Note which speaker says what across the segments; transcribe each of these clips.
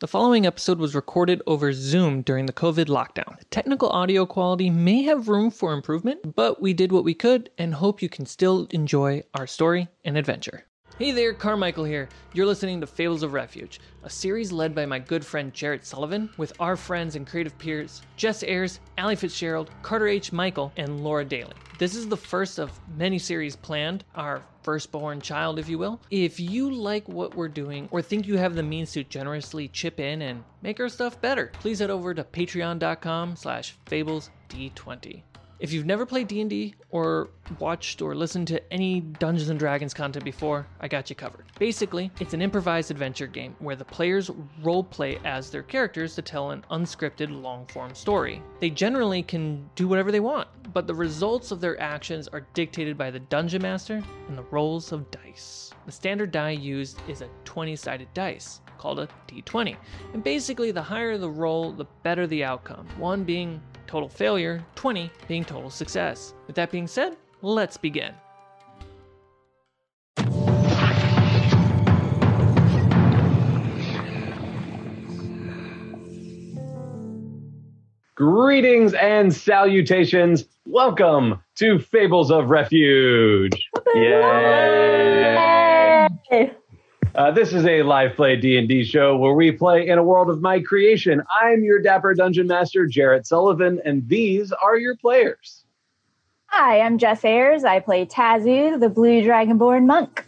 Speaker 1: The following episode was recorded over Zoom during the COVID lockdown. The technical audio quality may have room for improvement, but we did what we could and hope you can still enjoy our story and adventure. Hey there, Carmichael here. You're listening to Fables of Refuge, a series led by my good friend Jarrett Sullivan with our friends and creative peers Jess Ayers, Allie Fitzgerald, Carter H. Michael, and Laura Daly. This is the first of many series planned, our firstborn child, if you will. If you like what we're doing or think you have the means to generously chip in and make our stuff better, please head over to patreon.com slash fablesd20. If you've never played D&D or watched or listened to any Dungeons and Dragons content before, I got you covered. Basically, it's an improvised adventure game where the players roleplay as their characters to tell an unscripted long-form story. They generally can do whatever they want, but the results of their actions are dictated by the dungeon master and the rolls of dice. The standard die used is a 20-sided dice called a d20. And basically, the higher the roll, the better the outcome. 1 being total failure, 20 being total success. With that being said, let's begin.
Speaker 2: Greetings and salutations. Welcome to Fables of Refuge. Yay!
Speaker 3: Hey.
Speaker 2: Uh, this is a live play D&D show where we play in a world of my creation. I'm your dapper dungeon master, Jarrett Sullivan, and these are your players.
Speaker 3: Hi, I'm Jess Ayers. I play Tazu, the blue dragonborn monk.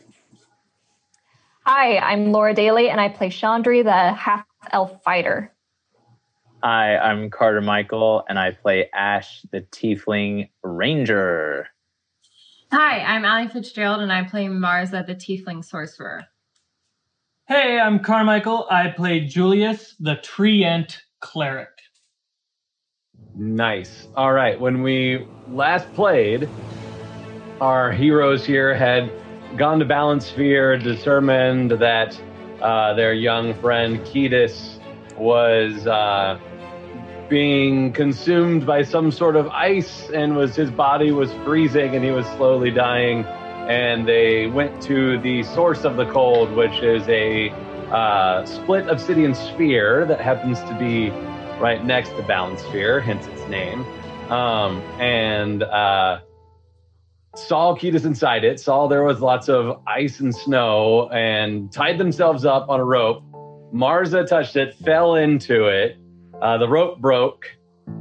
Speaker 4: Hi, I'm Laura Daly, and I play Chandri, the half elf fighter.
Speaker 5: Hi, I'm Carter Michael, and I play Ash, the Tiefling Ranger.
Speaker 6: Hi, I'm Allie Fitzgerald, and I play Marza, the Tiefling Sorcerer.
Speaker 7: Hey, I'm Carmichael. I play Julius, the Treant Cleric.
Speaker 2: Nice. All right. When we last played, our heroes here had gone to Balance Sphere, determined that uh, their young friend Ketis was uh, being consumed by some sort of ice, and was his body was freezing, and he was slowly dying. And they went to the source of the cold, which is a uh, split obsidian sphere that happens to be right next to Balance Sphere, hence its name. Um, and uh, Saul Ketis inside it, saw there was lots of ice and snow, and tied themselves up on a rope. Marza touched it, fell into it. Uh, the rope broke,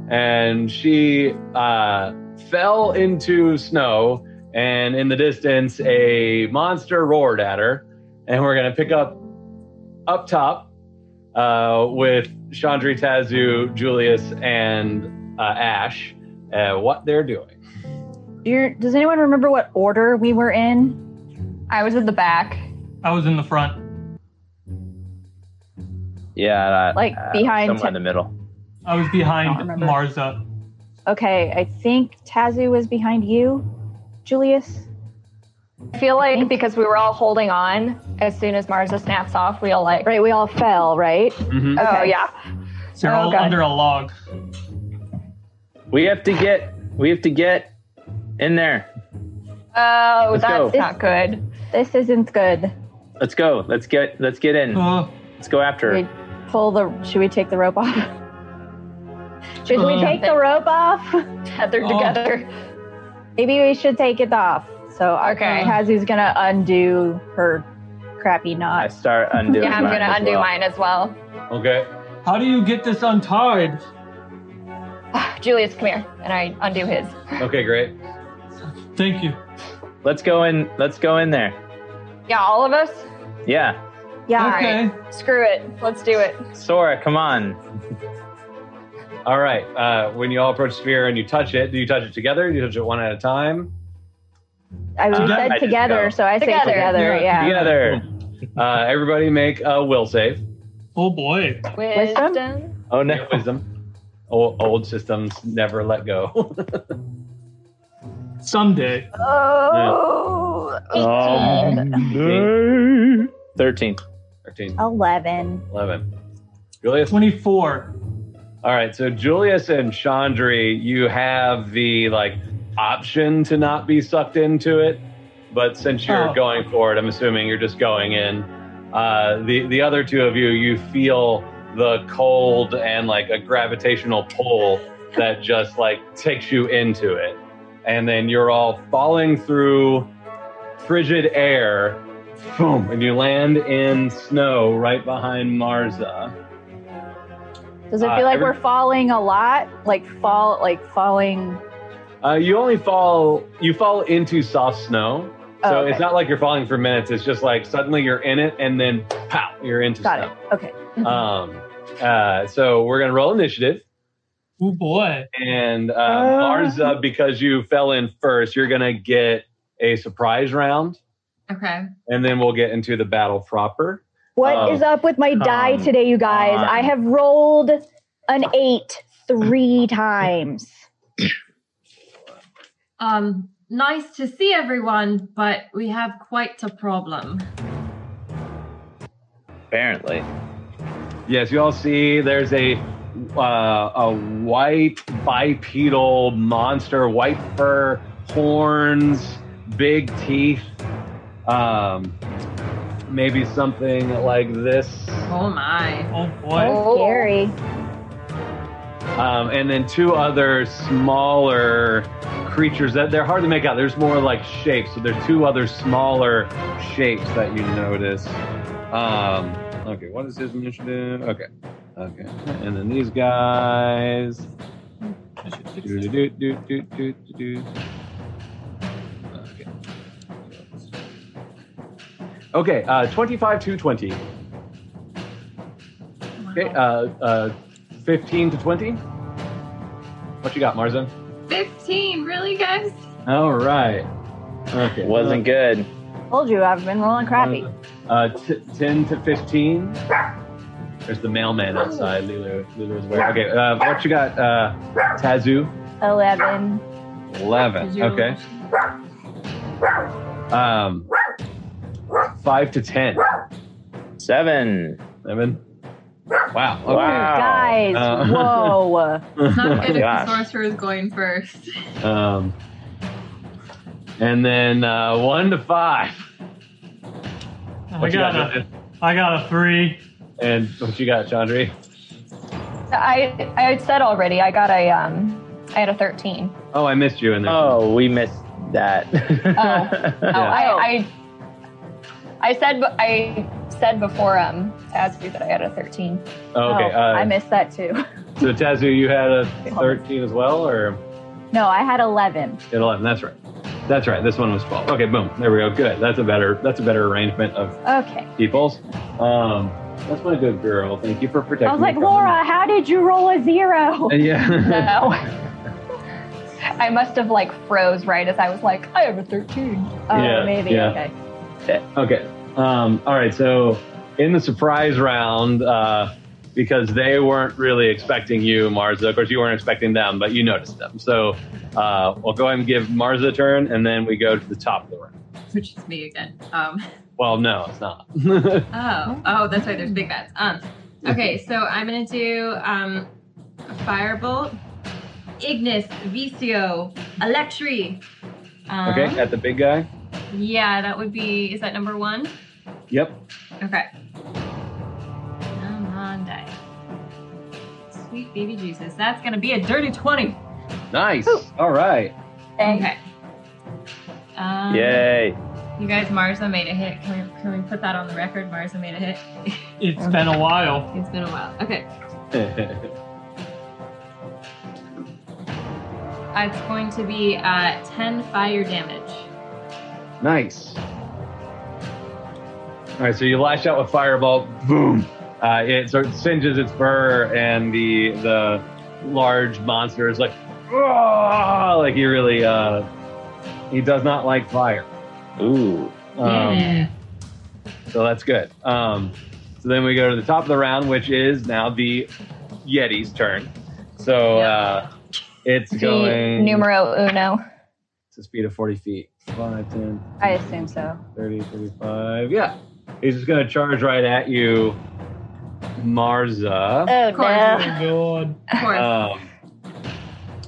Speaker 2: and she uh, fell into snow. And in the distance, a monster roared at her. And we're going to pick up up top uh, with Chandri Tazu, Julius, and uh, Ash, uh, what they're doing.
Speaker 3: You're, does anyone remember what order we were in?
Speaker 4: I was at the back,
Speaker 7: I was in the front.
Speaker 5: Yeah, uh,
Speaker 3: Like,
Speaker 5: uh,
Speaker 3: behind
Speaker 5: somewhere
Speaker 3: Te-
Speaker 5: in the middle.
Speaker 7: I was behind
Speaker 3: Don't remember.
Speaker 7: Marza.
Speaker 3: Okay, I think Tazu was behind you, Julius.
Speaker 4: I feel like because we were all holding on, as soon as Marza snaps off, we all like,
Speaker 3: Right, we all fell, right?
Speaker 5: Mm-hmm.
Speaker 4: oh
Speaker 3: Okay.
Speaker 4: yeah.
Speaker 7: So you're
Speaker 4: Oh,
Speaker 7: all
Speaker 4: God.
Speaker 7: under a log.
Speaker 5: We have to get. We have to get in there.
Speaker 4: Oh,
Speaker 5: Let's
Speaker 4: that's
Speaker 5: go.
Speaker 4: not good.
Speaker 3: This isn't good.
Speaker 5: Let's go. Let's get. Let's get in.
Speaker 7: Uh,
Speaker 5: Let's go after.
Speaker 3: Should
Speaker 5: her.
Speaker 3: we pull the? Should we take the rope off? Should we
Speaker 7: Um,
Speaker 3: take the rope off?
Speaker 4: Tethered
Speaker 7: Oh.
Speaker 4: together.
Speaker 3: Maybe we should take it off. So
Speaker 4: Okay.
Speaker 3: Tazu's gonna undo her crappy
Speaker 5: I
Speaker 3: knot.
Speaker 5: start undoing.
Speaker 4: Yeah, I'm
Speaker 5: mine
Speaker 4: gonna
Speaker 5: as
Speaker 4: undo
Speaker 5: well.
Speaker 4: mine as well.
Speaker 2: Okay.
Speaker 7: how do you get this untied?
Speaker 4: Ah, Julius, come here, and I undo his.
Speaker 2: Okay, great.
Speaker 7: Thank you.
Speaker 5: Let's go in. Let's go in there.
Speaker 4: Yeah, all of us.
Speaker 5: Yeah,
Speaker 3: Yeah.
Speaker 4: All
Speaker 7: okay.
Speaker 4: right. Screw it. Let's do it.
Speaker 5: Sora, come on.
Speaker 2: All right. Uh, when you all approach Sphere and you touch it, do you touch it together? Do you touch it one at a time?
Speaker 3: I we
Speaker 5: Uh,
Speaker 3: said
Speaker 5: I just
Speaker 3: together,
Speaker 5: go.
Speaker 3: so I say
Speaker 4: Together.
Speaker 3: together.
Speaker 7: Yeah.
Speaker 3: Yeah.
Speaker 5: Together.
Speaker 2: Uh, everybody make a will save.
Speaker 7: Oh boy.
Speaker 3: Wisdom?
Speaker 4: Wisdom.
Speaker 5: Oh no.
Speaker 2: Wisdom. Old, old systems never let go.
Speaker 7: Someday.
Speaker 3: Oh,
Speaker 5: Um, Thirteen.
Speaker 2: 13,
Speaker 3: eleven.
Speaker 2: 11. Julius?
Speaker 7: 24.
Speaker 2: All right, so Julius and Chandri, you have the like option to not be sucked into it, but since you're
Speaker 7: Oh.
Speaker 2: going for it, I'm assuming you're just going in. Uh, the the other two of you, you feel the cold and like a gravitational pull that just like takes you into it. And then you're all falling through frigid air. Boom. And you land in snow right behind Marza.
Speaker 3: Does it
Speaker 2: Uh,
Speaker 3: feel like
Speaker 2: every-
Speaker 3: we're falling a lot? Like fall, like falling.
Speaker 2: Uh, you only fall you fall into soft snow. So
Speaker 3: Oh, okay.
Speaker 2: it's not like you're falling for minutes. It's just like suddenly you're in it and then pow, you're into
Speaker 3: Got
Speaker 2: snow.
Speaker 3: it. Okay.
Speaker 2: Um, uh, so we're gonna roll initiative,
Speaker 7: Oh boy.
Speaker 2: and uh,
Speaker 3: Ah.
Speaker 2: Marza, because you fell in first, you're gonna get a surprise round,
Speaker 6: Okay.
Speaker 2: and then we'll get into the battle proper.
Speaker 3: What is
Speaker 2: Oh,
Speaker 3: up with my die
Speaker 5: come
Speaker 3: today, you guys? I
Speaker 5: on.
Speaker 3: have rolled an eight three times.
Speaker 6: Um, nice to see everyone, but we have quite a problem.
Speaker 5: Apparently.
Speaker 2: Yes, you all see there's a uh, a white bipedal monster, white fur, horns, big teeth, um, maybe something like this.
Speaker 6: Oh my.
Speaker 7: Oh boy.
Speaker 3: Oh. Scary.
Speaker 2: um, and then two other smaller creatures that they're hard to make out. There's more like shapes, so there's two other smaller shapes that you notice. Um, okay, what is his initiative? Okay, okay, and then these guys. Do, do, do, do, do, do, do. Okay. Okay, uh, 25 to 20. Okay, uh, uh, 15 to 20. What you got, Marzen?
Speaker 6: 15, really, guys?
Speaker 2: All right. Okay.
Speaker 5: Wasn't good.
Speaker 3: Told you I've been rolling crappy.
Speaker 2: Uh, t- 10 to 15. There's the mailman outside. Lulu, Lulu's where. Okay, uh, what you got, uh, Tazu?
Speaker 3: Eleven.
Speaker 2: 11. Okay. Um, 5 to 10.
Speaker 5: Seven.
Speaker 2: 11. Wow.
Speaker 5: Wow. Oh
Speaker 3: Guys,
Speaker 2: Uh,
Speaker 3: whoa.
Speaker 6: It's not good if the
Speaker 5: gosh.
Speaker 6: sorcerer is going first.
Speaker 2: Um, and then uh, 1 to 5. What
Speaker 7: I
Speaker 2: you got,
Speaker 7: got a I got a three.
Speaker 2: Lulu? And what you got, Chandri?
Speaker 4: I I said already. I got a um. I had a thirteen.
Speaker 2: Oh, I missed you in there.
Speaker 5: Oh, we missed that.
Speaker 4: Oh,
Speaker 2: Yeah.
Speaker 4: I,
Speaker 6: Oh.
Speaker 4: I I said b- I said before um Asby that I had a thirteen.
Speaker 2: Oh, okay.
Speaker 3: Oh,
Speaker 2: uh,
Speaker 3: I missed that too.
Speaker 2: So Tazu, you had a 13 as well, or
Speaker 3: No, I had eleven.
Speaker 2: an 11? That's right. That's right. This one was 12. Okay, boom. There we go. Good. That's a better. That's a better arrangement of
Speaker 3: Okay.
Speaker 2: peoples. Um, that's my good girl. Thank you for protecting.
Speaker 3: I was like,
Speaker 2: me from
Speaker 3: Laura, how did you roll a zero?
Speaker 2: them. Yeah.
Speaker 4: No. I must have like froze right as I was like I have a thirteen.
Speaker 3: Oh,
Speaker 2: Yeah,
Speaker 3: maybe.
Speaker 2: yeah.
Speaker 3: Okay.
Speaker 2: okay. Um, all right. So in the surprise round, uh, because they weren't really expecting you, Marza. Of course, you weren't expecting them, but you noticed them. So uh, we'll go ahead and give Marza a turn, and then we go to the top of the round.
Speaker 6: Which is me again. Um,
Speaker 2: Well, no, it's not.
Speaker 6: oh, oh, that's right. There's big bats. Um, okay, so I'm gonna do um, firebolt, Ignis, Vicio, Electri. Um,
Speaker 2: okay, at the big guy.
Speaker 6: Yeah, that would be. Is that number one?
Speaker 2: Yep.
Speaker 6: Okay. Come on, die. Sweet baby Jesus. That's gonna be a dirty twenty.
Speaker 2: Nice. All right.
Speaker 3: Thank
Speaker 6: Okay. Um,
Speaker 5: Yay.
Speaker 6: You guys, Marza made a hit. Can we, can we put that on the record? Marza made a hit.
Speaker 7: It's been a while.
Speaker 6: It's been a while. Okay. It's going to be uh, 10 fire damage.
Speaker 2: nice. All right. So you lash out with fireball. Boom. Uh, it sort of singes its fur, and the the large monster is like, "Ah!" like he really uh, he does not like fire.
Speaker 5: Ooh.
Speaker 2: Um,
Speaker 6: yeah.
Speaker 2: So that's good. Um, so then we go to the top of the round, which is now the Yeti's turn. So uh, it's
Speaker 4: The
Speaker 2: going
Speaker 4: numero uno.
Speaker 2: It's a speed of 40 feet. 5, 10,
Speaker 3: I assume so.
Speaker 2: 30, 35. Yeah. He's just going to charge right at you, Marza.
Speaker 3: Oh
Speaker 6: Of course.
Speaker 3: no.
Speaker 7: God.
Speaker 6: Of course.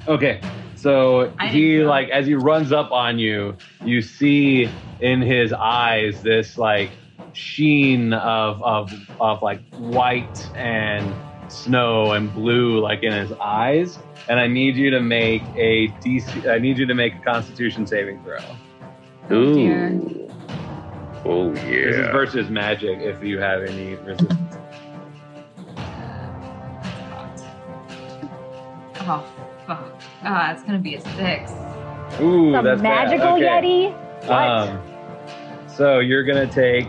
Speaker 2: Um, okay. So
Speaker 6: I
Speaker 2: he,
Speaker 6: didn't know.
Speaker 2: like, as he runs up on you, you see in his eyes this, like, sheen of of of like white and snow and blue like in his eyes. And I need you to make a DC. I need you to make a Constitution saving throw.
Speaker 6: Oh, dear.
Speaker 5: Ooh. Oh
Speaker 2: This is
Speaker 5: yeah.
Speaker 2: versus magic. If you have any resistance.
Speaker 6: Oh, fuck. Ah, it's gonna be a six.
Speaker 2: Ooh,
Speaker 3: The
Speaker 2: that's bad.
Speaker 3: magical
Speaker 2: Okay. Um,
Speaker 3: Yeti. What?
Speaker 2: so you're gonna take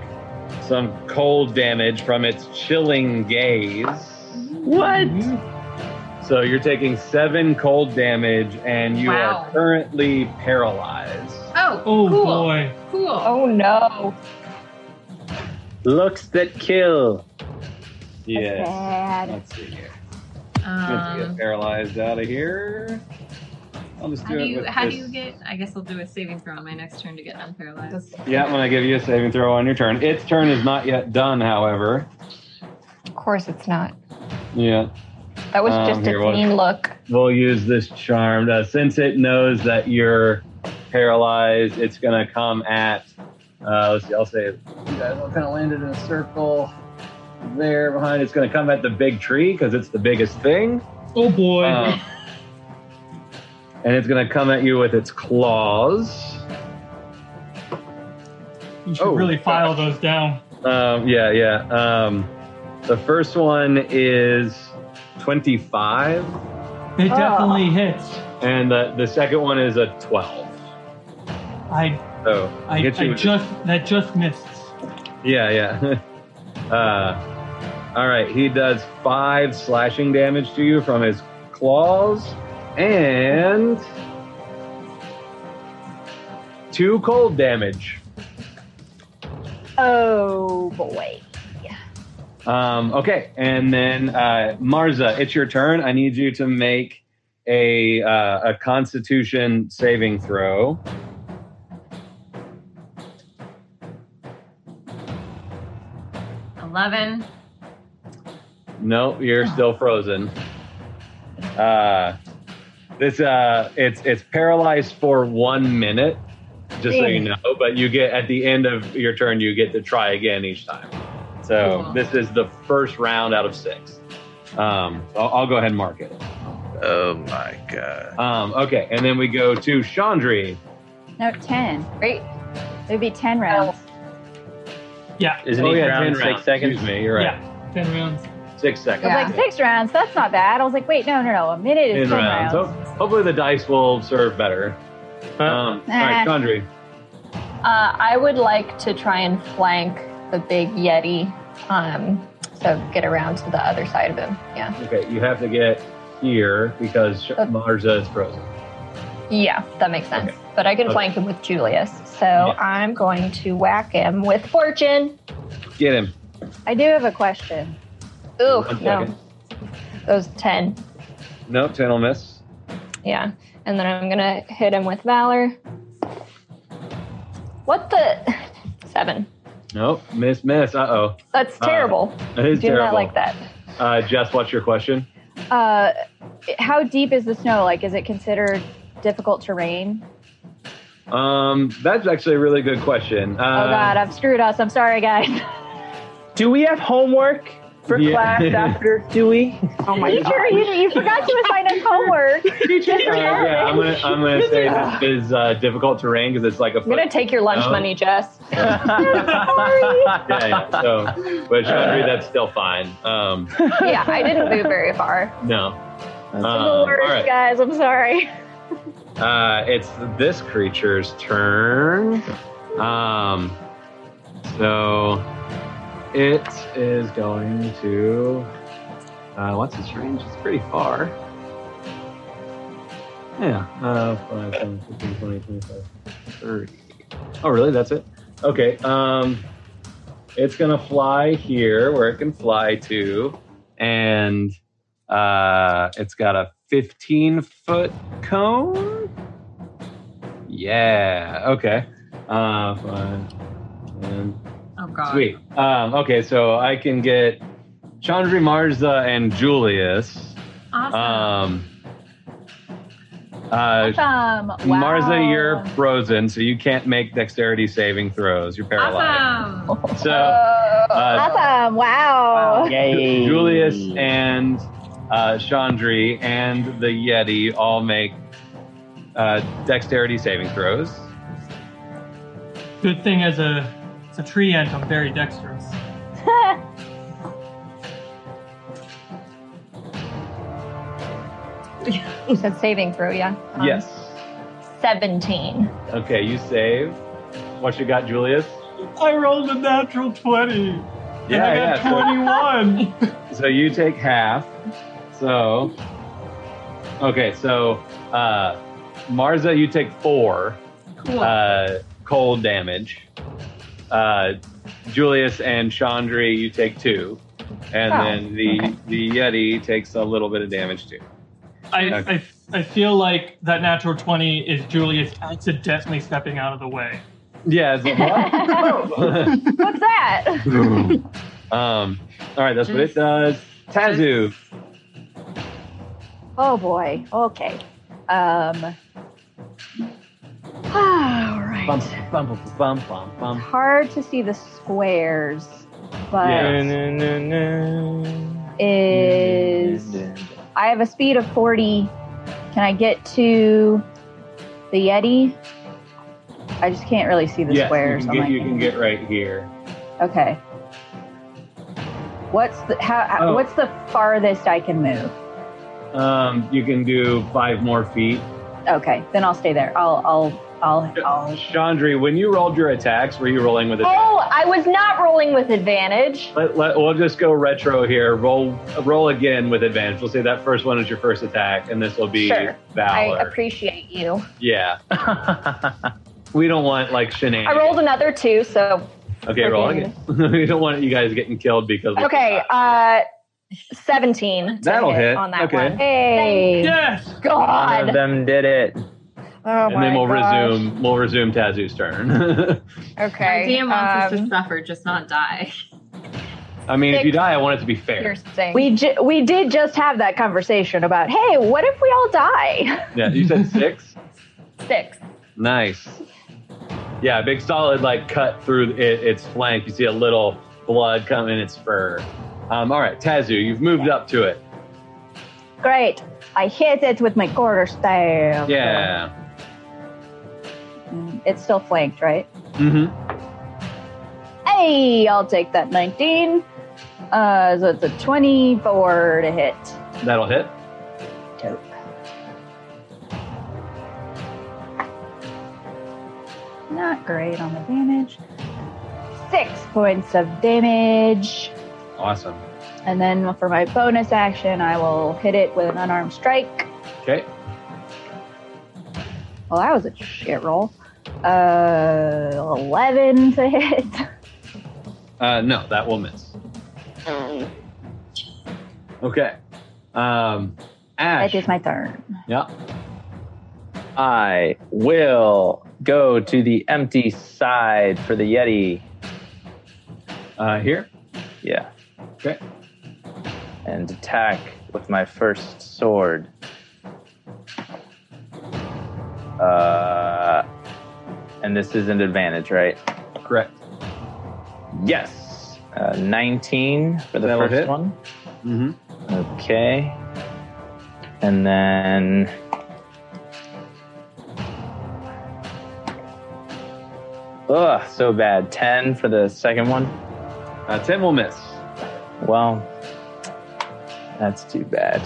Speaker 2: some cold damage from its chilling gaze. What? So you're taking seven cold damage, and you
Speaker 6: Wow.
Speaker 2: are currently paralyzed.
Speaker 6: Oh,
Speaker 7: Oh
Speaker 6: cool.
Speaker 7: boy.
Speaker 6: Cool.
Speaker 4: Oh no.
Speaker 5: Looks that kill.
Speaker 3: That's
Speaker 2: Yes.
Speaker 3: bad.
Speaker 2: Let's see here. Let's get
Speaker 6: um,
Speaker 2: paralyzed out of here. I'll just
Speaker 6: how
Speaker 2: do
Speaker 6: do
Speaker 2: it
Speaker 6: you
Speaker 2: with
Speaker 6: how do
Speaker 2: this.
Speaker 6: you get? I guess I'll do a saving throw on my next turn to get unparalyzed.
Speaker 2: Yeah, I'm gonna give you a saving throw on your turn. Its turn is not yet done, however.
Speaker 4: Of course it's not.
Speaker 2: Yeah.
Speaker 4: That was
Speaker 2: Um,
Speaker 4: just
Speaker 2: here,
Speaker 4: a
Speaker 2: what-
Speaker 4: mean look.
Speaker 2: we'll use this charmed. Uh, since it knows that you're paralyzed, it's gonna come at. Uh, let's see. I'll say you guys all kind of landed in a circle there behind. It's gonna come at the big tree because it's the biggest thing,
Speaker 7: Oh boy.
Speaker 2: Um, and it's gonna come at you with its claws.
Speaker 7: you should
Speaker 2: oh,
Speaker 7: really file those down.
Speaker 2: Um, yeah, yeah. Um, the first one is twenty-five,
Speaker 7: It
Speaker 3: Ah.
Speaker 7: definitely hits.
Speaker 2: and the, the second one is a twelve.
Speaker 7: I
Speaker 2: So
Speaker 7: I,
Speaker 2: hit you
Speaker 7: I
Speaker 2: with-
Speaker 7: just that just missed.
Speaker 2: Yeah, yeah. uh, all right, he does five slashing damage to you from his claws and two cold damage.
Speaker 3: Oh boy.
Speaker 2: Um, okay, and then uh, Marza, it's your turn. I need you to make a uh, a Constitution saving throw.
Speaker 6: Eleven.
Speaker 2: No, you're still frozen. Uh, this uh, it's it's paralyzed for one minute, just so you
Speaker 3: Dang.
Speaker 2: know. But you get at the end of your turn, you get to try again each time. So
Speaker 6: Cool.
Speaker 2: this is the first round out of six. Um, I'll, I'll go ahead and mark it.
Speaker 5: Oh my god.
Speaker 2: Um, okay, and then we go to Chandri.
Speaker 3: No, ten.
Speaker 4: Great.
Speaker 3: There'd be ten
Speaker 4: Uh,
Speaker 3: rounds.
Speaker 5: Isn't
Speaker 2: Oh,
Speaker 5: each round six seconds?
Speaker 2: Excuse me, you're right.
Speaker 7: Yeah. Ten rounds.
Speaker 2: Six seconds.
Speaker 3: I was
Speaker 4: Oh.
Speaker 3: like six rounds. That's not bad. I was like, wait, no, no, no. A minute is
Speaker 2: In
Speaker 3: ten rounds.
Speaker 2: rounds. Ho- hopefully the dice will serve better. Um, all right,
Speaker 3: Ah.
Speaker 2: Chandri.
Speaker 4: Uh, I would like to try and flank the big Yeti. Um, so get around to the other side of him. Yeah.
Speaker 2: Okay, you have to get here because Marza is frozen.
Speaker 4: Yeah, that makes sense.
Speaker 2: Okay.
Speaker 4: But I can
Speaker 2: Okay.
Speaker 4: flank him with Julius. So
Speaker 2: Yeah.
Speaker 4: I'm going to whack him with fortune.
Speaker 2: Get him.
Speaker 3: I do have a question.
Speaker 4: Ooh,
Speaker 2: One
Speaker 4: no.
Speaker 2: second.
Speaker 4: Those 10.
Speaker 2: Nope, 10 will miss.
Speaker 4: Yeah. And then I'm going to hit him with Valor. What the? Seven.
Speaker 2: Nope, miss, miss. Uh oh.
Speaker 4: That's
Speaker 2: Uh,
Speaker 4: terrible.
Speaker 2: That is
Speaker 4: Do
Speaker 2: terrible.
Speaker 4: not like that.
Speaker 2: Uh, Jess, what's your question?
Speaker 3: Uh, how deep is the snow? Like, is it considered difficult terrain?
Speaker 2: Um, that's actually a really good question. Uh,
Speaker 3: oh God, I've screwed us. I'm sorry, guys.
Speaker 8: Do we have homework for
Speaker 2: Yeah.
Speaker 8: class after? Do we? Oh my
Speaker 3: Teacher, you, you forgot to assign us homework.
Speaker 2: uh, yeah, I'm gonna, I'm gonna say this is uh, difficult terrain because it's like a.
Speaker 4: I'm going to take your lunch
Speaker 2: No.
Speaker 4: money, Jess.
Speaker 2: yeah, yeah. So, but Chandri, that's still fine. Um,
Speaker 4: yeah, I didn't move very far.
Speaker 2: no. Um,
Speaker 3: I'm the
Speaker 2: all
Speaker 3: worst,
Speaker 2: right.
Speaker 3: guys. I'm sorry.
Speaker 2: Uh, it's this creature's turn. Um, so it is going to. Uh, what's its range? It's pretty far. Yeah. Uh, 5, 10, 15, 20, 25, 30. Oh, really? That's it? Okay. Um, it's going to fly here where it can fly to. And uh, it's got a 15 foot cone. Yeah. Okay. Uh, fine. And
Speaker 6: Oh god.
Speaker 2: Sweet. Um, okay, so I can get Chandri Marza and Julius.
Speaker 6: Awesome.
Speaker 2: Um, uh, Uh,
Speaker 3: Awesome. Um, Wow.
Speaker 2: Marza, you're frozen, so you can't make dexterity saving throws. You're paralyzed.
Speaker 6: Awesome.
Speaker 2: So, uh,
Speaker 4: Um,
Speaker 3: awesome.
Speaker 4: Oh.
Speaker 3: Wow.
Speaker 5: Yay.
Speaker 2: Julius and uh, Chandri and the Yeti all make uh, dexterity saving throws.
Speaker 7: Good thing as a as a tree ant, I'm very dexterous.
Speaker 4: You said saving throw, yeah? Um,
Speaker 2: Yes.
Speaker 4: 17.
Speaker 2: Okay, you save. What you got, Julius?
Speaker 7: I rolled a natural twenty. and I got
Speaker 2: so-
Speaker 7: twenty-one.
Speaker 2: So you take half. So okay, so uh, Marza, you take four
Speaker 6: Cool.
Speaker 2: uh, cold damage. Uh, Julius and Chandri, you take two, and
Speaker 4: Oh,
Speaker 2: then the
Speaker 4: okay.
Speaker 2: the Yeti takes a little bit of damage too.
Speaker 7: I,
Speaker 2: Okay.
Speaker 7: I I feel like that natural twenty is Julius accidentally stepping out of the way.
Speaker 2: Um, Yeah. it's-
Speaker 3: What's that?
Speaker 2: um. All right, that's what it does. Tazu,
Speaker 3: Oh boy. Okay. Um. All right.
Speaker 2: bum, bum, bum, bum, bum,
Speaker 3: It's
Speaker 2: bum.
Speaker 3: hard to see the squares, but
Speaker 2: Yeah.
Speaker 3: is I have a speed of forty. Can I get to the Yeti? I just can't really see the
Speaker 2: Yes,
Speaker 3: squares. mm-hmm.
Speaker 2: you
Speaker 3: on
Speaker 2: can, get,
Speaker 3: my
Speaker 2: you can
Speaker 3: hand.
Speaker 2: get right here.
Speaker 3: Okay. What's the how?
Speaker 2: Oh.
Speaker 3: What's the farthest I can move?
Speaker 2: Um, you can do five more feet.
Speaker 3: Okay, then I'll stay there. I'll I'll I'll. I'll
Speaker 2: Chandri, when you rolled your attacks, were you rolling with advantage?
Speaker 4: Oh, I was not rolling with advantage.
Speaker 2: Let, let, we'll just go retro here. Roll roll again with advantage. We'll say that first one is your first attack, and this will be
Speaker 4: Sure.
Speaker 2: valor.
Speaker 4: I appreciate you.
Speaker 2: yeah, we don't want like
Speaker 4: I
Speaker 2: shenanigans.
Speaker 4: rolled another two, so
Speaker 2: okay, roll
Speaker 4: okay.
Speaker 2: again. we don't want you guys getting killed because we
Speaker 4: okay,
Speaker 2: forgot.
Speaker 4: uh, seventeen. to
Speaker 2: That'll hit.
Speaker 4: on that
Speaker 2: Okay.
Speaker 4: one.
Speaker 3: hey.
Speaker 7: Yes.
Speaker 5: One of
Speaker 4: God.
Speaker 5: them did it.
Speaker 4: Oh
Speaker 2: and then
Speaker 4: my
Speaker 2: we'll
Speaker 4: gosh.
Speaker 2: resume. We'll resume Tazu's turn.
Speaker 6: My
Speaker 4: Okay.
Speaker 6: DM wants us to
Speaker 4: um,
Speaker 6: suffer, just not die.
Speaker 2: I mean, if
Speaker 4: Six.
Speaker 2: you die, I want it to be fair.
Speaker 4: piercing.
Speaker 3: We ju- we did just have that conversation about hey, what if we all die?
Speaker 2: Yeah, you said six.
Speaker 4: six.
Speaker 2: Nice. Yeah, big solid like cut through it, its flank. You see a little blood come in its fur. Um, all right, Tazu, you've moved up to it.
Speaker 3: Great. I hit it with my quarter staff. Mm,
Speaker 2: Yeah.
Speaker 3: It's still flanked, right?
Speaker 2: hmm
Speaker 3: Hey, I'll take that 19. Uh, so it's a 24 to hit.
Speaker 2: That'll hit.
Speaker 3: Dope. Not great on the damage. Six points of damage.
Speaker 2: Awesome.
Speaker 3: And then for my bonus action, I will hit it with an unarmed strike.
Speaker 2: Okay.
Speaker 3: Well, that was a shit roll. Uh, 11 to hit.
Speaker 2: Uh, no, that will miss. Okay. Um,
Speaker 3: That
Speaker 2: Ash.
Speaker 3: is my turn.
Speaker 2: yeah.
Speaker 5: I will go to the empty side for the Yeti.
Speaker 2: Uh, here.
Speaker 5: Yeah.
Speaker 2: Okay.
Speaker 5: And attack with my first sword. Uh, and this is an advantage, right?
Speaker 2: Correct.
Speaker 5: Yes. Uh, 19 for the
Speaker 2: That'll
Speaker 5: first
Speaker 2: hit.
Speaker 5: one.
Speaker 2: Mm-hmm.
Speaker 5: Okay. And then. Ugh, so bad. 10 for the second one.
Speaker 2: Uh, Ten will miss.
Speaker 5: Well, that's too bad.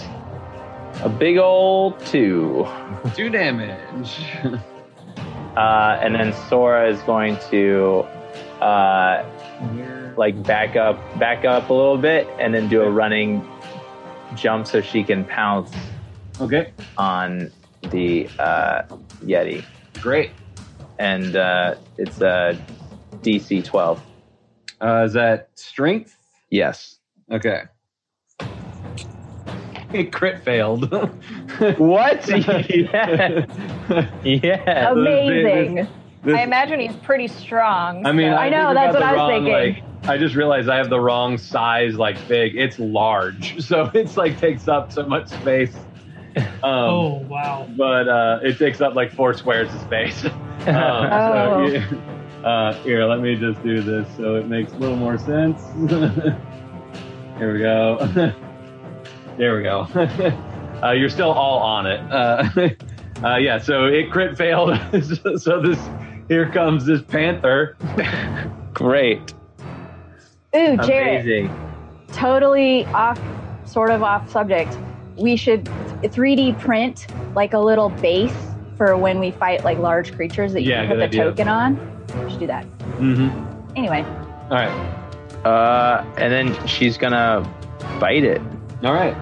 Speaker 5: A big old two.
Speaker 2: Two damage.
Speaker 5: Uh, and then Sora is going to uh, like back up, back up a little bit, and then do a running jump so she can pounce
Speaker 2: okay.
Speaker 5: on the uh, Yeti.
Speaker 2: Great.
Speaker 5: And uh, it's a DC 12.
Speaker 2: Uh, is that strength?
Speaker 5: Yes.
Speaker 2: Okay. It crit failed.
Speaker 5: What? yes. yes.
Speaker 3: Amazing.
Speaker 2: This-
Speaker 4: I imagine he's pretty strong.
Speaker 2: I mean,
Speaker 4: so-
Speaker 2: I,
Speaker 3: I know,
Speaker 2: think
Speaker 3: that's
Speaker 2: about
Speaker 3: what
Speaker 2: the
Speaker 3: I was
Speaker 2: wrong,
Speaker 3: thinking.
Speaker 2: Like, I just realized I have the wrong size, like big. It's large, so it's like takes up so much space. Um,
Speaker 7: Oh wow.
Speaker 2: But uh, it takes up like four squares of space. Um,
Speaker 3: Oh.
Speaker 2: so, yeah. uh, here, let me just do this so it makes a little more sense. here we go. there we go. uh, you're still all on it. Uh, uh, yeah, so it crit failed. so, so this here comes this panther.
Speaker 5: Great.
Speaker 3: Ooh, Jared.
Speaker 5: Amazing.
Speaker 3: totally off, sort of off subject. We should 3D print like a little base for when we fight like large creatures that you
Speaker 2: Yeah,
Speaker 3: can put the
Speaker 2: good idea.
Speaker 3: token on. We should do that.
Speaker 2: Mm-hmm.
Speaker 3: Anyway,
Speaker 2: All right.
Speaker 5: Uh, and then she's gonna bite it.
Speaker 2: All right.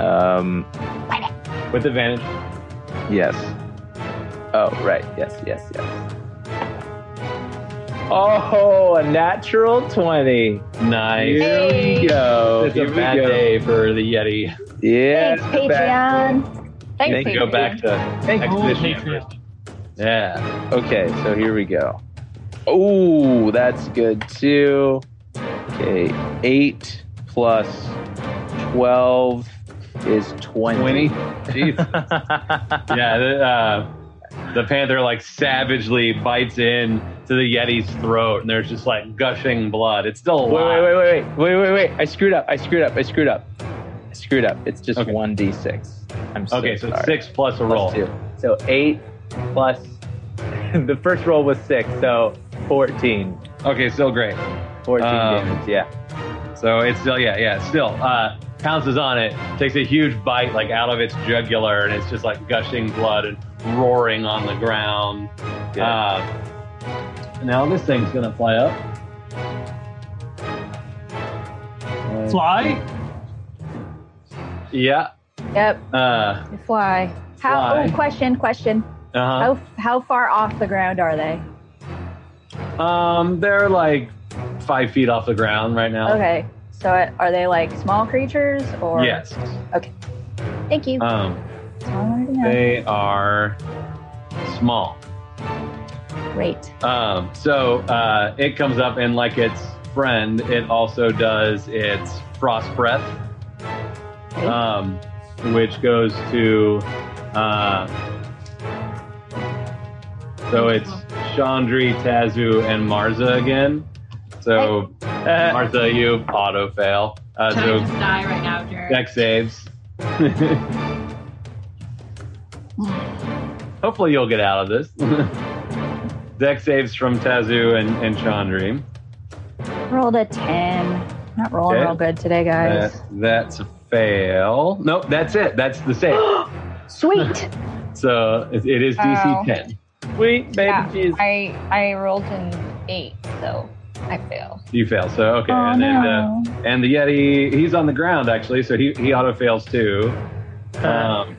Speaker 5: Um,
Speaker 2: With advantage.
Speaker 5: yes. Oh, right. Yes, yes, yes. Oh, a natural 20.
Speaker 2: Nice.
Speaker 5: Here we go.
Speaker 2: It's
Speaker 5: Here
Speaker 2: a
Speaker 5: we
Speaker 2: bad
Speaker 5: go.
Speaker 2: day for the Yeti.
Speaker 5: Yeah.
Speaker 3: thanks,
Speaker 5: it's a bad-
Speaker 3: Patreon.
Speaker 4: Thanks,
Speaker 5: Thank
Speaker 2: Go
Speaker 4: Patreon.
Speaker 2: back to expedition.
Speaker 7: Oh, Patreon.
Speaker 2: Yeah.
Speaker 5: Okay, so here we go. Oh, that's good too. Okay, 8 plus 12 is 20.
Speaker 2: 20. Jeez. yeah, the, uh, the panther like savagely bites in to the Yeti's throat, and there's just like gushing blood. It's still
Speaker 5: Wait,
Speaker 2: alive.
Speaker 5: wait, wait, wait, wait, wait, wait, wait. I screwed up. I screwed up. I screwed up. I screwed up. It's just
Speaker 2: Okay.
Speaker 5: 1d6. I'm so
Speaker 2: okay, so
Speaker 5: sorry.
Speaker 2: six plus a
Speaker 5: Plus
Speaker 2: roll.
Speaker 5: two. So 8 plus. the first roll was 6, so 14.
Speaker 2: Okay, still great.
Speaker 5: 14
Speaker 2: Um,
Speaker 5: damage, yeah.
Speaker 2: So it's still yeah, yeah, still. Uh, pounces on it, takes a huge bite like out of its jugular, and it's just like gushing blood and roaring on the ground.
Speaker 5: Good.
Speaker 2: Uh, now this thing's gonna fly up.
Speaker 7: Fly?
Speaker 2: Yeah.
Speaker 3: Yep,
Speaker 2: Uh
Speaker 3: you fly. How?
Speaker 2: Fly.
Speaker 3: Oh, question, question.
Speaker 2: huh.
Speaker 3: How how far off the ground are they?
Speaker 2: Um, they're like five feet off the ground right now.
Speaker 3: Okay, so it- are they like small creatures or?
Speaker 2: Yes.
Speaker 3: Thank you.
Speaker 2: Um,
Speaker 3: That's all I wanted to know.
Speaker 2: they are small.
Speaker 3: Great.
Speaker 2: Um, so uh, it comes up and like its friend, it also does its frost breath, um, which goes to. Uh, so it's Chandri, Tazu, and Marza again. So
Speaker 5: Uh,
Speaker 2: Marza, you auto fail. Uh,
Speaker 6: Should I
Speaker 2: so
Speaker 6: just die right now, Jared?
Speaker 2: Deck saves. Hopefully you'll get out of this. Deck saves from Tazu and, and Chandri.
Speaker 3: Rolled a ten. Not rolling
Speaker 2: Okay.
Speaker 3: real good today, guys.
Speaker 2: That, that's a fail. Nope, that's it. That's the save.
Speaker 3: Sweet.
Speaker 2: so it, it is DC
Speaker 4: Wow.
Speaker 2: 10.
Speaker 8: Sweet baby
Speaker 4: Yeah,
Speaker 8: cheese.
Speaker 4: I, I rolled an 8, so I fail.
Speaker 2: You fail. So okay,
Speaker 3: oh
Speaker 2: and then uh,
Speaker 3: no.
Speaker 2: and the Yeti, he's on the ground actually, so he, he auto fails too. Um,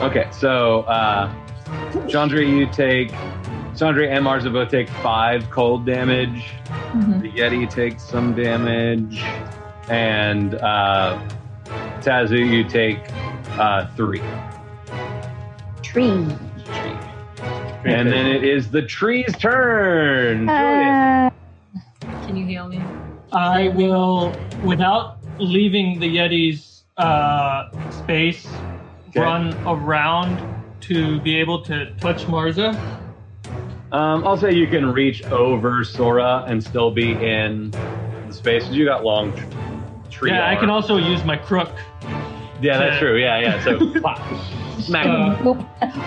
Speaker 2: okay, so uh, Chandra, you take Chandra and Marza both take five cold damage.
Speaker 4: Mhm.
Speaker 2: The Yeti takes some damage, and uh, Tazu, you take uh, three.
Speaker 3: Tree.
Speaker 2: And then it is the tree's turn. Julius.
Speaker 3: Uh,
Speaker 6: Can you heal me?
Speaker 7: I will, without leaving the Yeti's uh, space,
Speaker 2: Okay.
Speaker 7: run around to be able to touch Marza.
Speaker 2: Um, I'll say you can reach over Sora and still be in the space 'cause you got long tr- tree.
Speaker 7: yeah, I can
Speaker 2: arms.
Speaker 7: also use my crook.
Speaker 2: Yeah, that's true. Yeah, yeah. So pop, smack.
Speaker 7: Uh,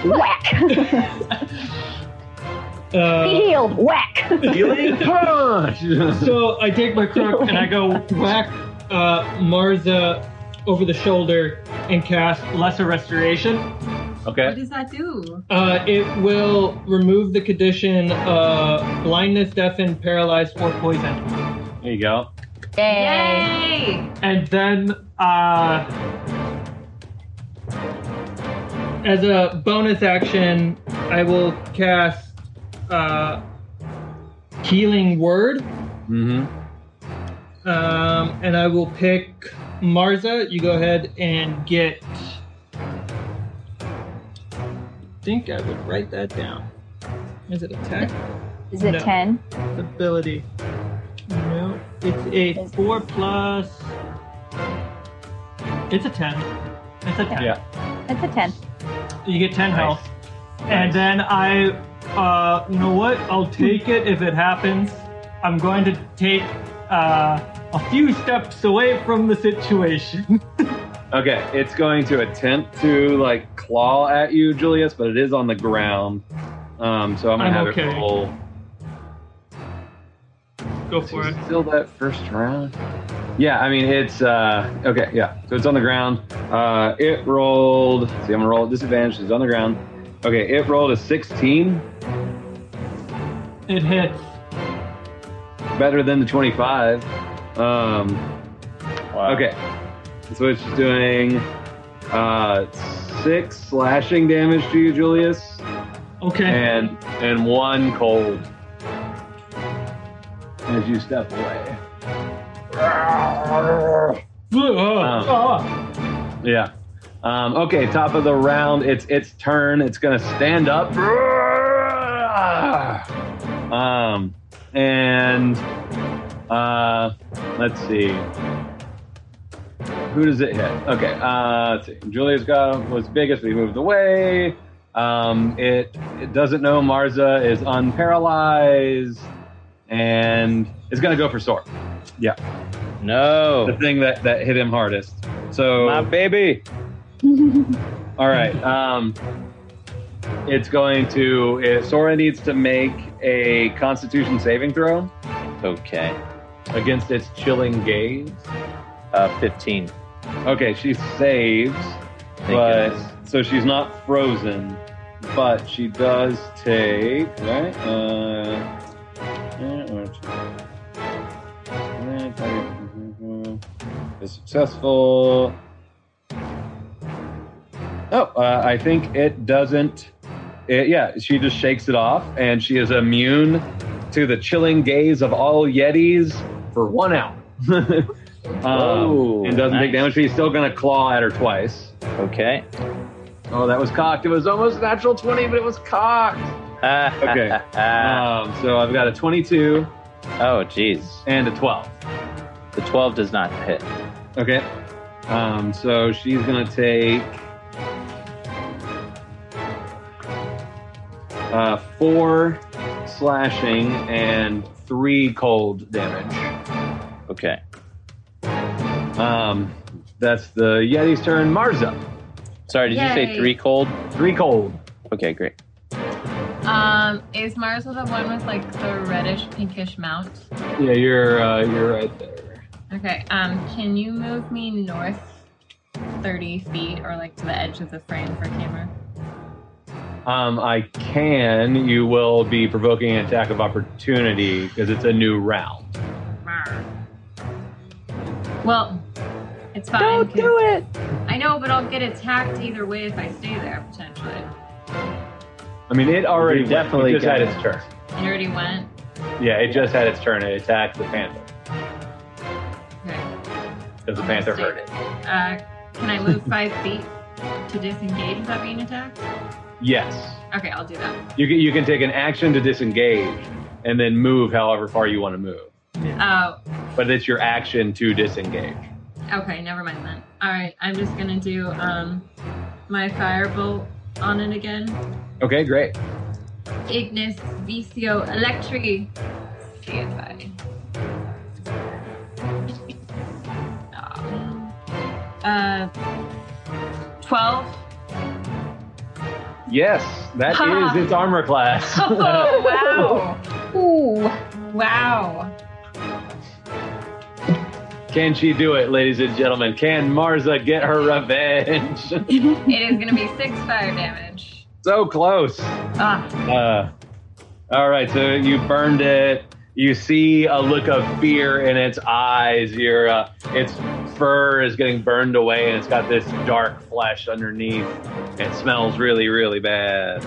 Speaker 3: whack.
Speaker 7: uh,
Speaker 3: Be healed. Whack.
Speaker 2: Healing punch.
Speaker 7: so I take my crook and I go whack uh, Marza over the shoulder and cast Lesser Restoration.
Speaker 6: What
Speaker 2: okay.
Speaker 6: does that do?
Speaker 7: Uh, it will remove the condition uh, blindness, deafened, paralyzed, or poison.
Speaker 2: There you go.
Speaker 3: Yay.
Speaker 6: Yay!
Speaker 7: And then, uh, as a bonus action, I will cast uh, Healing Word.
Speaker 2: Mm-hmm.
Speaker 7: Um, and I will pick Marza. You go ahead and get. I think I would write that down. Is it attack?
Speaker 3: Is it
Speaker 7: No.
Speaker 3: 10?
Speaker 7: ability. No, it's a four plus It's a 10. It's a 10.
Speaker 2: Yeah.
Speaker 3: It's a 10.
Speaker 7: You get 10 health. And then I, uh, you know what? I'll take it if it happens. I'm going to take uh, a few steps away from the situation.
Speaker 2: Okay, it's going to attempt to like claw at you, Julius, but it is on the ground. Um, so I'm gonna
Speaker 7: I'm
Speaker 2: have
Speaker 7: okay.
Speaker 2: it roll.
Speaker 7: Go
Speaker 2: Is
Speaker 7: for it.
Speaker 2: it Still that first round. Yeah, I mean it's uh, okay. Yeah, so it's on the ground. Uh, it rolled. See, I'm gonna roll at disadvantage. It's on the ground. Okay, it rolled a 16,
Speaker 7: It hits.
Speaker 2: better than the 25. Um,
Speaker 5: Wow.
Speaker 2: Okay. So it's doing uh, six slashing damage to you, Julius, Eh.
Speaker 7: Okay.
Speaker 2: and and one cold as you step away.
Speaker 7: Ah.
Speaker 2: Yeah. Um, okay. Top of the round. It's its turn. It's gonna stand up. Um, and uh, let's see. Who does it hit? Okay. Uh, let's see. Julia's got was biggest. We moved away. Um, it it doesn't know Marza is unparalyzed, and it's gonna go for Sora, the
Speaker 5: No.
Speaker 2: thing that that hit him hardest. So
Speaker 5: Oh. My baby.
Speaker 2: All right. Um, it's going to. It, Sora needs to make a Constitution saving throw
Speaker 5: Okay.
Speaker 2: against its chilling gaze.
Speaker 5: Uh, 15.
Speaker 2: Okay, she saves,
Speaker 5: Thank
Speaker 2: but
Speaker 5: goodness.
Speaker 2: so she's not frozen, but she does take right. Uh, eh, or two. Eh, target Is successful. Oh, uh, I think it doesn't. It, yeah, she just shakes it off, and she is immune to the chilling gaze of all Yetis for one hour. um,
Speaker 5: Whoa,
Speaker 2: and doesn't
Speaker 5: Oh, nice.
Speaker 2: take damage. She's still gonna claw at her twice.
Speaker 5: Okay.
Speaker 2: Oh, that was cocked. It was almost a natural twenty, but it was cocked.
Speaker 5: okay.
Speaker 2: Um, so I've got a twenty-two
Speaker 5: oh, Ah. jeez.
Speaker 2: and a twelve.
Speaker 5: The 12 does not hit.
Speaker 2: Okay. Um, so she's gonna take uh, four slashing and three cold damage.
Speaker 5: Okay.
Speaker 2: Um, that's the Yeti's turn. Marza,
Speaker 5: Sorry, did you say
Speaker 6: Yay.
Speaker 5: three cold?
Speaker 2: three cold.
Speaker 5: Okay, great.
Speaker 6: Um, is Mars the one with like the reddish pinkish mount?
Speaker 2: Yeah, you're uh, you're right there.
Speaker 6: Okay. Um, can you move me north thirty feet or like to the edge of the frame for camera?
Speaker 2: Um, I can. You will be provoking an attack of opportunity because it's a new round.
Speaker 6: Well, it's fine. Don't do it. I know, but I'll get attacked either way if I stay there potentially.
Speaker 2: I mean, it already
Speaker 5: We
Speaker 2: definitely
Speaker 5: definitely
Speaker 2: just
Speaker 5: got
Speaker 2: had
Speaker 5: it.
Speaker 2: its turn.
Speaker 6: It already went.
Speaker 2: Yeah, it just had its turn. It attacked the panther
Speaker 6: Okay.
Speaker 2: because the panther hurt it.
Speaker 6: Uh, can I move five feet to disengage without being attacked?
Speaker 2: Yes,
Speaker 6: Okay, I'll do that.
Speaker 2: you can you can take an action to disengage and then move however far you want to move,
Speaker 6: Oh,
Speaker 2: but it's your action to disengage.
Speaker 6: Okay, never mind then. All right, I'm just gonna do um my firebolt on it again.
Speaker 2: Okay, great.
Speaker 6: Ignis Vicio Electri. See if I. Um, Uh, twelve.
Speaker 2: Yes, that
Speaker 6: Ha!
Speaker 2: is its armor class.
Speaker 6: Oh
Speaker 4: Ooh.
Speaker 6: wow! wow!
Speaker 2: Can she do it, ladies and gentlemen? Can Marza get her revenge?
Speaker 6: It is gonna be six fire damage.
Speaker 2: so close.
Speaker 6: Ah,
Speaker 2: Uh, all right, so you burned it. You see a look of fear in its eyes. Your uh, its fur is getting burned away, and it's got this dark flesh underneath. It smells really, really bad.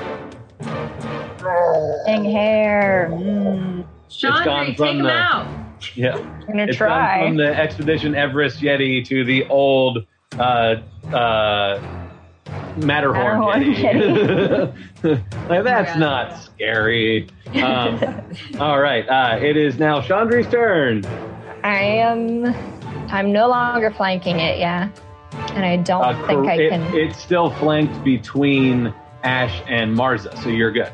Speaker 3: Dang hair. Mm.
Speaker 2: gone
Speaker 6: Chandra, take
Speaker 2: from
Speaker 6: him
Speaker 2: the-
Speaker 6: out.
Speaker 2: Yeah,
Speaker 4: I'm gonna
Speaker 2: it's
Speaker 4: try.
Speaker 2: gone from the expedition Everest Yeti to the old uh, uh, Matterhorn,
Speaker 3: Matterhorn
Speaker 2: Yeti. like that's
Speaker 6: Yeah.
Speaker 2: not scary. Um, all right, uh, it is now Chandri's turn.
Speaker 4: I am. I'm no longer flanking it. Yeah. and I don't
Speaker 2: Uh,
Speaker 4: think I
Speaker 2: it-
Speaker 4: can.
Speaker 2: It's still flanked between Ash and Marza, so you're good.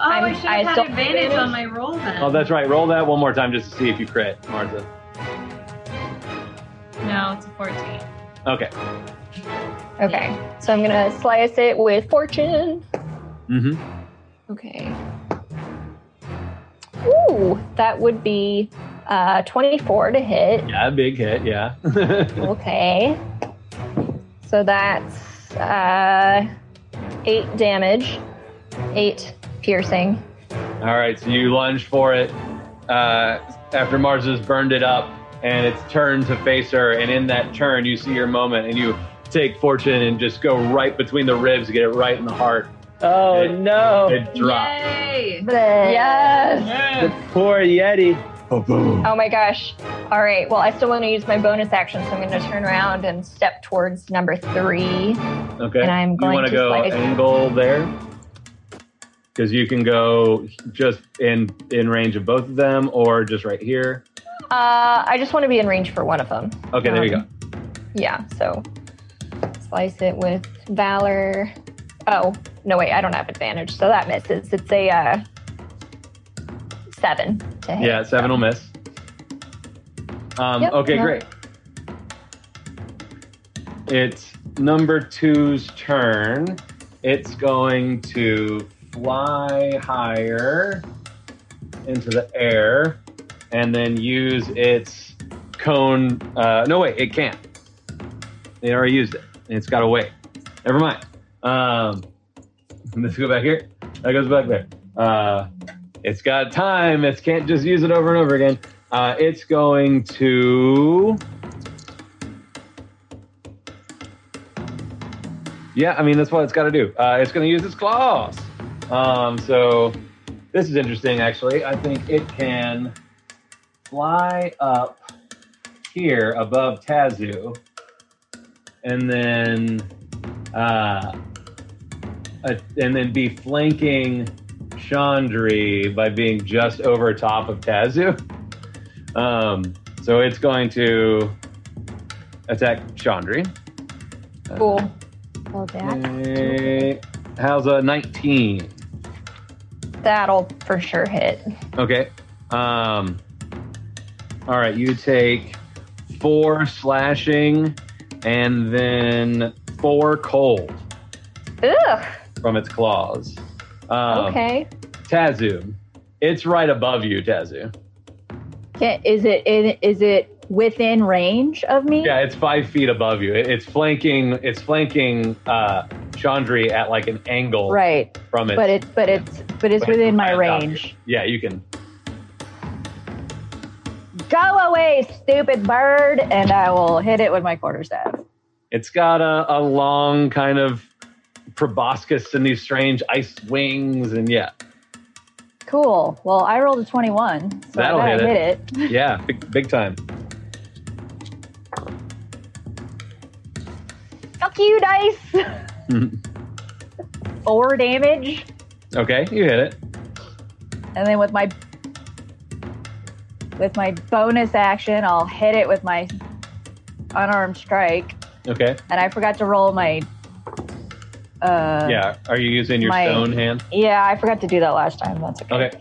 Speaker 6: Oh, i
Speaker 4: I'm-
Speaker 6: should
Speaker 4: I
Speaker 6: have had
Speaker 4: still-
Speaker 6: advantage on my roll then.
Speaker 2: Oh, that's right. Roll that one more time just to see if you crit, Marza.
Speaker 6: no, it's a 14.
Speaker 2: Okay.
Speaker 4: okay, so I'm gonna slice it with fortune.
Speaker 2: Mm-hmm.
Speaker 4: Okay. Ooh, that would be uh, 24 to hit.
Speaker 2: Yeah, big hit. Yeah.
Speaker 4: Okay. So that's uh, eight damage, eight piercing.
Speaker 2: All right, so you lunge for it uh, after Mars has burned it up, and it's turned to face her. And in that turn, you see your moment, and you take fortune and just go right between the ribs, get it right in the heart.
Speaker 5: Oh
Speaker 2: It-
Speaker 5: no,
Speaker 2: It drops.
Speaker 6: Yay!
Speaker 7: Ah,
Speaker 4: Yes.
Speaker 5: the poor Yeti.
Speaker 4: Oh my gosh. All right. Well, I still want to use my bonus action, so I'm going to turn around and step towards number three.
Speaker 2: Okay.
Speaker 4: And I'm going
Speaker 2: you wanna
Speaker 4: to
Speaker 2: go
Speaker 4: slice-
Speaker 2: angle there because you can go just in in range of both of them, or just right here.
Speaker 4: Uh, I just want to be in range for one of them.
Speaker 2: Okay, there you go.
Speaker 4: Um, Yeah. So slice it with valor. Oh no! Wait, I don't have advantage, so that misses. It's a uh, seven to hit.
Speaker 2: Yeah, seven will miss. Um,
Speaker 4: Yep,
Speaker 2: okay,
Speaker 4: no.
Speaker 2: great. It's number two's turn. It's going to fly higher into the air and then use its cone. Uh, no, wait, it can't. They already used it. It's got to wait. Never mind. Um, let's go back here. That goes back there. Uh, it's got time. It can't just use it over and over again. Uh, it's going to. Yeah, I mean that's what it's got to do. Uh, it's going to use its claws. Um, so this is interesting, actually. I think it can fly up here above Tazu, and then uh, a- and then be flanking Chandri by being just over top of Tazu. Um, so it's going to attack Chandri.
Speaker 4: Cool. Well, that,
Speaker 2: Okay. How's a 19?
Speaker 4: that'll for sure hit.
Speaker 2: Okay. Um, all right, you take four slashing and then four cold
Speaker 4: Ugh.
Speaker 2: from its claws. Um,
Speaker 4: Okay.
Speaker 2: Tazu, it's right above you, Tazu.
Speaker 3: Can, is it in, is it within range of me?
Speaker 2: Yeah, it's five feet above you. It, it's flanking. It's flanking uh, Chandri at like an angle
Speaker 3: Right.
Speaker 2: from it.
Speaker 3: But it but it's but it's
Speaker 2: But it's
Speaker 3: within my
Speaker 2: right about
Speaker 3: range.
Speaker 2: yeah, you can.
Speaker 3: Go away, stupid bird, and I will hit it with my quarterstaff.
Speaker 2: It's got a, a long kind of proboscis and these strange ice wings, and yeah,
Speaker 3: Cool. Well, I rolled a 21, so
Speaker 2: That'll
Speaker 3: I gotta
Speaker 2: hit
Speaker 3: hit
Speaker 2: it.
Speaker 3: it.
Speaker 2: yeah, big, big time.
Speaker 3: Fuck you, dice. Four damage,
Speaker 2: Okay, you hit it.
Speaker 3: and then with my with my bonus action, I'll hit it with my unarmed strike,
Speaker 2: Okay,
Speaker 3: and I forgot to roll my. Uh,
Speaker 2: yeah. Are you using your
Speaker 3: my-
Speaker 2: stone hand?
Speaker 3: yeah, I forgot to do that last time. That's okay.
Speaker 2: Okay,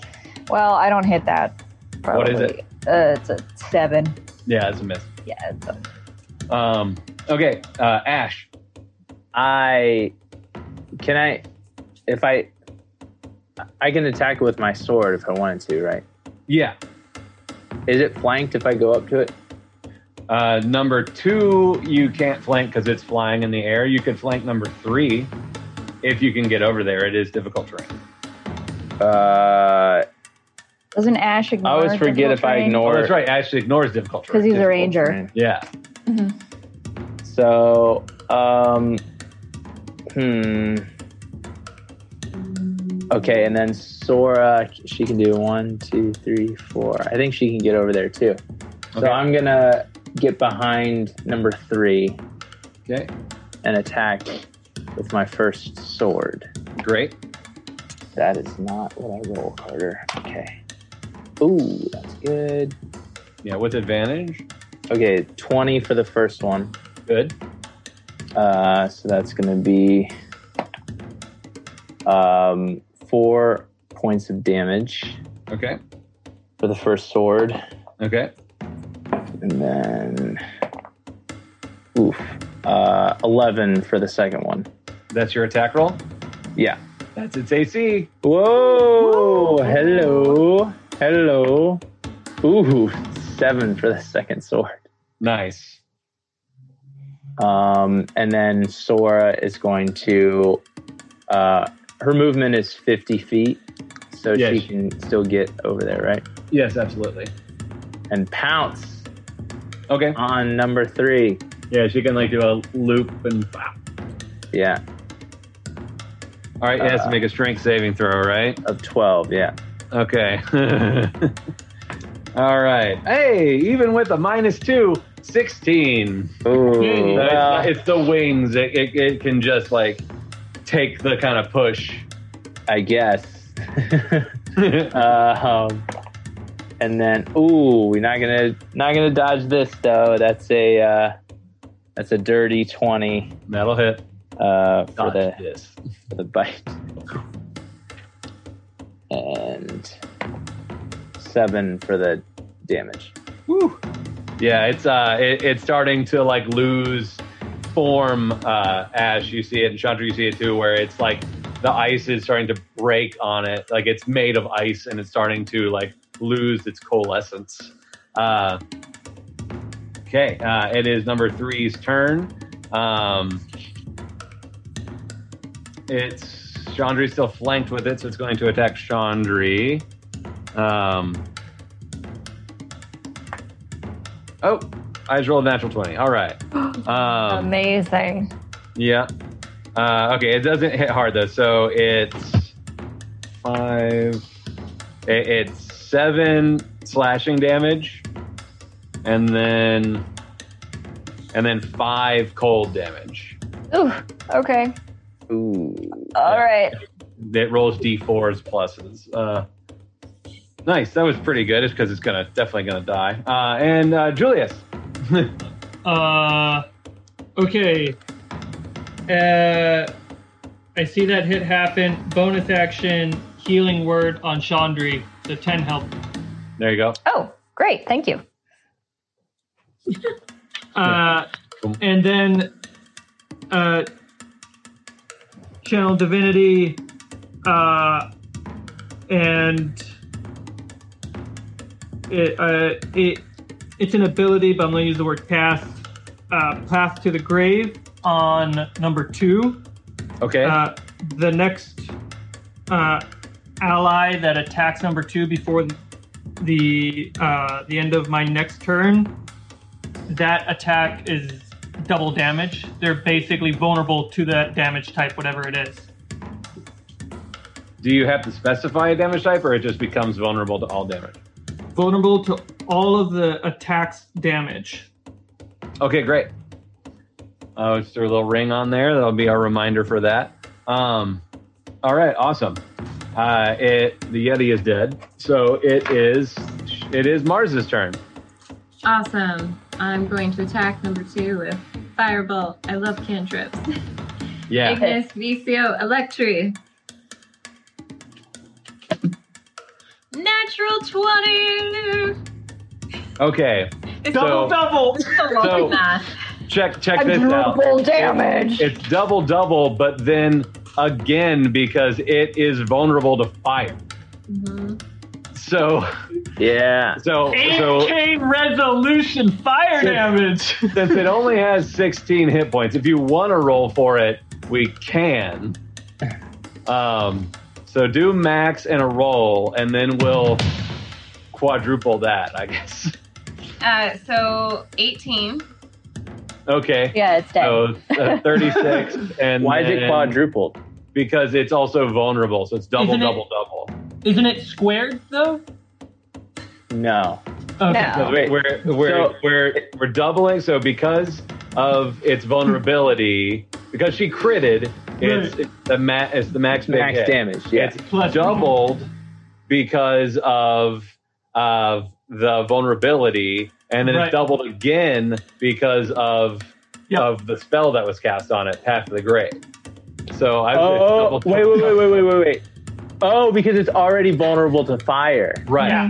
Speaker 3: Well, I don't hit that.
Speaker 2: What
Speaker 3: Probably.
Speaker 2: is
Speaker 3: it? Uh, it's a seven.
Speaker 2: yeah, it's a miss.
Speaker 3: Yeah, it's a,
Speaker 2: Um, okay, uh, Ash.
Speaker 5: I can I if I I can attack with my sword if I wanted to, right?
Speaker 2: Yeah,
Speaker 5: Is it flanked if I go up to it?
Speaker 2: Uh, number two, you can't flank because it's flying in the air. You could flank number three if you can get over there. It is difficult terrain.
Speaker 5: Uh,
Speaker 3: doesn't Ash ignore?
Speaker 5: I always forget if I
Speaker 2: Oh,
Speaker 5: ignore.
Speaker 2: that's right. Actually, ignores difficult
Speaker 3: because
Speaker 2: terrain.
Speaker 3: he's a ranger.
Speaker 2: yeah.
Speaker 5: So, um, hmm. Okay, and then Sora, she can do one, two, three, four. I think she can get over there too. So
Speaker 2: Okay.
Speaker 5: I'm gonna get behind number three
Speaker 2: Okay.
Speaker 5: and attack with my first sword.
Speaker 2: Great.
Speaker 5: That is not what I roll, Carter. Okay. Ooh, that's good.
Speaker 2: Yeah, with advantage.
Speaker 5: Okay, 20 for the first one.
Speaker 2: Good.
Speaker 5: Uh, so that's going to be um, four points of damage
Speaker 2: Okay.
Speaker 5: for the first sword,
Speaker 2: Okay.
Speaker 5: and then oof, uh, eleven for the second one.
Speaker 2: That's your attack roll.
Speaker 5: Yeah.
Speaker 2: That's its AC.
Speaker 5: Whoa! Hello, hello. Ooh, seven for the second sword.
Speaker 2: Nice.
Speaker 5: Um, and then Sora is going to. Uh, her movement is 50 feet, so
Speaker 2: Yes.
Speaker 5: she can still get over there, right?
Speaker 2: Yes, absolutely.
Speaker 5: And pounce
Speaker 2: Okay.
Speaker 5: on number three.
Speaker 2: Yeah, she can like do a loop and.
Speaker 5: Yeah,
Speaker 2: All right, it has to
Speaker 5: Uh,
Speaker 2: make a strength saving throw, right?
Speaker 5: of 12. Yeah.
Speaker 2: Okay. All right. Hey, even with a minus two, 16.
Speaker 5: Ooh.
Speaker 2: It's-
Speaker 5: well,
Speaker 2: it's, the wings. It, it, it can just like take the kind of push.
Speaker 5: I guess. um, and then, ooh, we're not gonna not gonna dodge this though. That's a uh, that's a dirty twenty
Speaker 2: That'll hit.
Speaker 5: uh, for
Speaker 2: Dodge
Speaker 5: the
Speaker 2: this.
Speaker 5: for the bite. And seven for the damage.
Speaker 2: Yeah, it's uh, it, it's starting to like lose form. Uh, Ash, you see it, and Chandra, you see it too, where it's like the ice is starting to break on it. Like it's made of ice, and it's starting to like lose its coalescence. Uh, okay, uh, it is number three's turn. Um, it's Chandri's still flanked with it, so it's going to attack Chandri. Um, oh, I just rolled a natural twenty. All right. Um,
Speaker 4: Amazing.
Speaker 2: yeah. Uh, okay, it doesn't hit hard though, so it's five. It, it's seven slashing damage, and then and then five cold damage.
Speaker 4: Ooh. Okay.
Speaker 5: Ooh.
Speaker 4: All right.
Speaker 2: It rolls d4s pluses. Uh, nice, that was pretty good. It's because it's gonna definitely gonna die. Uh, and uh, Julius,
Speaker 7: Uh, okay. Uh, I see that hit happen. Bonus action, healing word on Chandri. The 10 health.
Speaker 2: there you go.
Speaker 4: Oh, great. Thank you.
Speaker 7: Uh, and then uh, channel divinity uh, and it, uh, it it's an ability but i'm going to use the word cast uh, path to the grave on number two
Speaker 2: Okay,
Speaker 7: uh, the next uh, ally that attacks number two before the uh, the end of my next turn, that attack is double damage. They're basically vulnerable to that damage type, whatever it is.
Speaker 2: do you have to specify a damage type, or it just becomes vulnerable to all damage?
Speaker 7: Vulnerable to all of the attacks damage.
Speaker 2: Okay, great. Oh, just threw a little ring on there. That'll be our reminder for that. Um, all right, awesome. Uh, it the Yeti is dead, so it is it is Mars's turn.
Speaker 6: Awesome. I'm going to attack number two with Firebolt. I love cantrips.
Speaker 2: Yeah,
Speaker 6: Ignis Vicio Electri. Natural 20!
Speaker 2: Okay,
Speaker 6: It's
Speaker 2: So-
Speaker 7: Double double.
Speaker 6: so long
Speaker 2: so-
Speaker 6: with math.
Speaker 2: check check this out.
Speaker 8: damage.
Speaker 2: It's double double, but then again because it is vulnerable to fire.
Speaker 6: Mhm.
Speaker 2: So
Speaker 5: Yeah.
Speaker 2: so so
Speaker 7: 8K resolution fire
Speaker 2: So-
Speaker 7: damage.
Speaker 2: since it only has 16 hit points, if you want to roll for it, we can. Um, so do max and a roll, and then we'll quadruple that, I guess.
Speaker 6: Uh, so 18.
Speaker 2: Okay.
Speaker 3: Yeah, it's dead.
Speaker 5: Oh.
Speaker 2: So uh, 36 and
Speaker 5: Why is it
Speaker 2: then-
Speaker 5: quadrupled?
Speaker 2: Because it's also vulnerable, so it's double,
Speaker 7: Isn't it-
Speaker 2: double, double.
Speaker 7: Isn't it squared though?
Speaker 5: No.
Speaker 7: Okay.
Speaker 4: No.
Speaker 2: Wait, we're we're
Speaker 5: So-
Speaker 2: we're we're doubling. So because of its vulnerability, because she critted, it's, it's the ma- it's the max big
Speaker 5: Max
Speaker 2: hit.
Speaker 5: damage. Yeah.
Speaker 2: It's
Speaker 7: Plus-
Speaker 2: doubled because of of the vulnerability, and then
Speaker 7: Right.
Speaker 2: it's doubled again because of
Speaker 7: Yeah.
Speaker 2: of the spell that was cast on it, Path of the Grey. So I was
Speaker 5: Oh,
Speaker 2: double-
Speaker 5: wait, wait, wait, wait, wait, wait, wait. Oh, because it's already vulnerable to fire.
Speaker 2: Right.
Speaker 7: Yeah.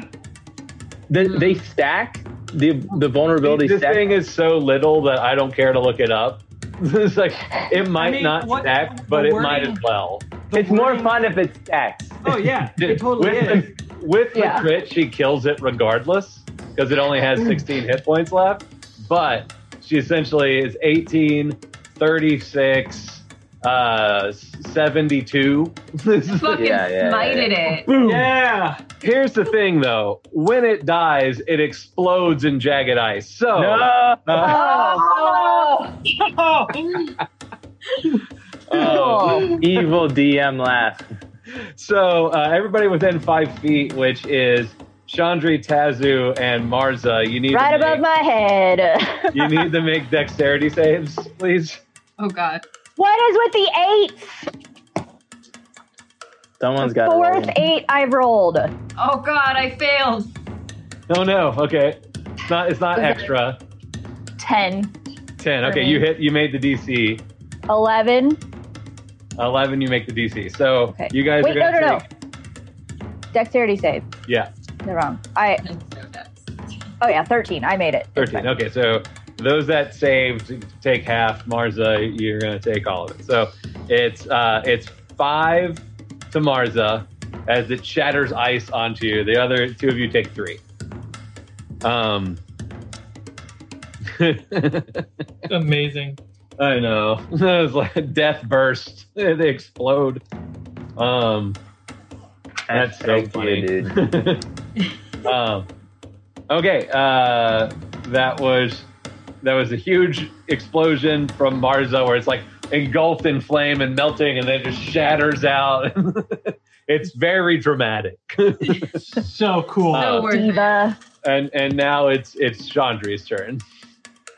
Speaker 5: The,
Speaker 4: Hmm.
Speaker 5: They stack the the vulnerability
Speaker 2: This
Speaker 5: stack.
Speaker 2: thing is so little that I don't care to look it up. it's like it might
Speaker 7: mean,
Speaker 2: not
Speaker 7: what-
Speaker 2: stack,
Speaker 7: the
Speaker 2: but it might
Speaker 7: wording-
Speaker 2: as well.
Speaker 7: The
Speaker 5: It's more
Speaker 7: wording-
Speaker 5: fun if it stacks.
Speaker 7: Oh yeah, it totally
Speaker 2: with
Speaker 7: is.
Speaker 2: The, with the
Speaker 3: Yeah.
Speaker 2: crit, she kills it regardless because it only has 16 hit points left. But she essentially is 18, 36, uh, 72.
Speaker 6: Fucking
Speaker 5: Yeah, yeah,
Speaker 6: smited it.
Speaker 7: Yeah.
Speaker 2: Here's the thing, though: when it dies, it explodes in jagged ice. So
Speaker 5: No.
Speaker 2: uh,
Speaker 3: Oh,
Speaker 7: Oh,
Speaker 5: Oh, evil DM laugh.
Speaker 2: So uh, everybody within five feet, which is Chandri, Tazu, and Marza, you need to
Speaker 3: right above
Speaker 2: make,
Speaker 3: my head.
Speaker 2: you need to make dexterity saves, please.
Speaker 6: Oh god.
Speaker 3: What is with the eights?
Speaker 5: Someone's got
Speaker 3: Fourth eight I rolled.
Speaker 6: Oh god, I failed.
Speaker 2: Oh no. Okay. It's not. It's not extra.
Speaker 4: Ten.
Speaker 2: Ten. Okay. You hit. You made the DC.
Speaker 3: Eleven.
Speaker 2: Eleven. You make the DC. So
Speaker 3: Okay.
Speaker 2: you guys
Speaker 3: Wait,
Speaker 2: are
Speaker 3: no,
Speaker 2: gonna
Speaker 3: no, no.
Speaker 2: take.
Speaker 3: Dexterity save.
Speaker 2: Yeah.
Speaker 3: No wrong. I
Speaker 6: And so that's-
Speaker 3: oh yeah, thirteen. I made it. It's
Speaker 2: Thirteen.
Speaker 3: fine.
Speaker 2: Okay. So those that saved take half. Marza, you're gonna take all of it. So it's uh, it's five to Marza as it shatters ice onto you. The other two of you take three. Um.
Speaker 1: Amazing.
Speaker 2: I know. it was like death burst. they explode. Um, that's so
Speaker 5: Thank
Speaker 2: funny,
Speaker 5: you, dude.
Speaker 2: um, okay, uh, that was that was a huge explosion from Marza, where it's like engulfed in flame and melting, and then just shatters out. it's very dramatic.
Speaker 7: so cool.
Speaker 2: Uh,
Speaker 6: So worth it.
Speaker 3: Diva,
Speaker 2: and and now it's it's Chandri's turn.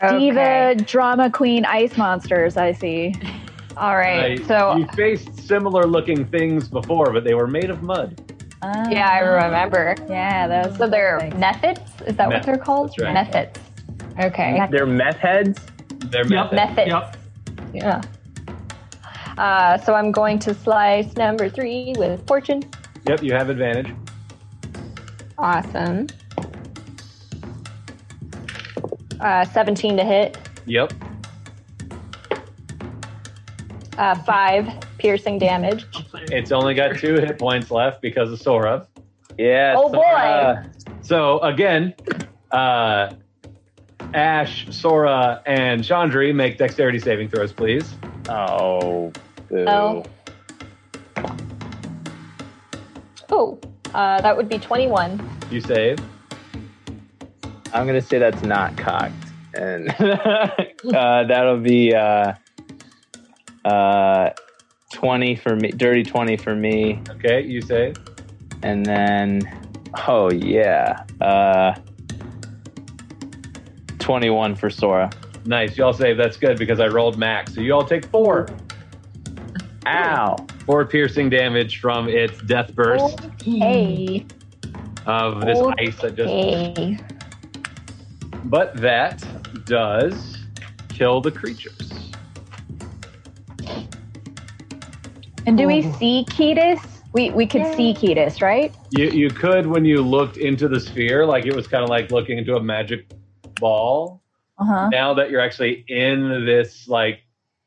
Speaker 3: diva, drama queen, ice monsters. I see.
Speaker 4: All right.
Speaker 2: I-
Speaker 4: so
Speaker 2: you faced similar looking things before, but they were made of mud.
Speaker 3: Ah.
Speaker 4: yeah, I remember.
Speaker 3: Yeah, those.
Speaker 4: So they're
Speaker 3: things.
Speaker 4: methods. Is that what
Speaker 2: Methods,
Speaker 4: they're called?
Speaker 2: that's right.
Speaker 4: Methods. Okay.
Speaker 5: They're meth heads.
Speaker 2: They're
Speaker 7: Yep.
Speaker 2: made.
Speaker 4: Methods.
Speaker 7: Yep.
Speaker 4: Yeah. Uh, so I'm going to slice number three with fortune.
Speaker 2: Yep, you have advantage.
Speaker 4: Awesome. Uh, 17 to hit.
Speaker 2: Yep.
Speaker 4: Uh, five piercing damage.
Speaker 2: It's only got two hit points left because of Sora.
Speaker 5: Yeah.
Speaker 4: Oh,
Speaker 5: so, uh,
Speaker 2: So again, uh, Ash, Sora, and Chandri make dexterity saving throws, please.
Speaker 5: oh. Boo.
Speaker 4: Oh. Oh, uh, that would be 21.
Speaker 2: You save.
Speaker 5: I'm gonna say that's not cocked, and uh, that'll be uh, uh, twenty for me, dirty twenty for me,
Speaker 2: Okay, you save.
Speaker 5: and then oh yeah, uh, twenty-one for Sora.
Speaker 2: Nice. Y'all save. That's good because I rolled max. So you all take four.
Speaker 5: Ow!
Speaker 2: Four piercing damage from its death burst
Speaker 4: Hey.
Speaker 2: of this ice that just.
Speaker 4: Hey.
Speaker 2: But that does kill the creatures.
Speaker 3: And do we see Ketis? We we could see Ketis, right?
Speaker 2: You, you could, when you looked into the sphere, like it was kind of like looking into a magic ball.
Speaker 3: Uh huh.
Speaker 2: now that you're actually in this like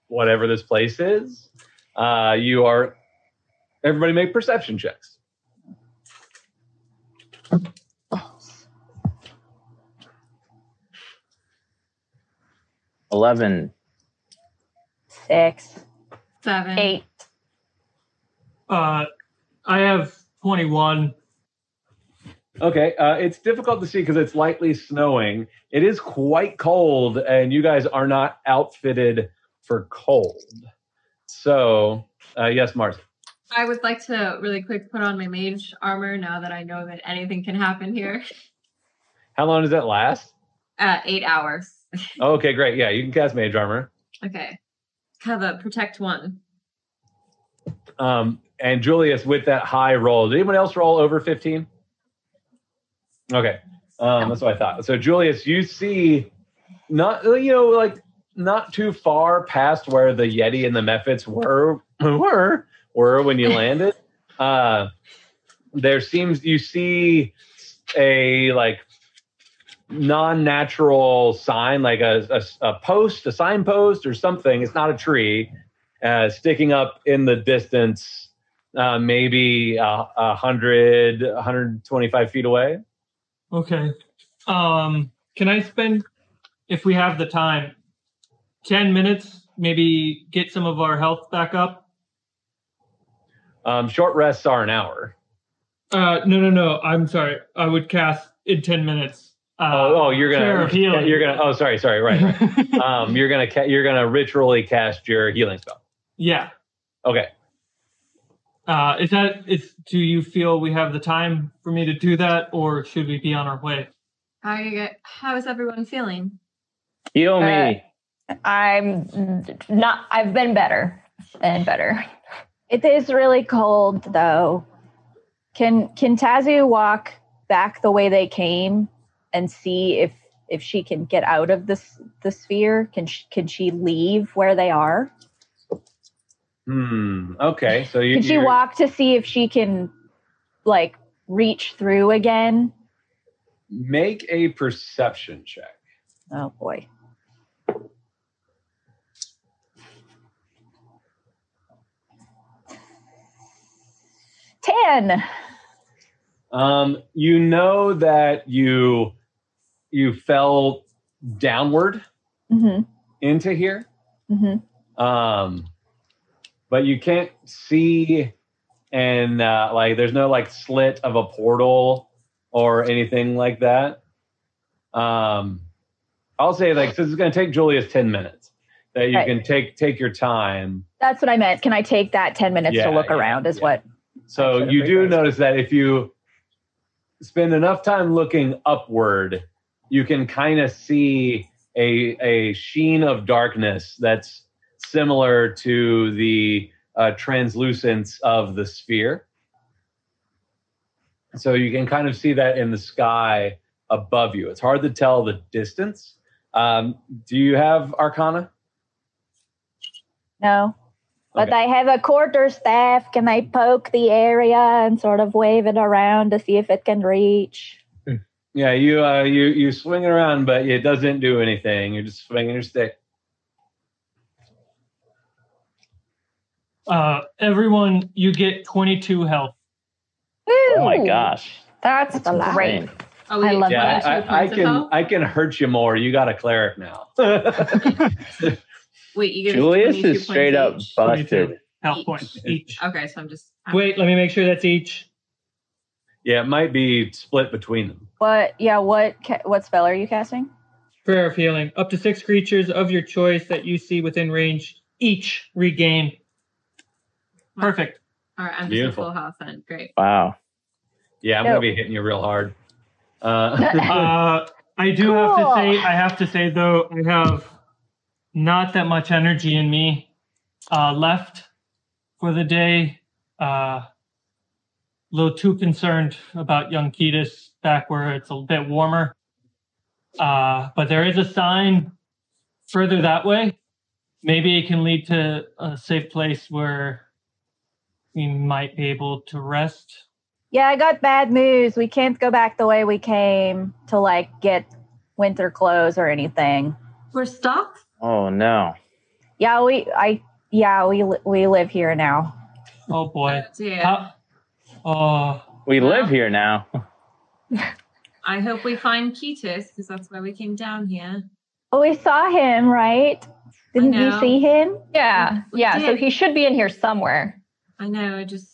Speaker 2: whatever this place is uh you are everybody make perception checks
Speaker 5: Eleven.
Speaker 3: Six.
Speaker 6: Seven.
Speaker 4: Eight.
Speaker 7: Uh, I have 21.
Speaker 2: okay uh it's difficult to see because it's lightly snowing it is quite cold and you guys are not outfitted for cold so uh yes mars
Speaker 6: I would like to really quick put on my mage armor now that I know that anything can happen here.
Speaker 2: how long does that last
Speaker 6: Uh, eight hours.
Speaker 2: okay great yeah you can cast mage armor
Speaker 6: Okay. Cover protect one.
Speaker 2: um and julius with that high roll did anyone else roll over 15 Okay, um, that's what I thought. So Julius, you see, not you know like not too far past where the Yeti and the Mephits were were were when you landed. Uh, there seems you see a like non-natural sign, like a, a, a post, a signpost, or something. It's not a tree, uh, sticking up in the distance, uh, maybe a, a hundred, 125 feet away.
Speaker 7: Okay. Um, can I spend, if we have the time, 10 minutes, maybe get some of our health back up?
Speaker 2: Um, short rests are an hour.
Speaker 7: Uh, no, no, no. I'm sorry. I would cast in 10 minutes. Uh,
Speaker 2: oh, oh, you're
Speaker 7: Cure
Speaker 2: gonna
Speaker 7: of healing.
Speaker 2: you're gonna. Oh, sorry, sorry. Right. right. um, you're gonna ca- you're gonna ritually cast your healing spell.
Speaker 7: yeah.
Speaker 2: Okay.
Speaker 7: Uh, is that, is, do you feel we have the time for me to do that or should we be on our way?
Speaker 6: How you get? How is everyone feeling?
Speaker 5: Heal
Speaker 4: Uh,
Speaker 5: me.
Speaker 4: I'm not. I've been better and better.
Speaker 3: It is really cold though. Can can Tazu walk back the way they came and see if if she can get out of this the sphere? Can she, can she leave where they are?
Speaker 2: Hmm. Okay. So you
Speaker 3: Can she
Speaker 2: you're-
Speaker 3: walk to see if she can like reach through again?
Speaker 2: Make a perception check.
Speaker 3: Oh boy. Ten.
Speaker 2: Um, you know that you you fell downward
Speaker 3: Mm-hmm.
Speaker 2: into here,
Speaker 3: Mm-hmm.
Speaker 2: um, but you can't see, and uh, like there's no like slit of a portal or anything like that. Um, I'll say like this is going to take Julius ten minutes. That you
Speaker 3: Right.
Speaker 2: can take take your time.
Speaker 3: That's what I meant. Can I take that 10 minutes
Speaker 2: Yeah,
Speaker 3: to look
Speaker 2: yeah,
Speaker 3: around is
Speaker 2: yeah.
Speaker 3: what
Speaker 2: So
Speaker 3: should've
Speaker 2: you do
Speaker 3: realized.
Speaker 2: notice that if you spend enough time looking upward, you can kind of see a a sheen of darkness that's similar to the uh, translucence of the sphere. So you can kind of see that in the sky above you. It's hard to tell the distance. Um, do you have Arcana?
Speaker 3: No. But
Speaker 2: Okay.
Speaker 3: I have a quarter staff. Can I poke the area and sort of wave it around to see if it can reach?
Speaker 2: Yeah, you uh, you you swing it around, but it doesn't do anything. You're just swinging your stick.
Speaker 7: Uh, everyone, you get 22 health.
Speaker 5: Oh my
Speaker 4: Ooh,
Speaker 5: gosh.
Speaker 4: That's,
Speaker 3: That's a lot.
Speaker 4: great.
Speaker 5: Dang.
Speaker 6: Oh, we
Speaker 4: I
Speaker 6: get
Speaker 4: love
Speaker 2: Yeah,
Speaker 4: that.
Speaker 6: one or two
Speaker 2: I, I, I
Speaker 6: points of
Speaker 2: can
Speaker 6: health?
Speaker 2: I can hurt you more. You got a cleric now.
Speaker 6: Wait, you get
Speaker 5: Julius is straight up busted.
Speaker 7: 22 health points each.
Speaker 6: Okay, so I'm just. I'm-
Speaker 7: Wait, let me make sure that's each.
Speaker 2: yeah, it might be split between them.
Speaker 3: What? Yeah. What? Ca- what spell are you casting?
Speaker 7: Prayer of healing. Up to six creatures of your choice that you see within range each regain. Perfect.
Speaker 6: All right, I'm just in
Speaker 2: Beautiful.
Speaker 6: full health then. Great.
Speaker 5: Wow.
Speaker 2: Yeah, I'm
Speaker 3: No.
Speaker 2: gonna be hitting you real hard. Uh,
Speaker 7: Uh, I do have to
Speaker 3: Cool.
Speaker 7: say, I have to say though, I have not that much energy in me uh, left for the day. Uh, little too concerned about young Ketis back where it's a bit warmer. Uh, but there is a sign further that way. Maybe it can lead to a safe place where we might be able to rest.
Speaker 3: Yeah, I got bad news. We can't go back the way we came to like get winter clothes or anything.
Speaker 6: We're stuck.
Speaker 5: Oh no.
Speaker 3: Yeah, we. I. Yeah, we. li- We live here now.
Speaker 7: Oh boy.
Speaker 6: Yeah.
Speaker 7: How, oh.
Speaker 5: We
Speaker 6: Well-
Speaker 5: live here now.
Speaker 6: I hope we find Ketis because that's why we came down here.
Speaker 3: Oh, we saw him, right? Didn't you
Speaker 6: know.
Speaker 3: see him?
Speaker 4: Yeah,
Speaker 6: We
Speaker 4: yeah. So
Speaker 6: did.
Speaker 4: he should be in here somewhere.
Speaker 6: I know. I just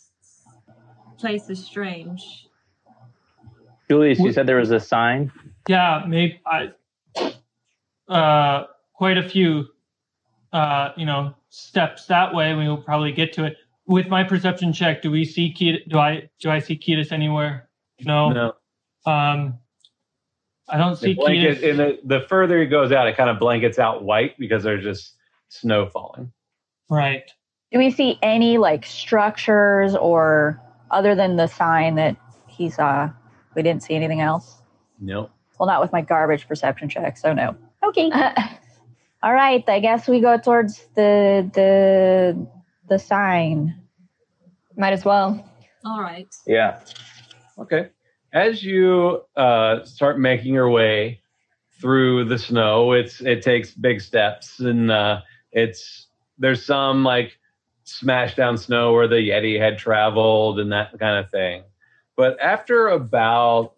Speaker 6: place is strange.
Speaker 5: Julius, you said there was a sign.
Speaker 7: Yeah, maybe I, uh, quite a few, uh, you know, steps that way. We will probably get to it. With my perception check, do we see Ketis? Do I do I see Ketis anywhere? No.
Speaker 2: no,
Speaker 7: Um, I don't
Speaker 2: the
Speaker 7: see
Speaker 2: blanket.
Speaker 7: Ketis.
Speaker 2: And the, the further it goes out, it kind of blankets out white because there's just snow falling.
Speaker 7: Right.
Speaker 3: Do we see any like structures or other than the sign that he saw? We didn't see anything else.
Speaker 2: No.
Speaker 4: Uh,
Speaker 3: Well, not with my garbage perception check, so no. Okay. All right, I guess we go towards the the the sign.
Speaker 4: Might as well.
Speaker 6: All right.
Speaker 5: Yeah.
Speaker 2: Okay. As you uh, start making your way through the snow, it's it takes big steps, and uh, it's there's some like smash down snow where the Yeti had traveled and that kind of thing. But after about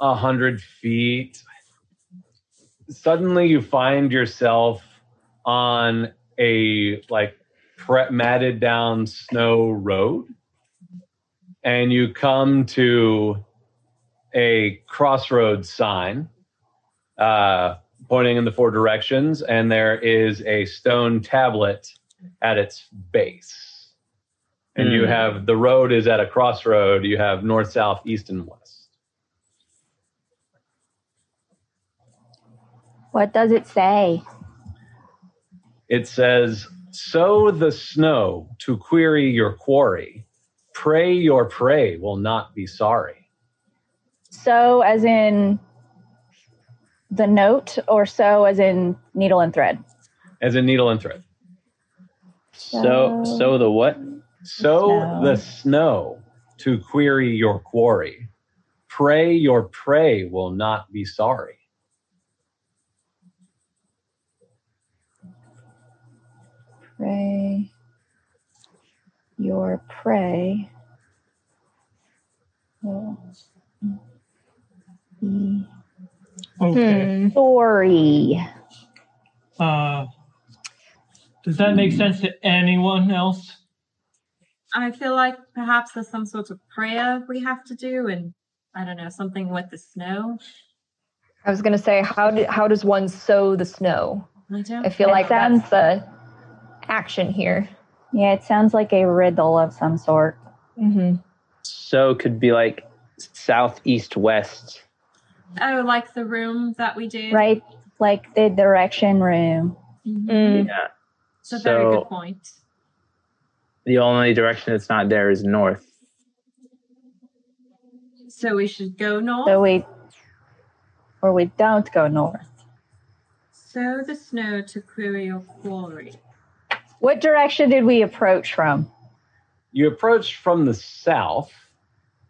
Speaker 2: a hundred feet, suddenly you find yourself on a like pre- matted down snow road and you come to a crossroads sign uh, pointing in the four directions, and there is a stone tablet at its base. And you
Speaker 5: Hmm.
Speaker 2: have the road is at a crossroad. You have north, south, east, and west.
Speaker 3: What does it say?
Speaker 2: It says, Sow the snow to query your quarry. Pray your prey will not be sorry.
Speaker 3: So as in the note or so as in needle and thread.
Speaker 2: As in needle and thread.
Speaker 5: So
Speaker 3: So-
Speaker 5: so the what?
Speaker 2: Sow
Speaker 3: Snow.
Speaker 2: the snow to query your quarry. Pray your prey will not be sorry.
Speaker 3: Prey your prey. will be
Speaker 7: Okay.
Speaker 4: Hmm.
Speaker 3: Sorry.
Speaker 7: Uh, does that make sense to anyone else?
Speaker 6: I feel like perhaps there's some sort of prayer we have to do, and I don't know something with the snow.
Speaker 4: I was gonna say, how do, how does one sow the snow?
Speaker 6: I don't.
Speaker 4: I feel
Speaker 3: It
Speaker 4: like
Speaker 3: sounds-
Speaker 4: that's the action here.
Speaker 3: Yeah, it sounds like a riddle of some sort.
Speaker 4: Mm-hmm.
Speaker 5: So could be like southeast west.
Speaker 6: Oh, like the room that we did.
Speaker 3: Right? Like the direction room.
Speaker 6: Mhm.
Speaker 4: Mm.
Speaker 5: Yeah.
Speaker 6: It's a very
Speaker 5: So-
Speaker 6: good point.
Speaker 5: The only direction that's not there is north.
Speaker 6: So we should go north.
Speaker 3: So we or we don't go north.
Speaker 6: Sow the snow to query your quarry.
Speaker 3: What direction did we approach from?
Speaker 2: You approach from the south.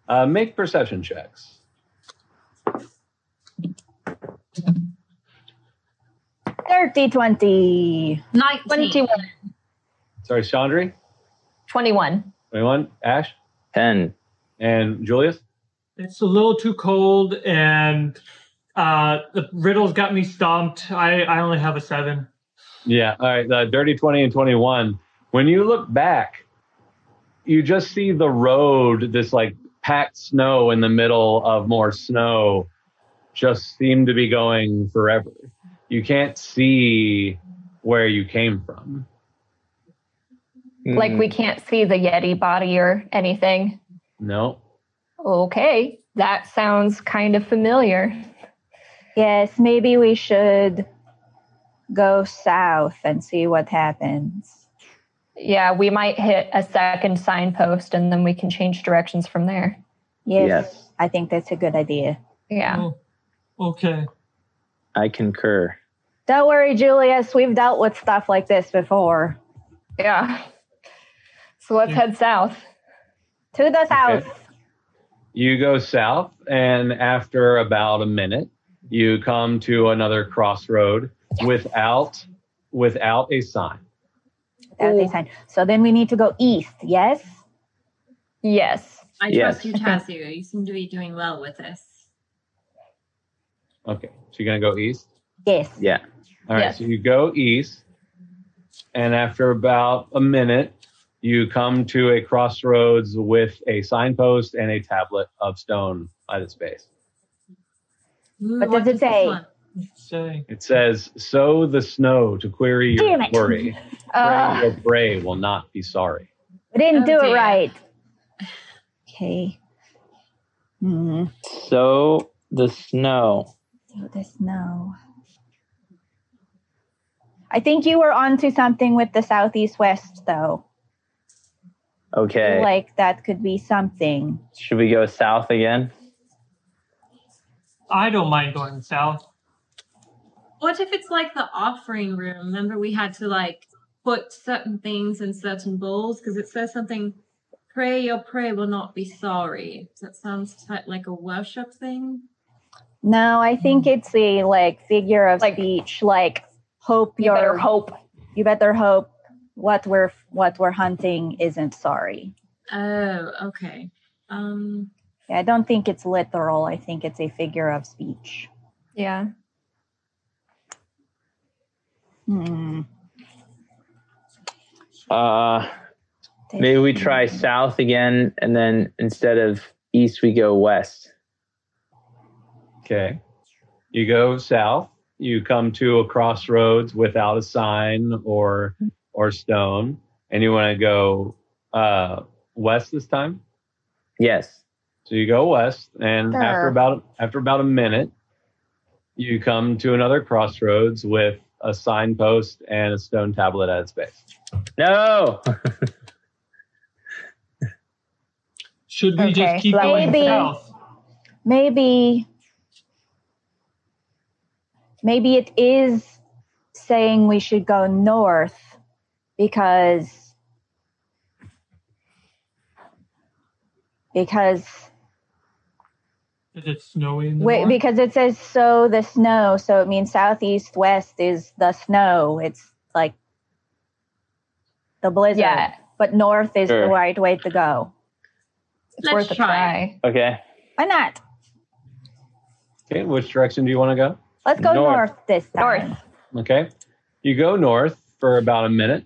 Speaker 2: Uh, make perception checks.
Speaker 3: Thirty twenty.
Speaker 6: 19.
Speaker 4: 21.
Speaker 2: Sorry, Chandri,
Speaker 4: 21.
Speaker 2: 21, Ash,
Speaker 5: Ten.
Speaker 2: and Julius.
Speaker 7: It's a little too cold, and uh, the riddles got me stomped. I, I only have a seven.
Speaker 2: Yeah. All right. The dirty 20 and 21. When you look back, you just see the road, this like packed snow in the middle of more snow, just seem to be going forever. You can't see where you came from.
Speaker 5: Mm,
Speaker 2: Hmm.
Speaker 4: Like we can't see the Yeti body or anything.
Speaker 2: No.
Speaker 4: Okay, that sounds kind of familiar.
Speaker 3: Yes, maybe we should go south and see what happens.
Speaker 4: Yeah, we might hit a second signpost and then we can change directions from there.
Speaker 3: Yes,
Speaker 5: Yes.
Speaker 3: I think that's a good idea.
Speaker 4: Yeah.
Speaker 7: Oh, okay.
Speaker 5: I concur.
Speaker 3: Don't worry, Julius. We've dealt with stuff like this before.
Speaker 4: Yeah. So let's
Speaker 7: Yeah.
Speaker 4: head south.
Speaker 3: To the south.
Speaker 2: You go south, and after about a minute, you come to another crossroad without without a sign.
Speaker 3: That's a sign. So then we need to go east. Yes.
Speaker 4: Yes.
Speaker 6: I
Speaker 5: Yes.
Speaker 6: trust you, Tazu. You seem to be doing well with this.
Speaker 2: Okay, so you're gonna go east.
Speaker 3: Yes.
Speaker 5: Yeah.
Speaker 2: All right,
Speaker 4: Yes.
Speaker 2: so you go east, and after about a minute, you come to a crossroads with a signpost and a tablet of stone at its base.
Speaker 6: Ooh,
Speaker 3: What does it
Speaker 6: this
Speaker 3: say?
Speaker 6: one?
Speaker 7: Say,
Speaker 2: It says, "Sow the snow to query your
Speaker 3: Damn it.
Speaker 2: worry. Pray
Speaker 4: Uh,
Speaker 2: your prey will not be sorry."
Speaker 3: We didn't
Speaker 6: Oh,
Speaker 3: do it
Speaker 6: dear.
Speaker 3: right. Okay. Hmm.
Speaker 5: So the snow.
Speaker 3: Do this now. I think you were onto something with the southeast west, though. I feel
Speaker 5: Okay.
Speaker 3: Like that could be something.
Speaker 5: Should we go south again?
Speaker 7: I don't mind going south.
Speaker 6: What if it's like the offering room? Remember, we had to like put certain things in certain bowls because it says something. Pray your prayer will not be sorry. Does that sounds ti- like a worship thing?
Speaker 3: No, I think it's a like figure of
Speaker 4: Mm. Like-
Speaker 3: speech, like hope
Speaker 4: You
Speaker 3: your
Speaker 4: better hope.
Speaker 3: you better hope what we're what we're hunting isn't sorry.
Speaker 6: Oh, okay. Um,
Speaker 3: Yeah, I don't think it's literal. I think it's a figure of speech.
Speaker 4: Yeah.
Speaker 3: Hmm.
Speaker 5: Uh, maybe we try south again, and then instead of east, we go west.
Speaker 2: Okay. You go south. You come to a crossroads without a sign or or stone, and you want to go uh, west this time.
Speaker 5: Yes.
Speaker 2: So you go west, and
Speaker 4: Sure.
Speaker 2: after about after about a minute, you come to another crossroads with a signpost and a stone tablet at its base.
Speaker 5: No.
Speaker 7: Should we
Speaker 4: Okay,
Speaker 7: just keep
Speaker 4: so that
Speaker 7: going
Speaker 3: Maybe.
Speaker 7: south?
Speaker 3: Maybe maybe it is saying we should go north because because
Speaker 7: Is it snowy in the
Speaker 3: Wait,
Speaker 7: north?
Speaker 3: because it says so the snow, so it means southeast west is the snow. It's like the blizzard.
Speaker 4: Yeah.
Speaker 3: But north is
Speaker 5: Sure.
Speaker 3: the right way to go.
Speaker 4: It's
Speaker 6: Let's
Speaker 4: worth a
Speaker 6: try.
Speaker 4: try.
Speaker 5: Okay.
Speaker 3: Why not?
Speaker 2: Okay, which direction do you want to go?
Speaker 3: Let's go
Speaker 5: North.
Speaker 3: north, this time.
Speaker 4: North.
Speaker 2: Okay. You go north for about a minute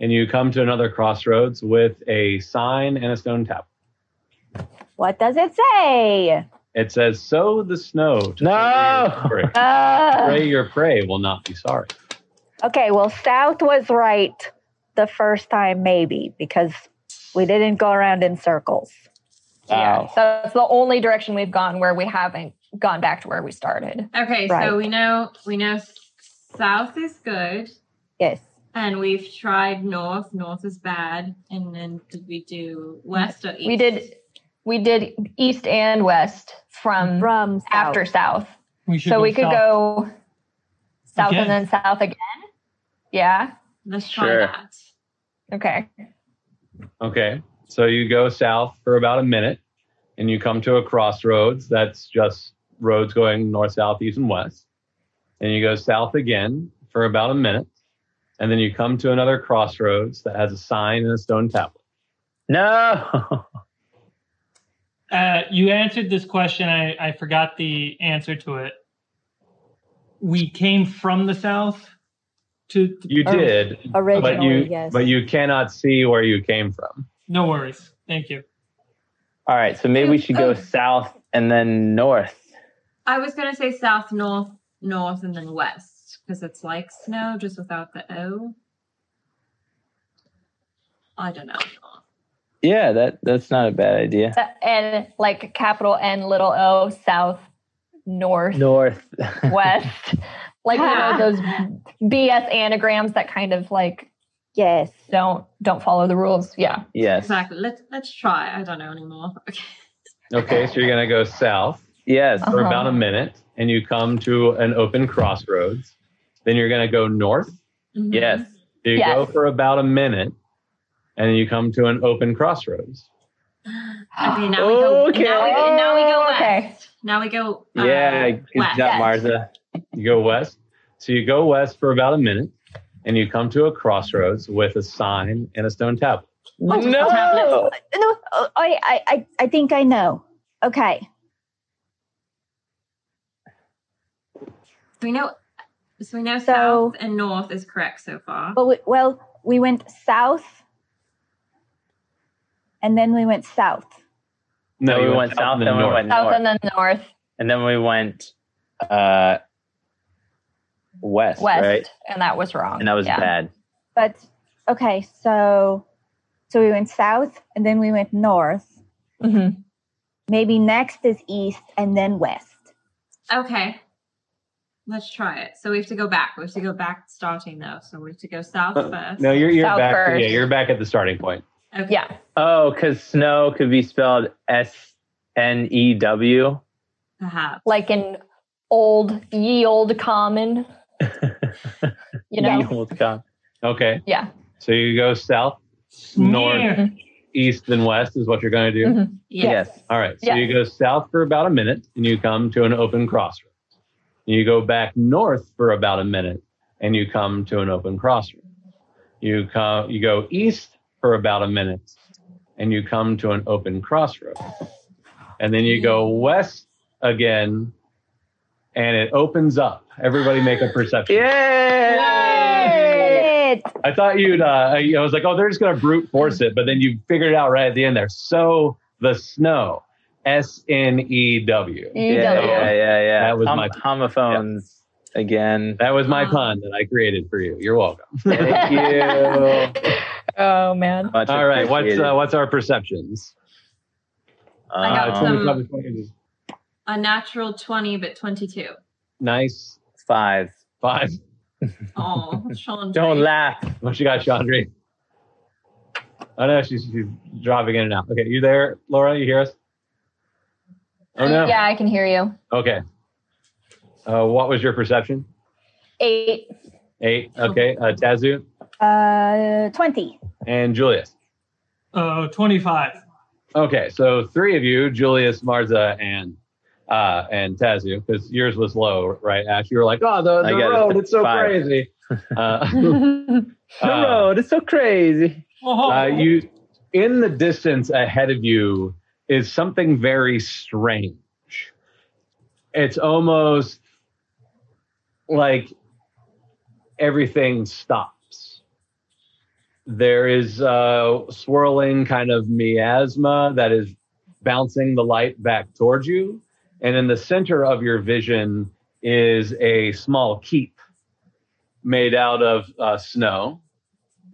Speaker 2: and you come to another crossroads with a sign and a stone tablet.
Speaker 3: What does it say?
Speaker 2: It says, Sow the snow to
Speaker 5: No!
Speaker 2: pray, your prey.
Speaker 3: Uh,
Speaker 2: pray your prey will not be sorry.
Speaker 3: okay, well, south was right the first time, maybe, because we didn't go around in circles.
Speaker 4: Yeah.
Speaker 5: Wow.
Speaker 4: So that's the only direction we've gone where we haven't gone back to where we started.
Speaker 6: okay,
Speaker 3: Right.
Speaker 6: so we know we know s- south is good,
Speaker 3: Yes.
Speaker 6: and we've tried north. North is bad, and then did we do west or east?
Speaker 4: We did we did east and west from
Speaker 3: From south.
Speaker 4: after south.
Speaker 7: we should
Speaker 4: So
Speaker 7: go
Speaker 4: we could
Speaker 7: south.
Speaker 4: go south
Speaker 7: Again.
Speaker 4: and then south again. Yeah.
Speaker 6: Let's try
Speaker 5: Sure.
Speaker 6: that.
Speaker 4: Okay.
Speaker 2: Okay. So you go south for about a minute and you come to a crossroads that's just roads going north, south, east, and west. And you go south again for about a minute. And then you come to another crossroads that has a sign and a stone tablet.
Speaker 5: No.
Speaker 7: Uh, you answered this question. I, I forgot the answer to it. We came from the south to.
Speaker 2: You
Speaker 3: Oh,
Speaker 2: did, but
Speaker 3: Originally,
Speaker 2: you
Speaker 3: yes.
Speaker 2: but you cannot see where you came from.
Speaker 7: No worries. Thank you.
Speaker 5: All right. So maybe we should go south and then north.
Speaker 6: I was gonna say south, north, north, and then west because it's like snow just without the O. I don't know.
Speaker 5: Yeah, that that's not a bad idea.
Speaker 4: So- And like capital N little O south north
Speaker 5: North.
Speaker 4: west. Like you know,
Speaker 6: Yeah.
Speaker 4: those BS anagrams that kind of like
Speaker 3: yes.
Speaker 4: don't don't follow the rules. Yeah.
Speaker 5: yes.
Speaker 6: Exactly. Let's let's try. I don't know anymore. Okay.
Speaker 2: Okay, so you're gonna go south.
Speaker 5: Yes.
Speaker 2: for
Speaker 4: Uh-huh.
Speaker 2: about a minute and you come to an open crossroads. Then you're going to go north.
Speaker 6: Mhm.
Speaker 5: Yes.
Speaker 2: You
Speaker 4: Yes.
Speaker 2: go for about a minute and then you come to an open crossroads.
Speaker 6: Okay. Now we go.
Speaker 5: Okay.
Speaker 6: Now we go, now we go west.
Speaker 4: Oh, Okay.
Speaker 6: Now we go. uh,
Speaker 5: Yeah. Good
Speaker 6: west.
Speaker 5: job, Martha.
Speaker 2: You go west. So you go west for about a minute and you come to a crossroads with a sign and a stone tablet.
Speaker 5: No.
Speaker 3: No, I, I, I, I think I know. Okay.
Speaker 6: So we know. So we know
Speaker 3: So-
Speaker 6: south and north is correct so far.
Speaker 3: But we, well, we went south, and then we went south.
Speaker 5: No, we
Speaker 2: you
Speaker 5: went south,
Speaker 2: and
Speaker 5: then we
Speaker 2: north.
Speaker 5: went
Speaker 4: South
Speaker 5: north,
Speaker 4: and then north
Speaker 5: and then we went uh, west,
Speaker 4: west.
Speaker 5: right?
Speaker 4: And that was wrong.
Speaker 5: And that was
Speaker 4: Yeah.
Speaker 5: bad.
Speaker 3: But okay, so so we went south, and then we went north.
Speaker 4: Mhm.
Speaker 3: Maybe next is east, and then west.
Speaker 6: Okay. Let's try it. So we have to go back. We have to go back starting though. So we have to go south
Speaker 2: Uh,
Speaker 6: first.
Speaker 2: No, you're, you're
Speaker 4: South
Speaker 2: back.
Speaker 4: first.
Speaker 2: Yeah, you're back at the starting point.
Speaker 6: Okay.
Speaker 4: Yeah.
Speaker 5: Oh, because snow could be spelled S N E W.
Speaker 6: Perhaps.
Speaker 4: Like in old ye old common. You know?
Speaker 5: You almost got-
Speaker 2: Okay.
Speaker 4: Yeah.
Speaker 2: So you go south, North.
Speaker 7: Yeah.
Speaker 2: east, and west is what you're going to do.
Speaker 4: Mhm.
Speaker 6: Yes.
Speaker 2: All right. So
Speaker 4: Yeah.
Speaker 2: you go south for about a minute and you come to an open crossroads. You go back north for about a minute and you come to an open crossroads. You come you go east for about a minute and you come to an open crossroads. And then you go west again and it opens up. Everybody make a perception.
Speaker 5: Yay!
Speaker 3: It.
Speaker 2: I thought you'd. Uh, I I was like, oh, they're just gonna brute force it, but then you figured it out right at the end there. So the snow, S N E W.
Speaker 5: Yeah, yeah, yeah, yeah.
Speaker 2: That was
Speaker 5: Hom-
Speaker 2: my-
Speaker 5: homophones again.
Speaker 2: That was my
Speaker 6: Ah.
Speaker 2: pun that I created for you. You're welcome.
Speaker 5: Thank you.
Speaker 4: Oh man.
Speaker 5: Much
Speaker 2: All right, what's
Speaker 5: appreciated.
Speaker 2: uh, what's our perceptions? Uh,
Speaker 6: I got
Speaker 5: Um,
Speaker 6: some- A natural 20, but 22.
Speaker 2: Nice
Speaker 5: five.
Speaker 2: five.
Speaker 6: Oh, Sean.
Speaker 5: Don't laugh.
Speaker 2: What you got, Chandri? Oh no, she's, she's dropping in and out. Okay, you there, Laura? You hear us? Oh no.
Speaker 4: Yeah, I can hear you.
Speaker 2: Okay. Uh, what was your perception?
Speaker 4: Eight.
Speaker 2: Eight. Okay. Uh, Tazu
Speaker 3: Uh, 20.
Speaker 2: and Julius.
Speaker 7: Uh, 25.
Speaker 2: Okay, so three of you, Julius, Marza, and uh, and Tazu, because yours was low, right? Ash, you were like, oh, the,
Speaker 5: I
Speaker 2: the
Speaker 5: got it.
Speaker 2: road, it's so
Speaker 5: Five.
Speaker 2: crazy. Uh,
Speaker 5: The
Speaker 2: Uh,
Speaker 5: road Oh. is so crazy.
Speaker 7: Oh,
Speaker 2: uh, you, in the distance ahead of you, is something very strange. It's almost like everything stops. There is a swirling kind of miasma that is bouncing the light back towards you. And in the center of your vision is a small keep made out of uh, snow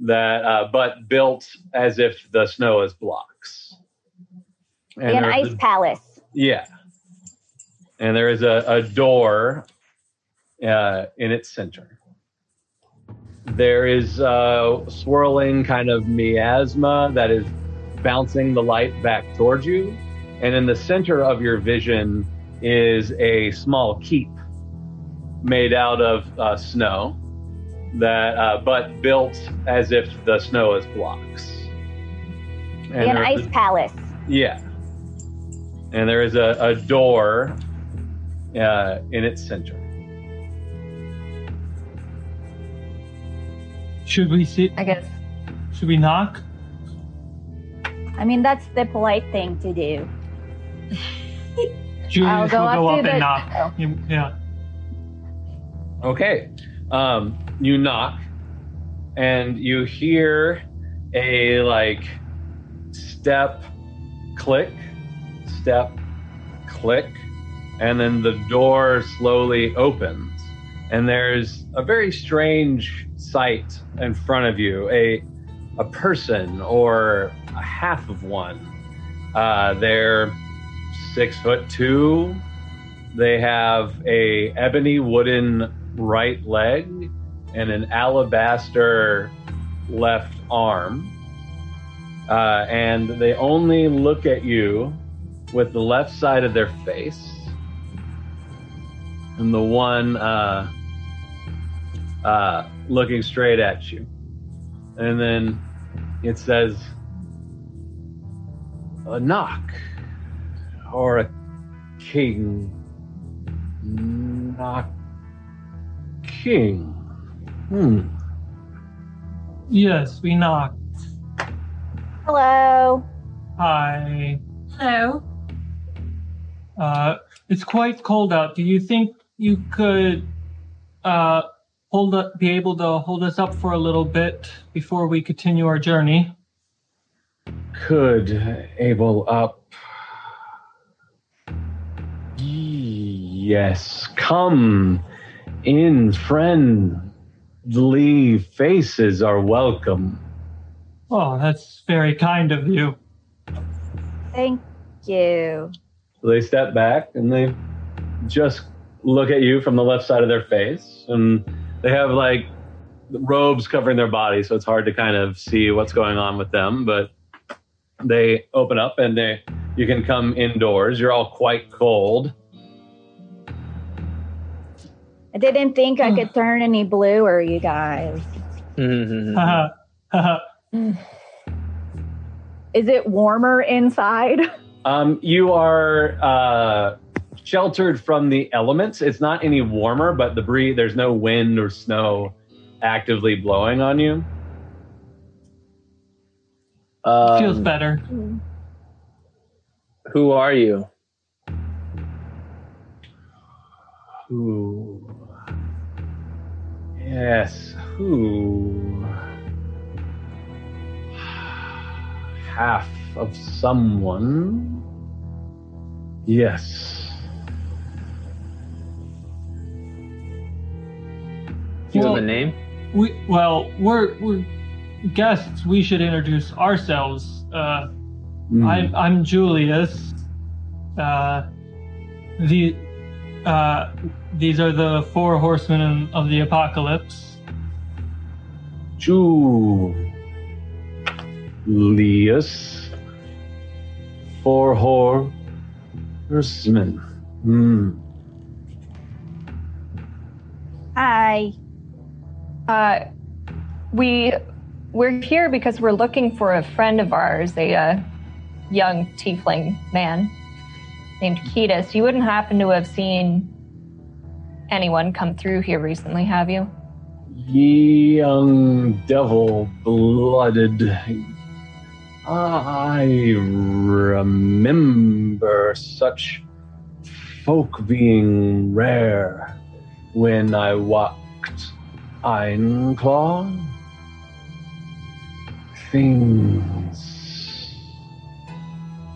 Speaker 2: that, uh, but built as if the snow is blocks. And
Speaker 3: An
Speaker 2: there's
Speaker 3: ice palace.
Speaker 2: yeah. And there is a, a door uh, in its center. There is a swirling kind of miasma that is bouncing the light back towards you. And in the center of your vision is a small keep made out of uh, snow that, uh, but built as if the snow is blocks. And
Speaker 3: An
Speaker 2: there's a-
Speaker 3: ice palace.
Speaker 2: yeah. And there is a, a door uh, in its center.
Speaker 7: should we see?
Speaker 4: I guess.
Speaker 7: Should we knock?
Speaker 3: I mean, that's the polite thing to do.
Speaker 7: Julius
Speaker 4: go
Speaker 7: will
Speaker 4: up
Speaker 7: go up
Speaker 4: to
Speaker 7: and
Speaker 4: the- Oh,
Speaker 7: knock. You- Yeah.
Speaker 2: Okay. Um, you knock and you hear a like step click, step click, and then the door slowly opens. And there's a very strange sight in front of you a, a person or a half of one. Uh, they're six foot two. They have a ebony wooden right leg and an alabaster left arm. Uh, and they only look at you with the left side of their face. And the one uh, uh, looking straight at you. And then it says, a knock or a king. Knock king. Hmm.
Speaker 7: Yes, we knock.
Speaker 3: Hello.
Speaker 7: Hi.
Speaker 6: Hello.
Speaker 7: Uh, it's quite cold out. Do you think you could uh, hold up, be able to hold us up for a little bit before we continue our journey?
Speaker 2: Could able up. Yes, come in, friendly faces are welcome.
Speaker 7: Oh, that's very kind of you.
Speaker 3: Thank you.
Speaker 2: So they step back and they just look at you from the left side of their face. And they have like robes covering their body, so it's hard to kind of see what's going on with them. But they open up and they you can come indoors. You're all quite cold.
Speaker 3: I didn't think I could turn any bluer, you guys.
Speaker 5: Mhm.
Speaker 7: Haha. Haha.
Speaker 3: Is it warmer inside?
Speaker 2: Um, you are uh, sheltered from the elements. It's not any warmer, but the breeze, there's no wind or snow actively blowing on you.
Speaker 5: Um,
Speaker 7: Feels better.
Speaker 5: Who are you?
Speaker 2: Who? Yes, who? Half of someone? Yes.
Speaker 5: Do you have
Speaker 7: Well-
Speaker 5: a name?
Speaker 7: We well, we're we're guests. We should introduce ourselves. Uh,
Speaker 2: Mm.
Speaker 7: I'm I'm Julius. Uh, the uh, these are the four horsemen of the apocalypse.
Speaker 2: Julius for horsemen. Hmm.
Speaker 3: Hi.
Speaker 4: Uh, we we're here because we're looking for a friend of ours, a uh, young tiefling man named Ketis. You wouldn't happen to have seen anyone come through here recently, have you?
Speaker 2: Ye young devil blooded. I remember such folk being rare when I walked Einclaw. Things.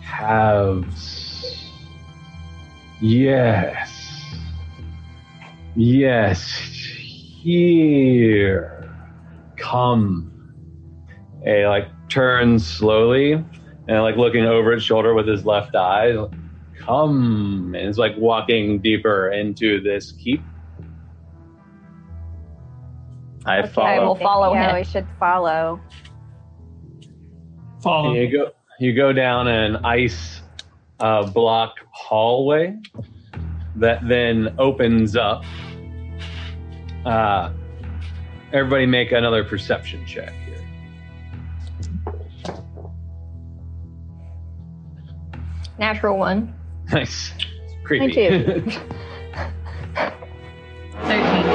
Speaker 2: Halves. Yes. Yes, here. Come. And he, like turns slowly and like looking over his shoulder with his left eye. Come. And is like walking deeper into this keep.
Speaker 5: I
Speaker 4: I will follow
Speaker 5: follow.
Speaker 3: yeah,
Speaker 4: him.
Speaker 3: Oh, we should follow.
Speaker 7: Follow. Um.
Speaker 2: And you go you go down an ice uh, block hallway that then opens up. Uh, everybody make another perception check here.
Speaker 4: Natural one.
Speaker 2: Nice. Creepy.
Speaker 3: too.
Speaker 6: Thirteen.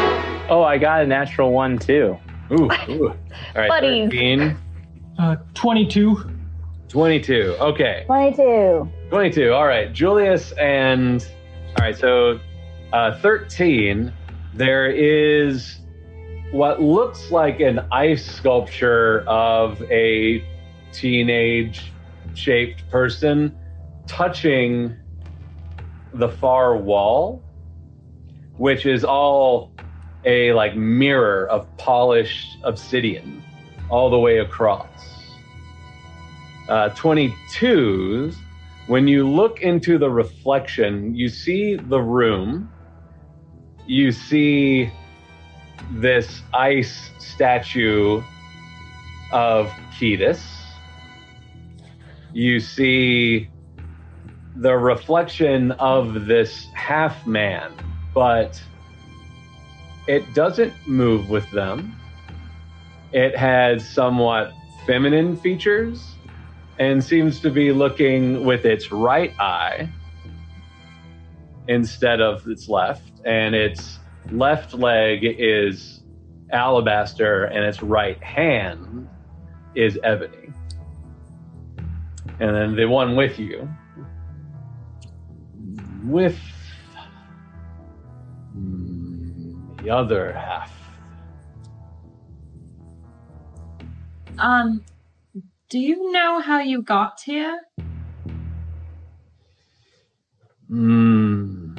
Speaker 5: Oh, I got a natural one too.
Speaker 2: Ooh, ooh. All right,
Speaker 4: Buddies.
Speaker 2: 13,
Speaker 7: Uh, Twenty-two.
Speaker 2: 22. Okay,
Speaker 3: 22.
Speaker 2: 22. All right, Julius and all right, so uh, 13. There is what looks like an ice sculpture of a teenage shaped person touching the far wall, which is all a like mirror of polished obsidian all the way across. uh, 22s, when you look into the reflection, you see the room, you see this ice statue of Ketis, you see the reflection of this half man, but it doesn't move with them. It has somewhat feminine features and seems to be looking with its right eye instead of its left. And its left leg is alabaster, and its right hand is ebony. And then the one with you, with mm, the other half.
Speaker 6: Um, do you know how you got here?
Speaker 2: Mm.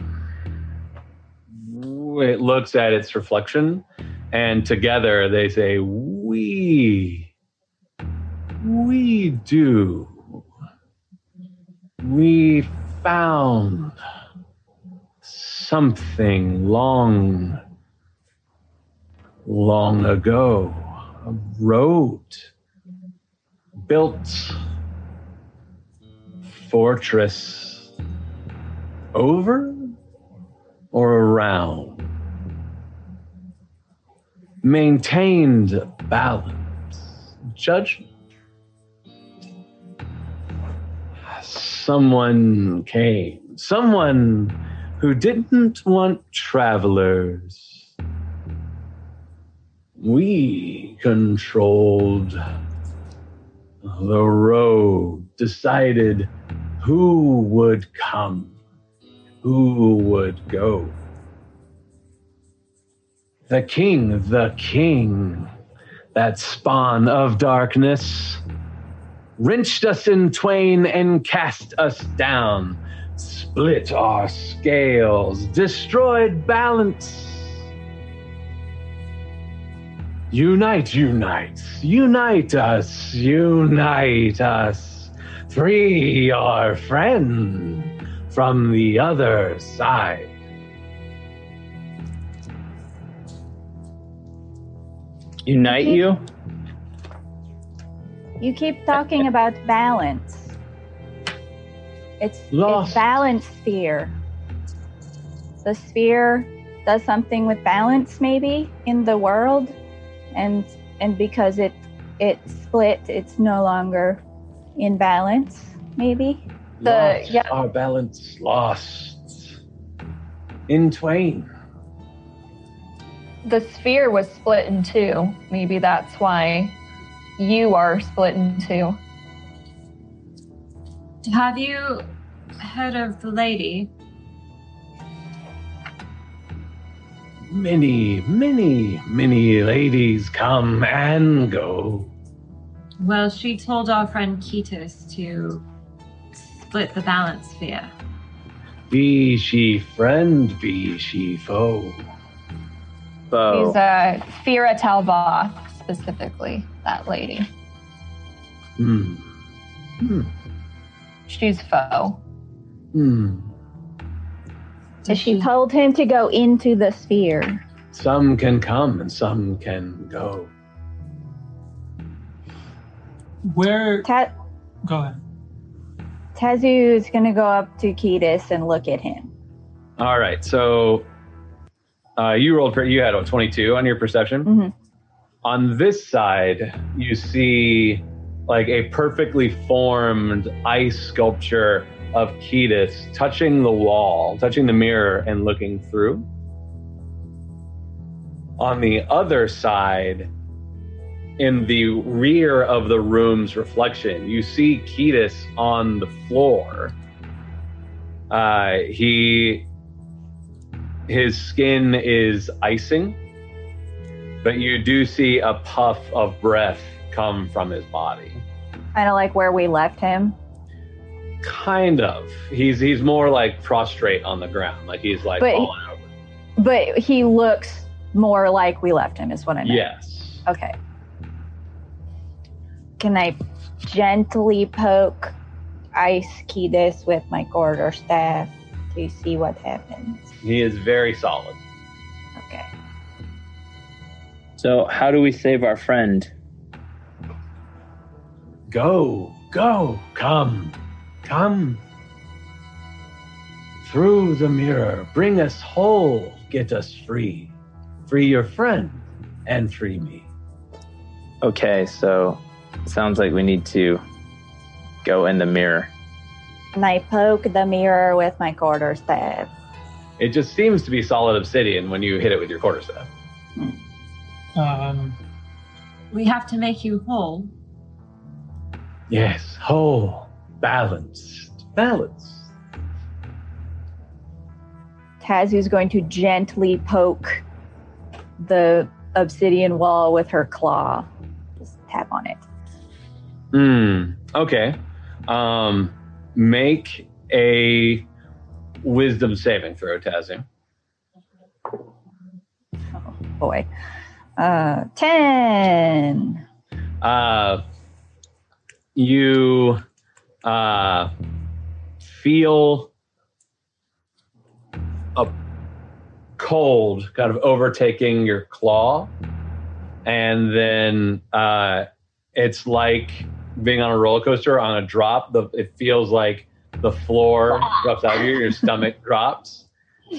Speaker 2: It looks at its reflection, and together they say, We, we do. We found something long, long ago. A road built fortress over or around maintained balance. Judge. Someone came. Someone who didn't want travelers. We controlled the road, decided who would come, who would go. The king, the king, that spawn of darkness, wrenched us in twain and cast us down, split our scales, destroyed balance. Unite, unite, unite us, unite us. Free our friend from the other side.
Speaker 5: Unite you?
Speaker 3: You keep talking about balance. It's, it's
Speaker 2: Lost.
Speaker 3: balance sphere. The sphere does something with balance, maybe in the world, and and because it it split, it's no longer in balance. Maybe
Speaker 4: The-
Speaker 2: lost
Speaker 4: yeah.
Speaker 2: our balance lost in twain.
Speaker 4: the sphere was split in two. Maybe that's why you are split in two.
Speaker 6: Have you heard of the lady?
Speaker 2: Many, many, many ladies come and go.
Speaker 6: Well, she told our friend Ketus to split the balance sphere.
Speaker 2: Be she friend, be she foe.
Speaker 5: Foe. Oh.
Speaker 4: She's uh, Fira Talva, specifically, that lady.
Speaker 2: Hmm. Hmm.
Speaker 4: She's foe.
Speaker 2: Hmm.
Speaker 3: And she
Speaker 6: Mm-hmm.
Speaker 3: told him to go into the sphere.
Speaker 2: Some can come and some can go.
Speaker 7: Where?
Speaker 3: Ta-
Speaker 7: Go ahead.
Speaker 3: Tazu is gonna go up to Ketis and look at him.
Speaker 2: All right, so uh, you rolled for you had a twenty-two on your perception.
Speaker 3: Mhm.
Speaker 2: On this side, you see like a perfectly formed ice sculpture of Ketis touching the wall, touching the mirror, and looking through. On the other side, in the rear of the room's reflection, you see Ketis on the floor. Uh, he his skin is icing, but you do see a puff of breath come from his body.
Speaker 3: Kind of like where we left him.
Speaker 2: Kind of. He's he's more like prostrate on the ground, like he's like
Speaker 3: But he-
Speaker 2: falling over.
Speaker 3: But he looks more like we left him, is what I meant.
Speaker 2: Yes.
Speaker 3: Okay. Can I gently poke Ice Ketis with my quarter staff to see what happens?
Speaker 2: He is very solid.
Speaker 3: Okay.
Speaker 5: So, how do we save our friend?
Speaker 2: Go, go, come, come. Through the mirror, bring us whole, get us free. Free your friend and free me.
Speaker 5: Okay, so sounds like we need to go in the mirror.
Speaker 3: And I poke the mirror with my quarter staff.
Speaker 2: It just seems to be solid obsidian when you hit it with your quarterstaff.
Speaker 7: Um,
Speaker 6: We have to make you whole.
Speaker 2: Yes, whole, balanced, balanced.
Speaker 3: Tazu's going to gently poke the obsidian wall with her claw. Just tap on it.
Speaker 2: Hmm. Okay. Um, make a wisdom saving throw, Tazu.
Speaker 3: Boy. Uh, 10.
Speaker 2: Uh, you uh, feel a cold kind of overtaking your claw, and then uh, it's like being on a roller coaster on a drop. The, it feels like the floor drops out of you, your stomach drops.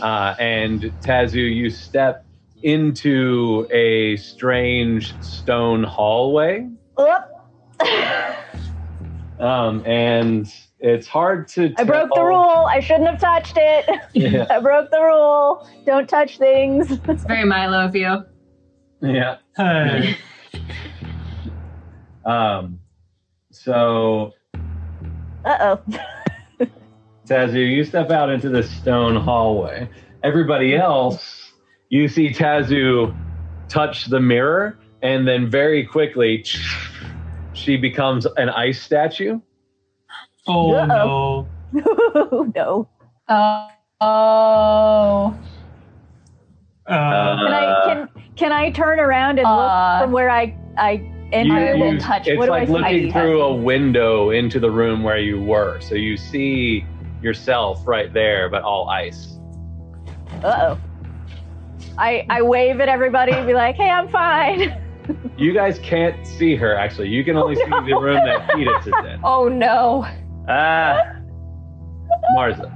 Speaker 2: Uh, and Tazu, you step into a strange stone hallway.
Speaker 3: Oop,
Speaker 2: Um, and it's hard to.
Speaker 3: I broke the
Speaker 2: tell-
Speaker 3: rule. I shouldn't have touched it.
Speaker 2: Yeah.
Speaker 3: I broke the rule. Don't touch things.
Speaker 6: It's very Milo of you.
Speaker 2: yeah.
Speaker 7: Hey.
Speaker 2: Um, so
Speaker 3: Uh oh.
Speaker 2: Tazu, you step out into this stone hallway. Everybody else, you see Tazu touch the mirror, and then very quickly, she becomes an ice statue.
Speaker 7: Oh
Speaker 3: Uh-oh.
Speaker 7: no.
Speaker 3: no.
Speaker 4: Oh. Oh.
Speaker 7: Uh,
Speaker 3: Can I can can I turn around and
Speaker 4: Uh,
Speaker 3: look from where I I
Speaker 2: You-
Speaker 3: entered?
Speaker 4: I will
Speaker 2: you-
Speaker 4: touch-
Speaker 2: It's
Speaker 3: what do
Speaker 2: like
Speaker 3: I-
Speaker 2: looking
Speaker 4: I-
Speaker 2: through a window into the room where you were, so you see yourself right there, but all ice.
Speaker 3: Uh oh. I I wave at everybody and be like, "Hey, I'm fine."
Speaker 2: You guys can't see her actually. You can only see the room that Fetus is in.
Speaker 4: Oh no.
Speaker 5: Ah,
Speaker 2: Marza.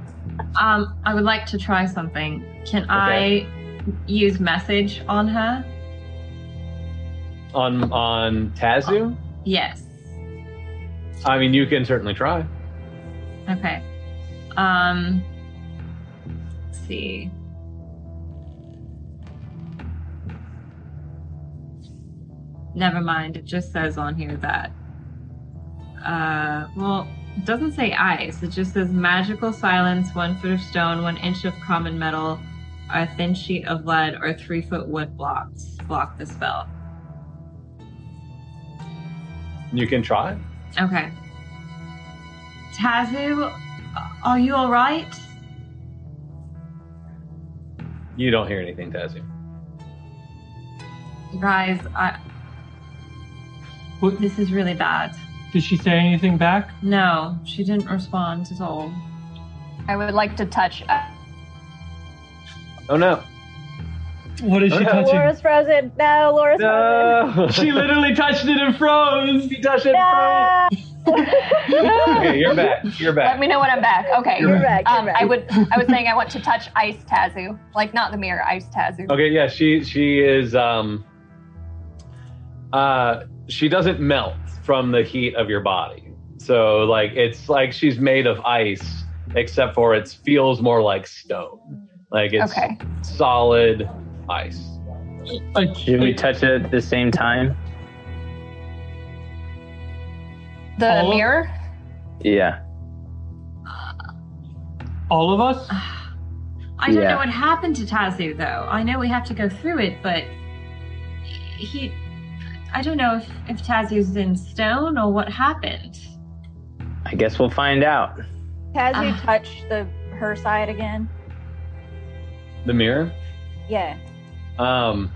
Speaker 6: Um, I would like to try something. Can
Speaker 2: Okay.
Speaker 6: I use message on her?
Speaker 2: On on Tazu?
Speaker 6: Yes.
Speaker 2: I mean you can certainly try.
Speaker 6: Okay. Um. Let's see. Never mind. It just says on here that. Uh, well, it doesn't say ice. It just says magical silence, one foot of stone, one inch of common metal, a thin sheet of lead, or three foot wood blocks block the spell.
Speaker 2: You can try.
Speaker 6: Okay. Tazu, are you all right?
Speaker 2: You don't hear anything, Tazu.
Speaker 6: Guys, I.
Speaker 7: What-
Speaker 6: This is really bad.
Speaker 7: did she say anything back?
Speaker 6: No, she didn't respond at all.
Speaker 4: I would like to touch.
Speaker 2: Oh no.
Speaker 7: What is she
Speaker 2: Okay.
Speaker 7: touching?
Speaker 3: Laura's frozen. No, Laura's frozen.
Speaker 2: No.
Speaker 7: She literally touched it and froze.
Speaker 2: she touched it.
Speaker 3: No.
Speaker 2: Okay, you're back. You're
Speaker 4: Let
Speaker 2: back.
Speaker 4: me know when I'm back. Okay.
Speaker 3: You're back. You're
Speaker 4: Um,
Speaker 3: back.
Speaker 4: I would. I was saying I want to touch Ice Tazu, like not the mirror, Ice Tazu.
Speaker 2: Okay, yeah, she she is um uh she doesn't melt from the heat of your body. So like it's like she's made of ice except for it feels more like stone. Like it's
Speaker 4: Okay.
Speaker 2: solid ice.
Speaker 7: Like,
Speaker 5: should we touch it at the same time?
Speaker 4: The
Speaker 7: All of-
Speaker 4: mirror.
Speaker 5: Yeah.
Speaker 7: all of us?
Speaker 6: I don't
Speaker 5: Yeah.
Speaker 6: know what happened to Tazu, though. I know we have to go through it, but he. I don't know if, if Tazu's in stone or what happened.
Speaker 5: I guess we'll find out.
Speaker 3: Tazu
Speaker 4: uh.
Speaker 6: Ah.
Speaker 3: touched the her side again.
Speaker 2: The mirror.
Speaker 3: Yeah,
Speaker 2: Um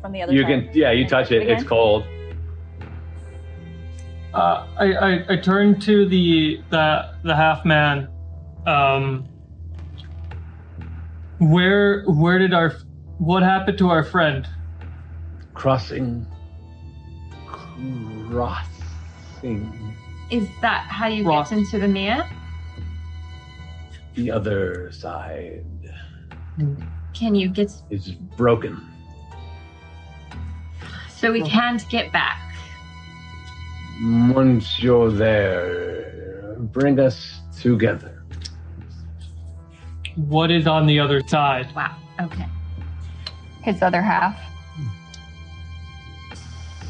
Speaker 3: from the other
Speaker 2: you
Speaker 3: side.
Speaker 2: can yeah, you touch it. It's
Speaker 3: Again?
Speaker 2: cold.
Speaker 7: Uh, I, I I turn to the the the half man. Um, where where did our what happened to our friend?
Speaker 2: Crossing. Crossing
Speaker 6: Is that how you
Speaker 7: Ross.
Speaker 6: get into the mirror?
Speaker 2: the other side
Speaker 6: Can you get.
Speaker 2: is broken.
Speaker 6: So we can't get back.
Speaker 2: Once you're there, bring us together.
Speaker 7: What is on the other side?
Speaker 6: Wow. Okay.
Speaker 4: His other half.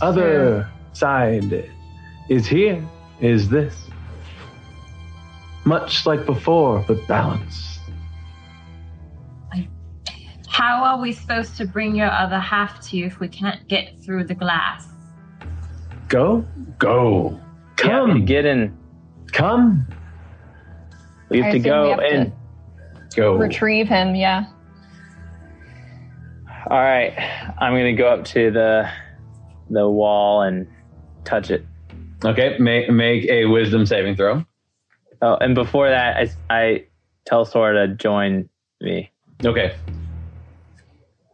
Speaker 2: Other side is here, is this. Much like before, but balanced.
Speaker 6: How are we supposed to bring your other half to you if we can't get through the glass?
Speaker 2: Go, go.
Speaker 5: Yeah,
Speaker 2: Come,
Speaker 5: we get in.
Speaker 2: come,
Speaker 5: We
Speaker 4: I
Speaker 5: have to
Speaker 4: assume
Speaker 5: go
Speaker 4: we have to
Speaker 5: in.
Speaker 2: go.
Speaker 4: retrieve him. Yeah.
Speaker 5: All right, I'm gonna go up to the the wall and touch it.
Speaker 2: Okay, make, make a wisdom saving throw.
Speaker 5: Oh, and before that, I, I tell Sora to join me.
Speaker 2: Okay.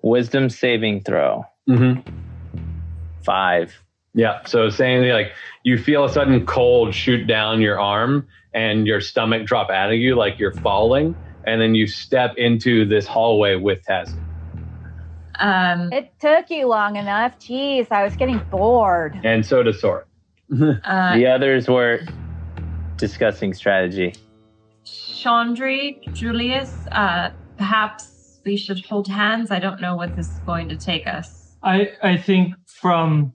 Speaker 5: Wisdom saving throw
Speaker 2: Mm-hmm.
Speaker 5: five.
Speaker 2: Yeah. So saying like you feel a sudden cold shoot down your arm and your stomach drop out of you like you're falling, and then you step into this hallway with Tazu.
Speaker 6: Um,
Speaker 3: It took you long enough. Jeez, I was getting bored.
Speaker 9: and so does Sora.
Speaker 6: uh,
Speaker 5: the others were discussing strategy.
Speaker 6: Chandri, Julius, uh, perhaps we should hold hands. I don't know what this is going to take us.
Speaker 7: I, I think from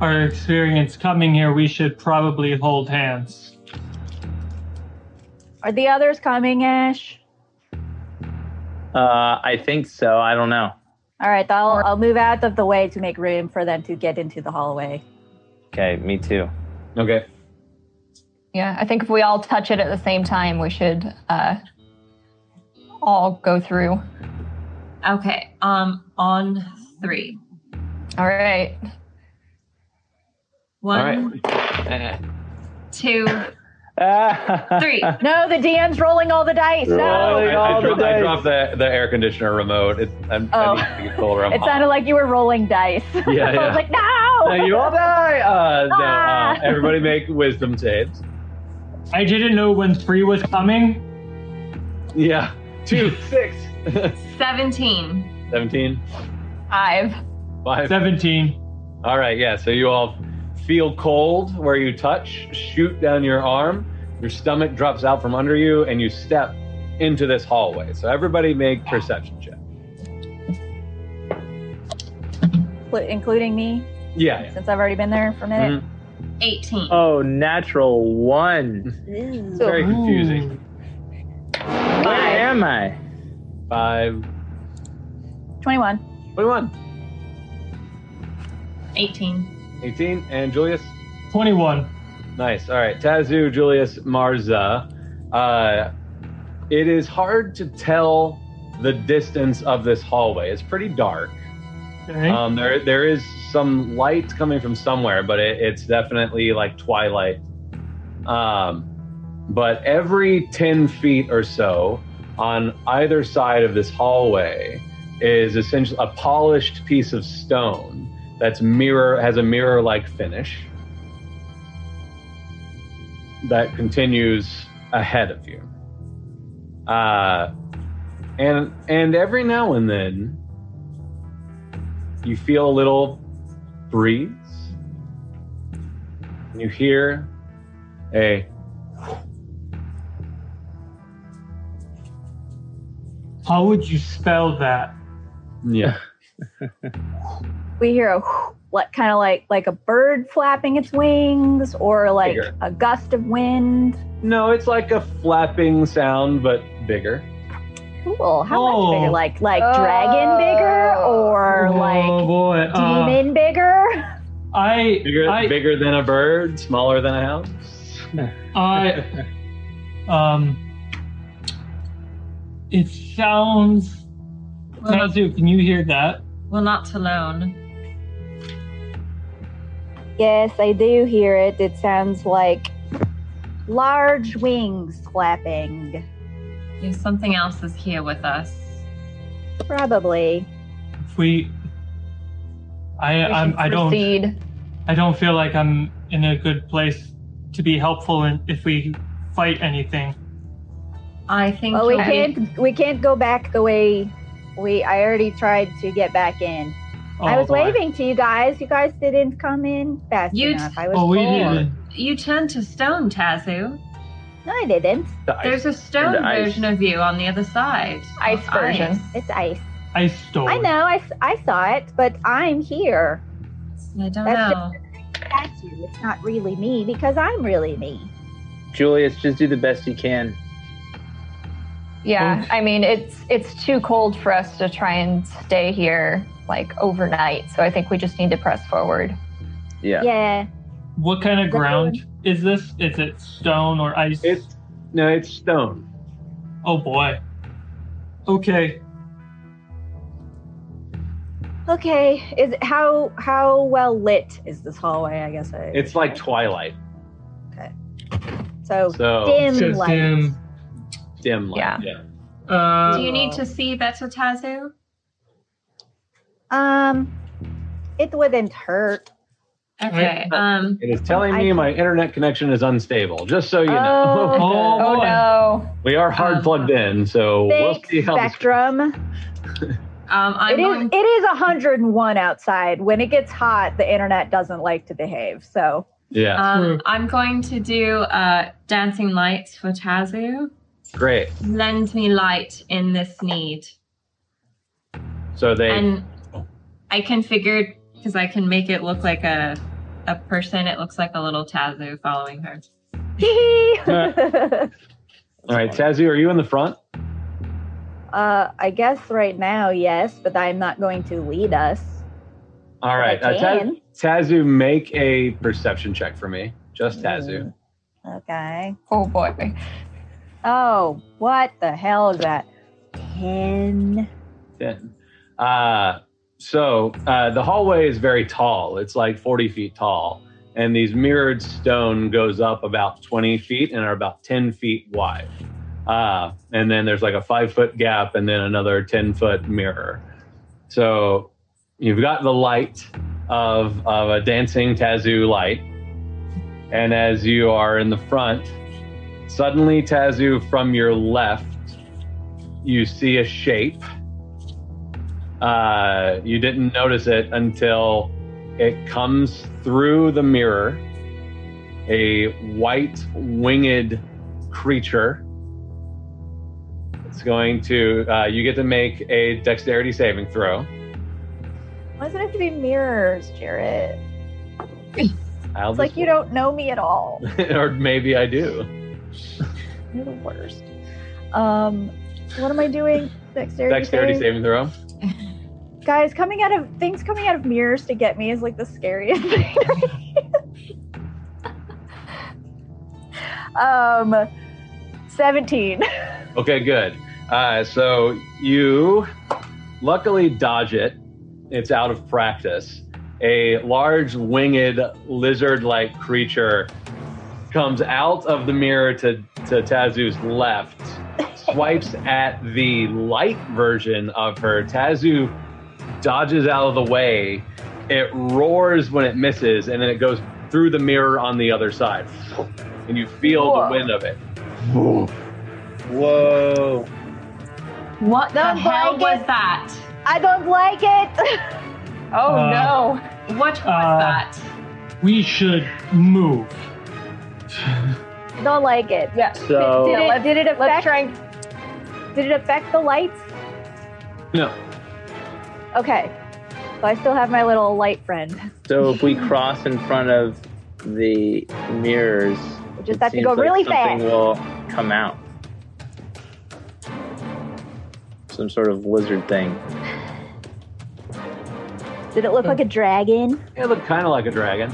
Speaker 7: our experience coming here, we should probably hold hands.
Speaker 3: Are the others coming, Ash?
Speaker 5: Uh, I think so. I don't know.
Speaker 3: All right, I'll, I'll move out of the way to make room for them to get into the hallway.
Speaker 5: Okay, me too.
Speaker 9: Okay.
Speaker 4: Yeah, I think if we all touch it at the same time, we should uh, all go through.
Speaker 6: Okay, um, on three.
Speaker 4: All right.
Speaker 9: All
Speaker 6: One,
Speaker 9: right.
Speaker 6: two, three.
Speaker 3: No, the DM's rolling all the dice.
Speaker 9: Oh,
Speaker 3: No.
Speaker 9: I, I,
Speaker 5: all the
Speaker 9: dro- I
Speaker 5: dice.
Speaker 9: dropped the, the air conditioner remote. It's, I'm,
Speaker 3: Oh.
Speaker 9: I need to get colder. I'm
Speaker 3: It
Speaker 9: hot.
Speaker 3: sounded like you were rolling dice.
Speaker 9: Yeah,
Speaker 3: I
Speaker 9: yeah.
Speaker 3: was like, no.
Speaker 9: Now you all die. Uh, no,
Speaker 3: Ah.
Speaker 9: uh, everybody make wisdom saves.
Speaker 7: I didn't know when three was coming.
Speaker 9: Yeah. Two, six,
Speaker 6: 17.
Speaker 9: 17,
Speaker 4: Five.
Speaker 9: five.
Speaker 7: 17.
Speaker 9: All right, yeah. So you all feel cold where you touch, shoot down your arm, your stomach drops out from under you, and you step into this hallway. So everybody make perception check.
Speaker 3: Inclu- Including me,
Speaker 9: Yeah, yeah.
Speaker 3: since I've already been there for a minute.
Speaker 6: 18.
Speaker 5: Oh, natural one.
Speaker 3: So,
Speaker 7: Oh.
Speaker 9: Very confusing.
Speaker 5: Where am I?
Speaker 9: Five,
Speaker 3: 21.
Speaker 9: 21,
Speaker 6: 18.
Speaker 9: 18, and Julius.
Speaker 7: 21.
Speaker 9: Nice. All right. Tazu, Julius, Marza. Uh, it is hard to tell the distance of this hallway. It's pretty dark.
Speaker 7: Okay.
Speaker 9: Um, there, there is some light coming from somewhere, but it, it's definitely like twilight. Um, but every 10 feet or so on either side of this hallway is essentially a polished piece of stone that's mirror has a mirror like finish that continues ahead of you. Uh, and and every now and then you feel a little breeze. And you hear a
Speaker 7: How would you spell that?
Speaker 9: yeah.
Speaker 3: We hear a like kind of like like a bird flapping its wings or like
Speaker 9: Bigger.
Speaker 3: a gust of wind.
Speaker 9: No, it's like a flapping sound, but bigger.
Speaker 3: Cool. How much
Speaker 7: Oh.
Speaker 3: bigger? Like like
Speaker 4: Oh.
Speaker 3: dragon bigger or
Speaker 7: oh
Speaker 3: like
Speaker 7: boy. uh,
Speaker 3: demon bigger?
Speaker 7: I,
Speaker 9: Bigger,
Speaker 7: I,
Speaker 9: bigger than a bird, smaller than a house.
Speaker 7: I, um, it sounds.
Speaker 6: Well, not-
Speaker 7: Tazu, can you hear that?
Speaker 6: Well, not alone.
Speaker 3: Yes, I do hear it. It sounds like large wings flapping.
Speaker 6: If something else is here with us.
Speaker 3: Probably.
Speaker 7: If we, I,
Speaker 4: We should
Speaker 7: I'm, I don't,
Speaker 4: proceed.
Speaker 7: I don't feel like I'm in a good place to be helpful in, if we fight anything.
Speaker 6: I think
Speaker 3: Well, we
Speaker 6: you'll be-
Speaker 3: can't we can't go back the way we I already tried to get back in. I
Speaker 7: Oh,
Speaker 3: was
Speaker 7: boy.
Speaker 3: waving to you guys. You guys didn't come in fast
Speaker 6: You
Speaker 3: enough. I was
Speaker 7: Oh, we
Speaker 3: bored.
Speaker 7: didn't.
Speaker 6: you turned to stone, Tazu.
Speaker 3: No, I didn't.
Speaker 6: There's a stone
Speaker 5: And ice.
Speaker 6: version of you on the other side.
Speaker 4: Ice
Speaker 6: Of
Speaker 4: version.
Speaker 3: It's ice.
Speaker 7: I stole.
Speaker 3: I know. I, s- I saw it, but I'm here.
Speaker 6: I don't
Speaker 3: That's
Speaker 6: know.
Speaker 3: That's you. It's not really me because I'm really me.
Speaker 5: Julius, just do the best you can.
Speaker 4: Yeah,
Speaker 7: Oh.
Speaker 4: I mean it's it's too cold for us to try and stay here like overnight. So I think we just need to press forward.
Speaker 5: Yeah.
Speaker 3: Yeah.
Speaker 7: What kind of
Speaker 3: That's
Speaker 7: ground is this? Is it stone or ice?
Speaker 9: It's no, it's stone.
Speaker 7: oh boy. Okay.
Speaker 3: Okay. Is how how well lit is this hallway? I guess I,
Speaker 9: It's like twilight,
Speaker 3: so
Speaker 9: so
Speaker 3: dim
Speaker 7: Just
Speaker 3: light.
Speaker 7: him.
Speaker 9: dim light.
Speaker 4: Yeah.
Speaker 9: yeah.
Speaker 7: Uh,
Speaker 6: Do you need to see better, Tazu?
Speaker 3: Um, it wouldn't hurt.
Speaker 6: Okay. Um,
Speaker 9: It is telling me my internet connection is unstable. Just so you know,
Speaker 3: Oh, uh-huh.
Speaker 7: Oh,
Speaker 4: Oh
Speaker 7: boy.
Speaker 4: no.
Speaker 9: we are hard plugged in, so we'll
Speaker 3: Thanks,
Speaker 9: see how this-
Speaker 3: Spectrum.
Speaker 6: Um, I'm
Speaker 3: It is
Speaker 6: going.
Speaker 3: it is 101 outside. When it gets hot, the internet doesn't like to behave. So
Speaker 9: Yeah.
Speaker 6: Um, I'm going to do uh, dancing lights for Tazu.
Speaker 9: Great.
Speaker 6: Lend me light in this need,
Speaker 9: So they.
Speaker 6: and I configured because I can make it look like a a person. It looks like a little Tazu following her.
Speaker 3: hee hee.
Speaker 9: all right, Tazu, are you in the front?
Speaker 3: uh, I guess right now, yes, but I'm not going to lead us.
Speaker 9: All right.
Speaker 3: I
Speaker 9: Uh, Ta-
Speaker 3: can.
Speaker 9: Tazu, make a perception check for me. Just Tazu.
Speaker 3: Okay.
Speaker 4: Oh boy.
Speaker 3: Oh, what the hell is that? Ten.
Speaker 9: Ten. Uh, so uh, the hallway is very tall. It's like 40 feet tall. And these mirrored stone goes up about 20 feet and are about 10 feet wide. Uh, and then there's like a five foot gap and then another 10 foot mirror. So you've got the light of, of a dancing Tazu light. And as you are in the front, suddenly, Tazu, from your left, you see a shape uh, you didn't notice it until it comes through the mirror. A white winged creature. It's going to, uh, you get to make a dexterity saving throw.
Speaker 3: Why does it have to be mirrors, Jarrett?
Speaker 9: I'll
Speaker 3: It's like you don't know me at all.
Speaker 9: don't. or maybe I do.
Speaker 3: You're the worst. Um, what am I doing? Dexterity.
Speaker 9: Dexterity
Speaker 3: save?
Speaker 9: saving throw.
Speaker 3: Guys, coming out of things coming out of mirrors to get me is like the scariest thing. um, seventeen.
Speaker 9: Okay, good. Uh, so you luckily dodge it. It's out of practice. A large winged lizard like creature comes out of the mirror to, to Tazu's left, swipes at the light version of her. Tazu dodges out of the way. It roars when it misses, and then it goes through the mirror on the other side. And you feel
Speaker 3: Whoa.
Speaker 9: the wind of it.
Speaker 5: Whoa.
Speaker 6: What the
Speaker 3: Don't
Speaker 6: hell
Speaker 3: like
Speaker 6: was
Speaker 3: it.
Speaker 6: that?
Speaker 3: I don't like it.
Speaker 4: Oh
Speaker 7: Uh,
Speaker 4: no.
Speaker 6: What was
Speaker 7: Uh,
Speaker 6: that?
Speaker 7: We should move.
Speaker 3: don't like it.
Speaker 4: Yeah.
Speaker 5: So-
Speaker 3: Did
Speaker 4: Yeah,
Speaker 3: it,
Speaker 4: let's-
Speaker 3: did it
Speaker 4: Let's
Speaker 3: affect?
Speaker 4: try and
Speaker 3: Did it affect the lights?
Speaker 9: No.
Speaker 3: Okay. So I still have my little light friend.
Speaker 5: So if we cross in front of the mirrors,
Speaker 3: We just
Speaker 5: it
Speaker 3: have to
Speaker 5: seems
Speaker 3: go
Speaker 5: like
Speaker 3: really
Speaker 5: something
Speaker 3: fast.
Speaker 5: will come out. Some sort of lizard thing.
Speaker 3: Did it look like a
Speaker 4: Oh.
Speaker 3: dragon?
Speaker 9: It looked kind of like a dragon.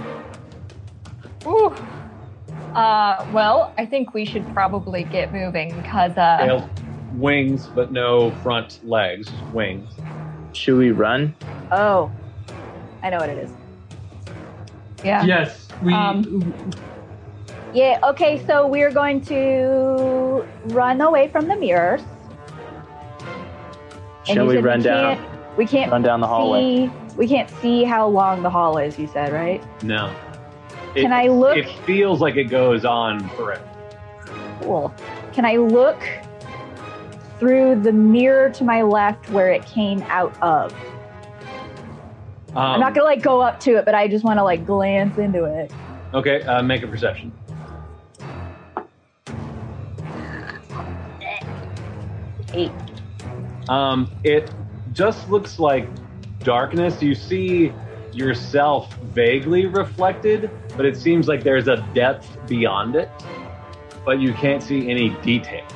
Speaker 4: Ooh. Uh, well, I think we should probably get moving because uh,
Speaker 9: Tail, wings, but no front legs. Wings.
Speaker 5: Should we run?
Speaker 3: Oh, I know what it is.
Speaker 4: yeah.
Speaker 7: Yes, we.
Speaker 4: Um,
Speaker 3: Yeah. Okay. So we are going to run away from the mirrors. And
Speaker 5: Shall
Speaker 3: you
Speaker 5: we
Speaker 3: said
Speaker 5: run down?
Speaker 3: Can't, we can't
Speaker 5: Run down the hallway.
Speaker 3: see. We can't see how long the hall is. You said right?
Speaker 9: No.
Speaker 3: Can I look?
Speaker 9: It feels like it goes on forever.
Speaker 3: Cool. Can I look through the mirror to my left where it came out of?
Speaker 9: Um,
Speaker 3: I'm not gonna like go up to it, but I just want to like glance into it.
Speaker 9: Okay, uh, make a perception.
Speaker 3: Eight.
Speaker 9: Um, it just looks like darkness. You see yourself vaguely reflected, but it seems like there's a depth beyond it, but you can't see any details.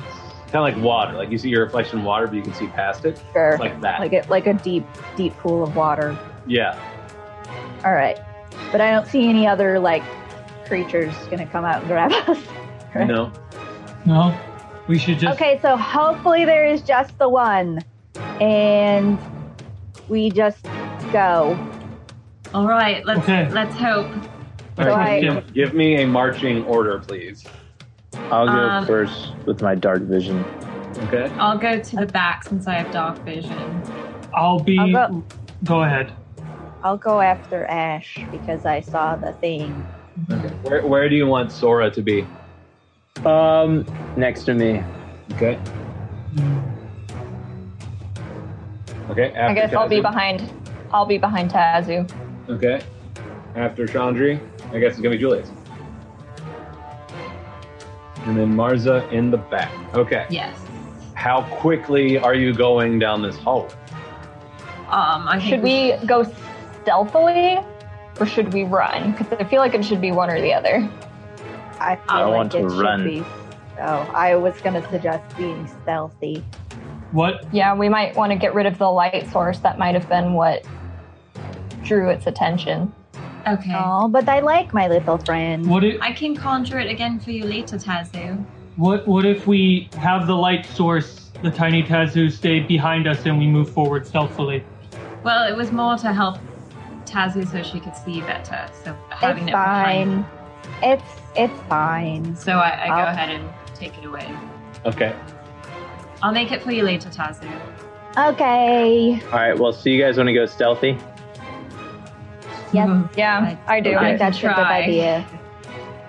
Speaker 9: Kind of like water. Like you see your reflection in water, but you can see past it.
Speaker 3: Sure.
Speaker 9: Like that.
Speaker 3: Like it, like a deep, deep pool of water.
Speaker 9: yeah.
Speaker 3: All right, but I don't see any other like creatures gonna come out and grab us.
Speaker 9: You
Speaker 3: Right.
Speaker 9: know?
Speaker 7: no, we should just.
Speaker 3: Okay, so hopefully there is just the one, and we just go.
Speaker 6: All right, let's
Speaker 7: Okay.
Speaker 6: let's hope.
Speaker 3: So
Speaker 7: I trust
Speaker 3: I-
Speaker 7: him.
Speaker 9: Give me a marching order, please.
Speaker 5: I'll go
Speaker 6: Um,
Speaker 5: first with my dark vision.
Speaker 9: Okay.
Speaker 6: I'll go to the back since I have dark vision.
Speaker 7: I'll be.
Speaker 3: I'll go.
Speaker 7: Go ahead.
Speaker 3: I'll go after Ash because I saw the thing.
Speaker 9: Where, where do you want Sora to be?
Speaker 5: Um, next to me.
Speaker 9: Okay. Okay. After
Speaker 4: I guess I'll be
Speaker 9: Tazu.
Speaker 4: behind. I'll be behind Tazu.
Speaker 9: Okay. After Chandri, I guess it's gonna be Julius. And then Marza in the back. Okay.
Speaker 6: Yes.
Speaker 9: How quickly are you going down this hallway?
Speaker 6: Um, I think
Speaker 4: Should we go stealthily, or should we run? Because I feel like it should be one or the other.
Speaker 3: I feel
Speaker 5: I
Speaker 3: like
Speaker 5: want to
Speaker 3: it should
Speaker 5: run.
Speaker 3: be. So I was gonna suggest being stealthy.
Speaker 7: What?
Speaker 4: Yeah, we might want to get rid of the light source. That might have been what drew its attention.
Speaker 6: Okay.
Speaker 3: Oh, but I like my little friend.
Speaker 7: What if
Speaker 6: I can conjure it again for you later, Tazu.
Speaker 7: what what if we have the light source, the tiny Tazu, stay behind us and we move forward stealthily?
Speaker 6: Well, it was more to help Tazu so she could see better. So having
Speaker 3: It's
Speaker 6: it behind.
Speaker 3: fine. It's it's fine.
Speaker 6: So I, I
Speaker 3: I'll-
Speaker 6: go ahead and take it away.
Speaker 9: Okay.
Speaker 6: I'll make it for you later, Tazu.
Speaker 3: Okay.
Speaker 5: All right. Well, so you guys want to go stealthy?
Speaker 3: Yes,
Speaker 4: Yeah, I do.
Speaker 3: I think
Speaker 5: Okay.
Speaker 3: that's a good
Speaker 6: Try.
Speaker 3: idea.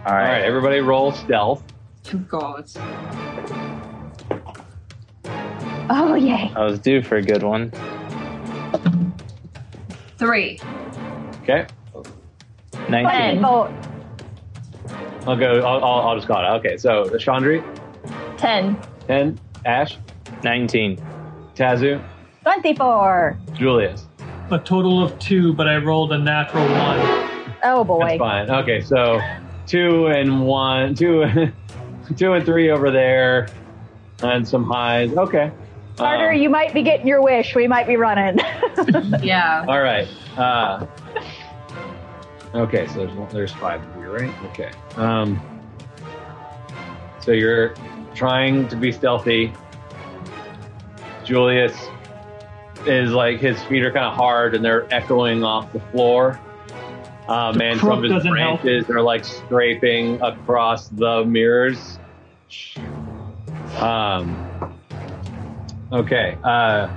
Speaker 5: All
Speaker 9: All
Speaker 5: right.
Speaker 9: right. Everybody, roll stealth.
Speaker 6: Oh, God.
Speaker 3: Oh yay.
Speaker 5: I was due for a good one.
Speaker 6: Three.
Speaker 9: Okay.
Speaker 5: Nineteen.
Speaker 3: Oh,
Speaker 9: I'll go. I'll, I'll, I'll just call it. Okay. So Chandri,
Speaker 4: Ten.
Speaker 9: ten. Ash,
Speaker 5: Nineteen.
Speaker 9: Tazu,
Speaker 3: 24.
Speaker 9: Julius.
Speaker 7: A total of two, but I rolled a natural one.
Speaker 3: Oh boy.
Speaker 9: That's fine. Okay, so two and one, two, two and three over there, and some highs. Okay.
Speaker 3: Carter,
Speaker 9: Um,
Speaker 3: you might be getting your wish. We might be running.
Speaker 6: Yeah.
Speaker 9: All right. Uh, okay, so there's one- there's five of you, right? Okay. Um, so you're trying to be stealthy. Julius is like his feet are kind of hard and they're echoing off the floor. Um,
Speaker 7: The
Speaker 9: and
Speaker 7: crook
Speaker 9: some of his
Speaker 7: doesn't help.
Speaker 9: branches are like scraping across the mirrors. Um, okay. Uh,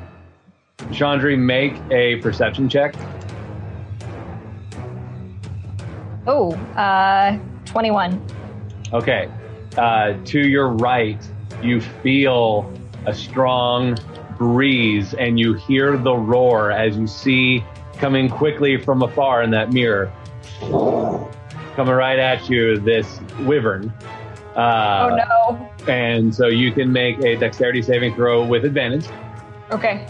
Speaker 9: Chandri, make a perception check.
Speaker 4: Oh, uh, twenty-one.
Speaker 9: Okay. Uh, to your right, you feel a strong breeze and you hear the roar as you see coming quickly from afar in that mirror. Coming right at you, this wyvern. Uh,
Speaker 4: oh no.
Speaker 9: And so you can make a dexterity saving throw with advantage.
Speaker 4: Okay.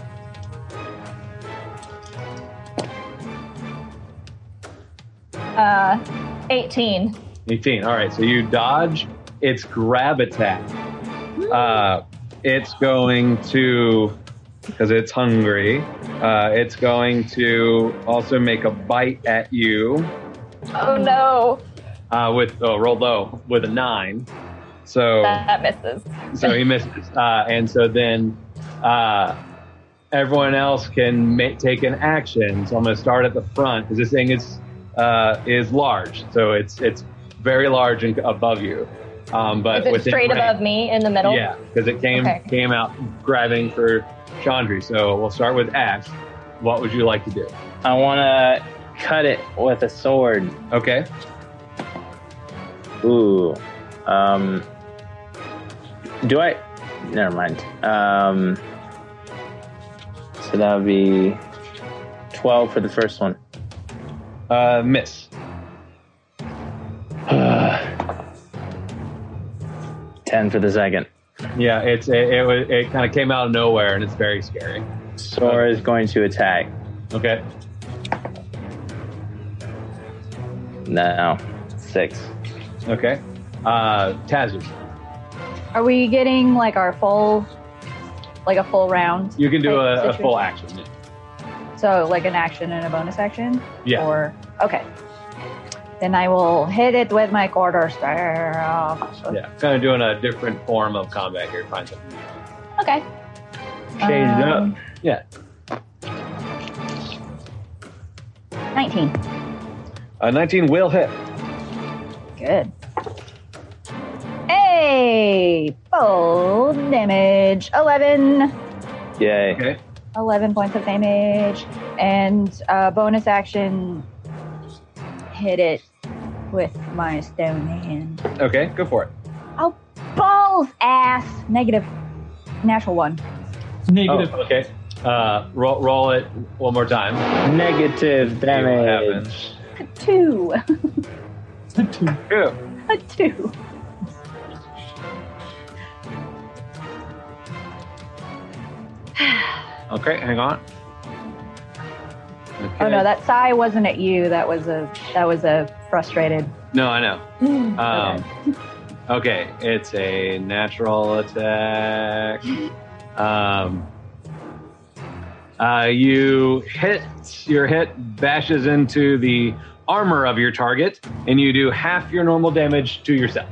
Speaker 4: Uh, eighteen.
Speaker 9: 18. All right, so you dodge its grab attack. Uh, it's going to, because it's hungry, uh, it's going to also make a bite at you
Speaker 4: Oh no.
Speaker 9: uh, with, oh, roll low, with a nine. So,
Speaker 4: That misses.
Speaker 9: so he misses. Uh, and so then uh, everyone else can ma- take an action. So I'm going to start at the front because this thing is uh, is large. So it's it's very large and above you. Um, but
Speaker 4: Is it
Speaker 9: within
Speaker 4: straight
Speaker 9: range.
Speaker 4: above me in the middle?
Speaker 9: Yeah, because it came
Speaker 4: Okay.
Speaker 9: came out grabbing for Chandri. So we'll start with Ash. What would you like to do?
Speaker 5: I want to cut it with a sword.
Speaker 9: Okay.
Speaker 5: Ooh. Um. Do I? Never mind. Um. So that would be twelve for the first one.
Speaker 9: Uh, miss.
Speaker 5: Ten for the second.
Speaker 9: Yeah, it's it it, was- it kind of came out of nowhere and it's very scary.
Speaker 5: Sora is going to attack
Speaker 9: Okay.
Speaker 5: now. Six.
Speaker 9: Okay. Uh, Tazu.
Speaker 3: Are we getting like our full, like a full round?
Speaker 9: You can do
Speaker 3: Right,
Speaker 9: a, a
Speaker 3: situation.
Speaker 9: full action.
Speaker 3: So like an action and a bonus action?
Speaker 9: Yeah.
Speaker 3: Or okay. Then I will hit it with my quarter staff.
Speaker 9: Yeah. Kind of doing a different form of combat here. Find something.
Speaker 4: Okay.
Speaker 9: Changed it up.
Speaker 4: Um,
Speaker 9: Yeah.
Speaker 3: 19.
Speaker 9: A 19 will hit.
Speaker 3: Good. Hey, full damage. 11.
Speaker 5: Yay.
Speaker 9: Okay.
Speaker 3: 11 points of damage and uh, bonus action hit it with my stone hand
Speaker 9: Okay. Go for it.
Speaker 3: oh balls ass negative natural one
Speaker 7: Negative.
Speaker 9: Oh, okay. Uh, roll, roll it one more time.
Speaker 5: Negative
Speaker 9: See what
Speaker 5: damage.
Speaker 9: happens.
Speaker 3: A two.
Speaker 9: Yeah.
Speaker 3: A two.
Speaker 9: Okay, hang on. Okay.
Speaker 3: Oh no, that sigh wasn't at you. That was a that was a frustrated.
Speaker 9: No, I know.
Speaker 3: Mm,
Speaker 9: Um, okay. it's a natural attack. Um, uh, you hit, your hit bashes into the armor of your target, and you do half your normal damage to yourself.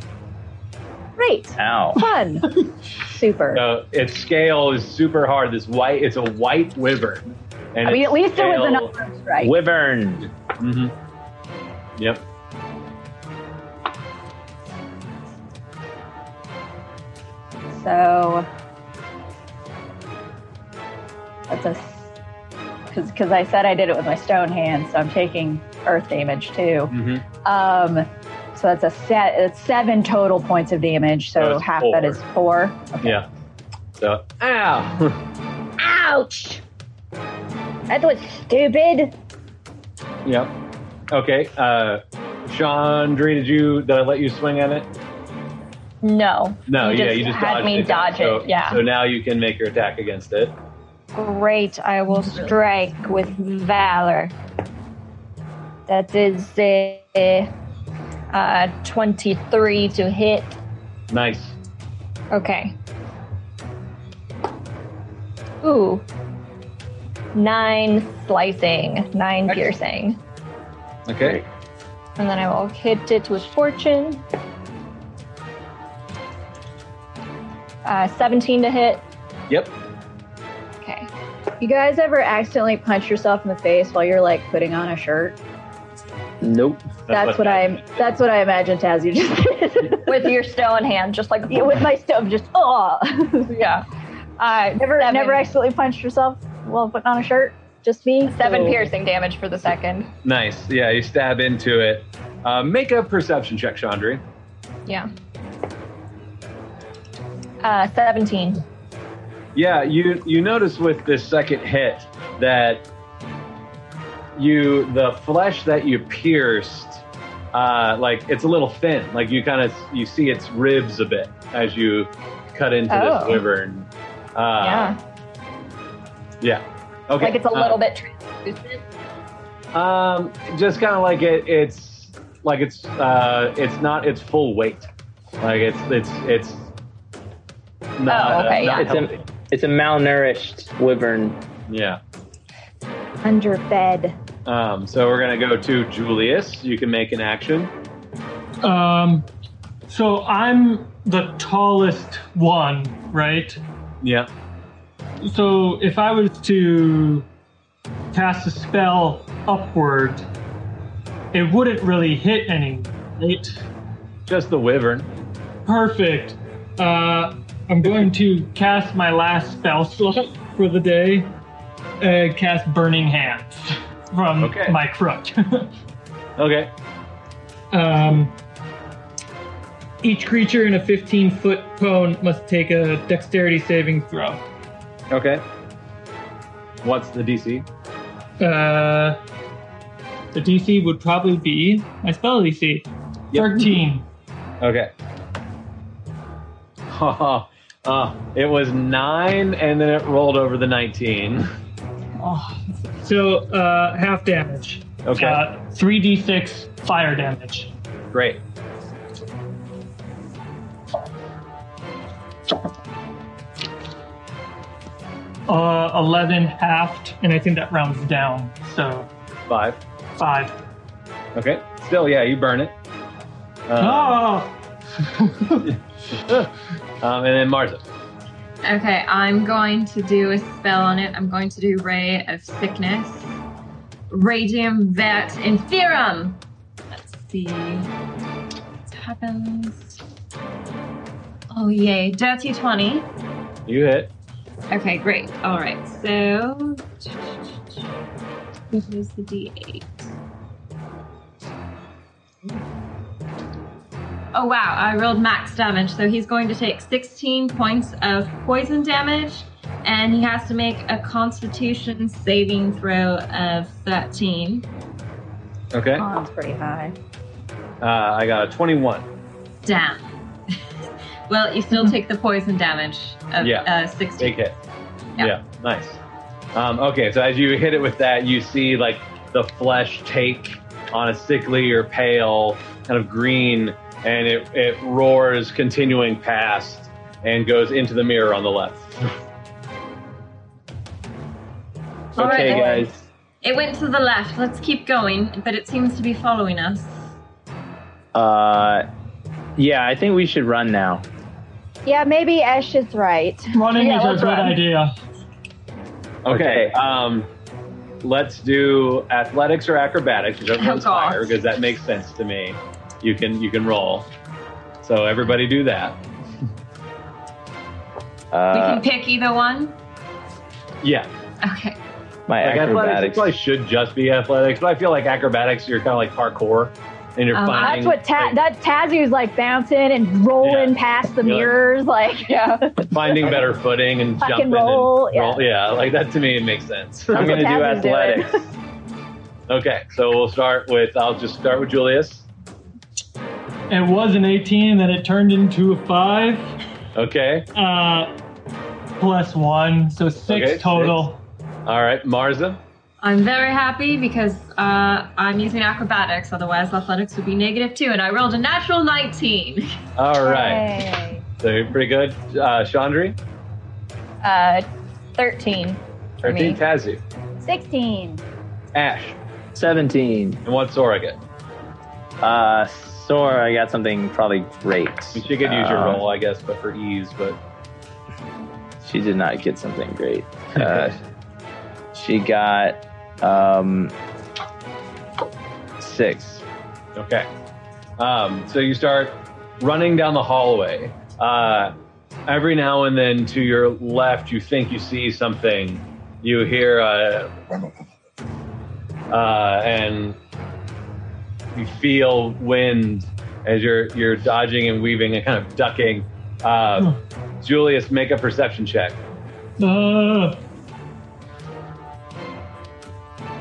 Speaker 3: Great.
Speaker 5: Ow.
Speaker 3: Fun. Super.
Speaker 9: So its scale is super hard. This white, it's a white wyvern. And
Speaker 3: I mean,
Speaker 9: its
Speaker 3: at least it was an
Speaker 9: scale-
Speaker 3: arm strike.
Speaker 5: Wyvern.
Speaker 9: Mm-hmm. Yep.
Speaker 3: So that's a because because I said I did it with my stone hand, so I'm taking earth damage too.
Speaker 9: Mm-hmm.
Speaker 3: Um, so that's a set. It's seven total points of damage. So,
Speaker 9: So it's
Speaker 3: half that
Speaker 9: four.
Speaker 3: is four.
Speaker 9: Yeah. So, ow!
Speaker 3: Ouch! That was stupid.
Speaker 9: yep. Okay. Uh, Chandra, did you? Did I let you swing at it?
Speaker 4: No.
Speaker 9: No.
Speaker 4: You
Speaker 9: yeah,
Speaker 4: just
Speaker 9: you just
Speaker 4: had
Speaker 9: dodged
Speaker 4: me
Speaker 9: it.
Speaker 4: dodge
Speaker 9: so,
Speaker 4: it, yeah.
Speaker 9: So now you can make your attack against it.
Speaker 4: Great. I will strike with valor. That is a, uh, 23 to hit.
Speaker 9: Nice.
Speaker 4: Okay. Ooh. Nine slicing, nine piercing.
Speaker 9: Okay.
Speaker 4: And then I will hit it with fortune. Uh, 17 to hit.
Speaker 9: Yep.
Speaker 4: Okay.
Speaker 3: You guys ever accidentally punch yourself in the face while you're like putting on a shirt?
Speaker 5: Nope.
Speaker 3: That's, what
Speaker 9: I-
Speaker 3: I'm. That's what I imagine Tazzy just did.
Speaker 4: With your stone hand, just like
Speaker 3: Yeah, with my stone. Just oh,
Speaker 4: yeah. Uh,
Speaker 3: never,
Speaker 4: seven,
Speaker 3: never accidentally punched yourself while putting on a shirt. Just me.
Speaker 4: seven
Speaker 3: So-
Speaker 4: piercing damage for the second.
Speaker 9: Nice. Yeah, you stab into it. Uh, make a perception check, Chandra.
Speaker 4: Yeah. Uh, seventeen.
Speaker 9: Yeah, you you notice with this second hit that you the flesh that you pierced, uh, like it's a little thin. Like you kind of you see its ribs a bit as you cut into
Speaker 4: Oh.
Speaker 9: this wyvern. Uh,
Speaker 4: yeah.
Speaker 9: yeah. Okay.
Speaker 4: Like it's a
Speaker 9: Uh,
Speaker 4: little bit translucent.
Speaker 9: Um, just kind of like it. It's like it's uh, it's not its full weight. Like it's it's it's. Not,
Speaker 4: Oh, okay,
Speaker 9: not
Speaker 4: yeah.
Speaker 5: It's
Speaker 9: healthy.
Speaker 5: a it's a malnourished wyvern.
Speaker 9: yeah.
Speaker 3: under bed.
Speaker 9: Um, so we're gonna go to Julius. You can make an action.
Speaker 7: Um, so I'm the tallest one, right?
Speaker 9: Yeah.
Speaker 7: So if I was to cast a spell upward, it wouldn't really hit anyone, right?
Speaker 9: Just the wyvern.
Speaker 7: Perfect. Uh, I'm going to cast my last spell slot for the day. Uh, cast Burning Hands from
Speaker 9: Okay.
Speaker 7: my crook.
Speaker 9: Okay.
Speaker 7: um, each creature in a 15 foot cone must take a dexterity saving throw.
Speaker 9: Okay. What's the DC?
Speaker 7: Uh, the DC would probably be my spell DC.
Speaker 9: Yep.
Speaker 7: 13.
Speaker 9: Okay. uh, it was nine, and then it rolled over the nineteen.
Speaker 7: So uh, half damage.
Speaker 9: Okay.
Speaker 7: Uh, 3d6 fire damage.
Speaker 9: Great.
Speaker 7: Uh, 11 halved, and I think that rounds down. So
Speaker 9: Five.
Speaker 7: five.
Speaker 9: Okay. Still, yeah, you burn it. Uh,
Speaker 7: Oh!
Speaker 9: um, and then Marza.
Speaker 6: Okay, I'm going to do a spell on it. I'm going to do Ray of Sickness, Radium Vat Inferum. Let's see what happens. Oh, yay. Dirty 20.
Speaker 9: You hit.
Speaker 6: Okay, great. All right, so. This is the D8. Oh, wow. I rolled max damage, so he's going to take 16 points of poison damage and he has to make a Constitution saving throw of 13.
Speaker 9: Okay. Uh,
Speaker 3: Oh, that's pretty high.
Speaker 9: I got a 21.
Speaker 6: Damn. well, you still take the poison damage of
Speaker 9: Yeah.
Speaker 6: uh, 60.
Speaker 9: Take it.
Speaker 6: Yeah.
Speaker 9: Yeah. nice. Um, okay, so as you hit it with that, you see like the flesh take on a sickly or pale kind of green, and it, it roars, continuing past, and goes into the mirror on the left.
Speaker 6: All right,
Speaker 5: okay,
Speaker 6: then.
Speaker 5: guys.
Speaker 6: It went to the left. Let's keep going, but it seems to be following us.
Speaker 5: Uh, yeah, I think we should run now.
Speaker 3: Yeah, maybe Ash is right.
Speaker 7: Running
Speaker 3: Yeah,
Speaker 7: is
Speaker 3: let's
Speaker 7: a good
Speaker 3: run.
Speaker 7: idea.
Speaker 9: Okay.
Speaker 5: Okay.
Speaker 9: Um, let's do athletics or acrobatics, whichever
Speaker 6: Oh,
Speaker 9: one's
Speaker 6: God.
Speaker 9: higher, because that makes sense to me. You can you can roll. So everybody do that.
Speaker 6: we
Speaker 5: Uh,
Speaker 6: can pick either one.
Speaker 9: Yeah.
Speaker 6: Okay.
Speaker 5: my
Speaker 9: Like athletics it
Speaker 5: acrobatics.
Speaker 9: probably should just be athletics, but I feel like acrobatics you're kind of like parkour, and you're
Speaker 6: Um,
Speaker 9: finding.
Speaker 3: Uh-huh. That's what Ta-
Speaker 9: like,
Speaker 3: that Tazzy was like bouncing and rolling
Speaker 9: Yeah.
Speaker 3: past the
Speaker 9: You're
Speaker 3: mirrors, like
Speaker 9: like-
Speaker 3: yeah.
Speaker 9: finding better footing and
Speaker 3: Fucking
Speaker 9: jumping
Speaker 3: roll,
Speaker 9: and
Speaker 3: yeah.
Speaker 9: roll. Yeah. like that to me it makes sense.
Speaker 5: I'm gonna do
Speaker 3: Tavin's doing.
Speaker 5: athletics.
Speaker 9: okay, so we'll start with I'll just start with Julius.
Speaker 7: It was an 18, then it turned into a 5.
Speaker 9: Okay,
Speaker 7: Uh, plus 1, so 6
Speaker 9: Okay, six.
Speaker 7: total.
Speaker 9: all right, Marza.
Speaker 6: I'm very happy because uh, I'm using acrobatics. Otherwise, athletics would be negative two, and I rolled a natural 19.
Speaker 9: All right,
Speaker 3: Yay.
Speaker 9: so you're pretty good, uh, Chandri.
Speaker 4: Uh, 13. For me.
Speaker 9: Thirteen, Tazu,
Speaker 3: Sixteen.
Speaker 9: Ash,
Speaker 5: 17.
Speaker 9: and what's Oregon?
Speaker 5: Uh, Sora, I got something probably great.
Speaker 9: She could use your
Speaker 5: Uh,
Speaker 9: roll, I guess, but for ease. But
Speaker 5: She did not get something great. Uh, she got um, six.
Speaker 9: okay. Um, so you start running down the hallway. Uh, every now and then, to your left, you think you see something. You hear a, uh, and you feel wind as you're you're dodging and weaving and kind of ducking. Uh, Julius, make a perception check.
Speaker 7: Uh,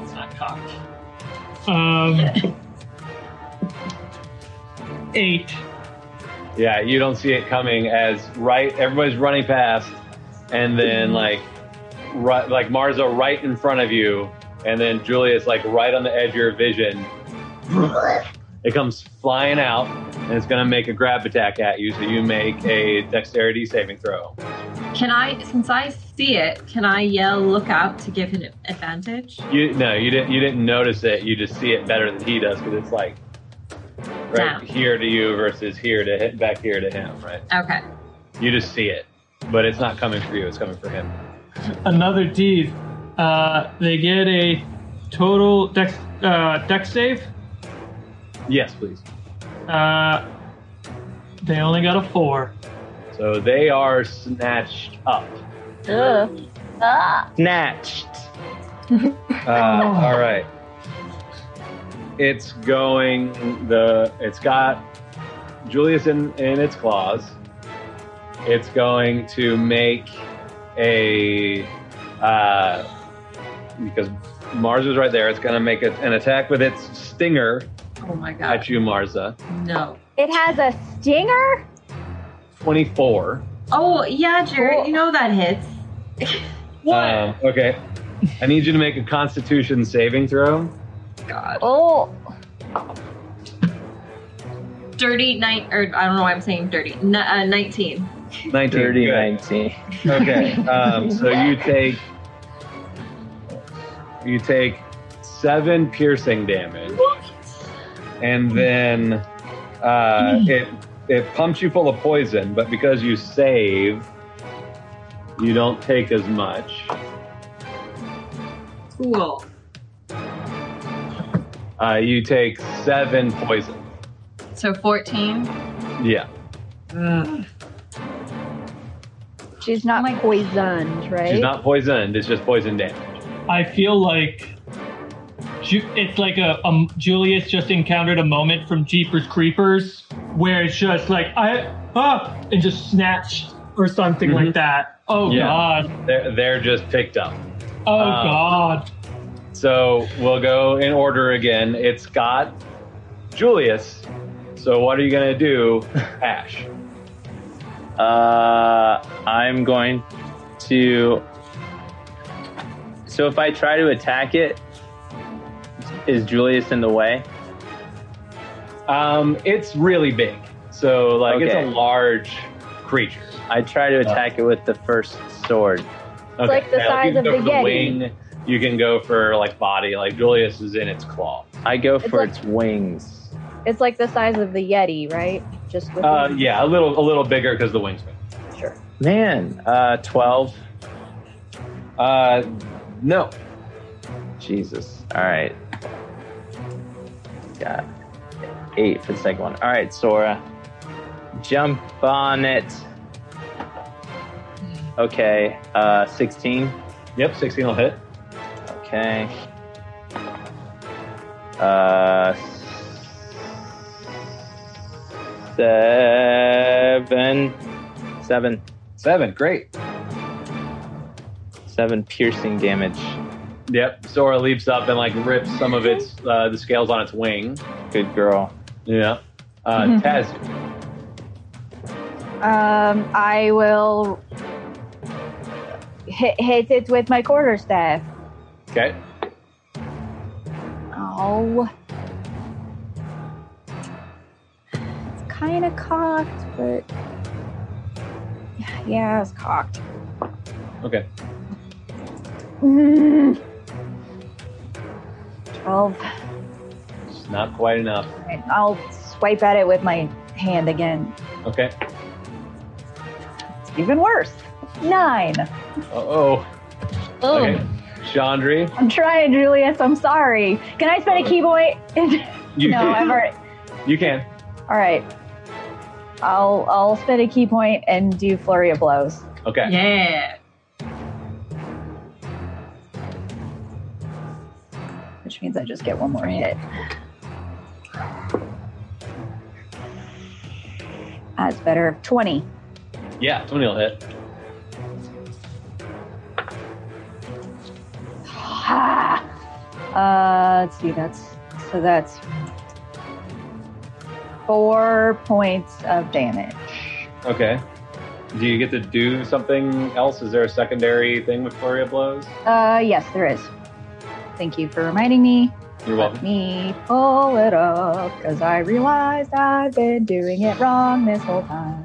Speaker 7: it's not cocked. Um, 8.
Speaker 9: Yeah, you don't see it coming as right everybody's running past and then like right like Marzo right in front of you and then Julius like right on the edge of your vision. It comes flying out and it's gonna make a grab attack at you, so you make a dexterity saving throw.
Speaker 6: Can I, since I see it, can I yell "Look out" to give him an advantage?
Speaker 9: You no, you didn't you didn't notice it, you just see it better than he does because it's like right
Speaker 6: Down.
Speaker 9: here to you versus here to hit back here to him, right?
Speaker 6: Okay.
Speaker 9: You just see it. But it's not coming for you, it's coming for him.
Speaker 7: Another tease. Uh, they get a total dex, uh, dex save.
Speaker 9: Yes, please.
Speaker 7: Uh, they only got a 4.
Speaker 9: So they are snatched up.
Speaker 3: Ugh.
Speaker 4: Ah,
Speaker 5: Snatched.
Speaker 9: Uh, all right. It's going the. It's got Julius in in its claws. It's going to make a uh, because Mars is right there. It's going to make a, an attack with its stinger
Speaker 6: Oh my god.
Speaker 9: at you, Marza.
Speaker 6: No.
Speaker 3: It has a stinger.
Speaker 9: Twenty four.
Speaker 6: Oh yeah, Jared.
Speaker 3: Cool.
Speaker 6: You know that hits.
Speaker 9: Um, okay. I need you to make a Constitution saving throw.
Speaker 6: God.
Speaker 4: oh,
Speaker 6: Dirty night, or I don't know why I'm saying dirty. N- uh, 19.
Speaker 9: Nineteen.
Speaker 5: Dirty 19.
Speaker 9: Good. Okay. Um, so you take you take seven piercing damage, and then uh, it it pumps you full of poison. But because you save, you don't take as much.
Speaker 6: Cool.
Speaker 9: Uh, you take seven poison.
Speaker 6: So 14.
Speaker 9: Yeah.
Speaker 3: She's not
Speaker 6: my-
Speaker 3: poisoned, right?
Speaker 9: She's not poisoned. It's just poison damage.
Speaker 7: I feel like Ju- it's like a um, Julius just encountered a moment from Jeepers Creepers where it's just like I ah and just snatched or something like that. Oh
Speaker 9: Mm-hmm. Yeah.
Speaker 7: god.
Speaker 9: They're, they're just picked up.
Speaker 7: Oh
Speaker 9: Um,
Speaker 7: god.
Speaker 9: So we'll go in order again. It's Scott, Julius. So what are you gonna do, Ash?
Speaker 5: Uh, I'm going to. So if I try to attack it, is Julius in the way?
Speaker 9: Um, it's really big. So like it's
Speaker 5: Okay.
Speaker 9: a large creature.
Speaker 5: I try to attack it with the first sword.
Speaker 9: Okay.
Speaker 3: like the
Speaker 9: Now,
Speaker 3: size
Speaker 9: you can
Speaker 3: of
Speaker 9: go
Speaker 3: the
Speaker 9: for the
Speaker 3: Yeti.
Speaker 9: wing. You can go for like body. Like Julius is in its claw.
Speaker 5: I go
Speaker 3: It's
Speaker 5: for
Speaker 3: like-
Speaker 5: its wings.
Speaker 3: It's like the size of the Yeti, right? Just with
Speaker 9: Uh, yeah, a little a little bigger because the wingspan.
Speaker 3: sure.
Speaker 5: Man, uh, twelve.
Speaker 9: Uh, no.
Speaker 5: Jesus. All right. Got eight for the second one. All right, Sora. Jump on it. Okay, uh, 16.
Speaker 9: Yep, sixteen will hit.
Speaker 5: Okay. Uh, seven, seven,
Speaker 9: Seven, great.
Speaker 5: seven piercing damage.
Speaker 9: Yep. Sora leaps up and like rips some of its uh, the scales on its wing.
Speaker 5: Good girl.
Speaker 9: Yeah. Uh, Taz,
Speaker 3: Um, I will hit, hit it with my quarterstaff.
Speaker 9: Okay.
Speaker 3: Oh. It's kind of cocked, but. Yeah, it's cocked.
Speaker 9: Okay.
Speaker 3: Mm. 12.
Speaker 9: It's not quite enough.
Speaker 3: Alright, I'll swipe at it with my hand again.
Speaker 9: Okay.
Speaker 3: It's even worse. Nine.
Speaker 9: Oh.
Speaker 10: Oh,
Speaker 9: Okay. Chandri,
Speaker 3: I'm trying, Julius. I'm sorry. Can I spend a key point?
Speaker 9: you
Speaker 3: no, I've already.
Speaker 9: you can.
Speaker 3: All right. I'll I'll spend a key point and do flurry of blows.
Speaker 9: Okay.
Speaker 6: Yeah.
Speaker 3: which means I just get one more hit. That's better. 20.
Speaker 9: Yeah, twenty will hit.
Speaker 3: Ah! Uh, let's see, that's so that's four points of damage.
Speaker 9: Okay. Do you get to do something else? Is there a secondary thing with Flurry of Blows?
Speaker 3: Uh, yes, there is. Thank you for reminding me.
Speaker 9: You're
Speaker 3: Let
Speaker 9: welcome.
Speaker 3: me pull it up because I realized I've been doing it wrong this whole time.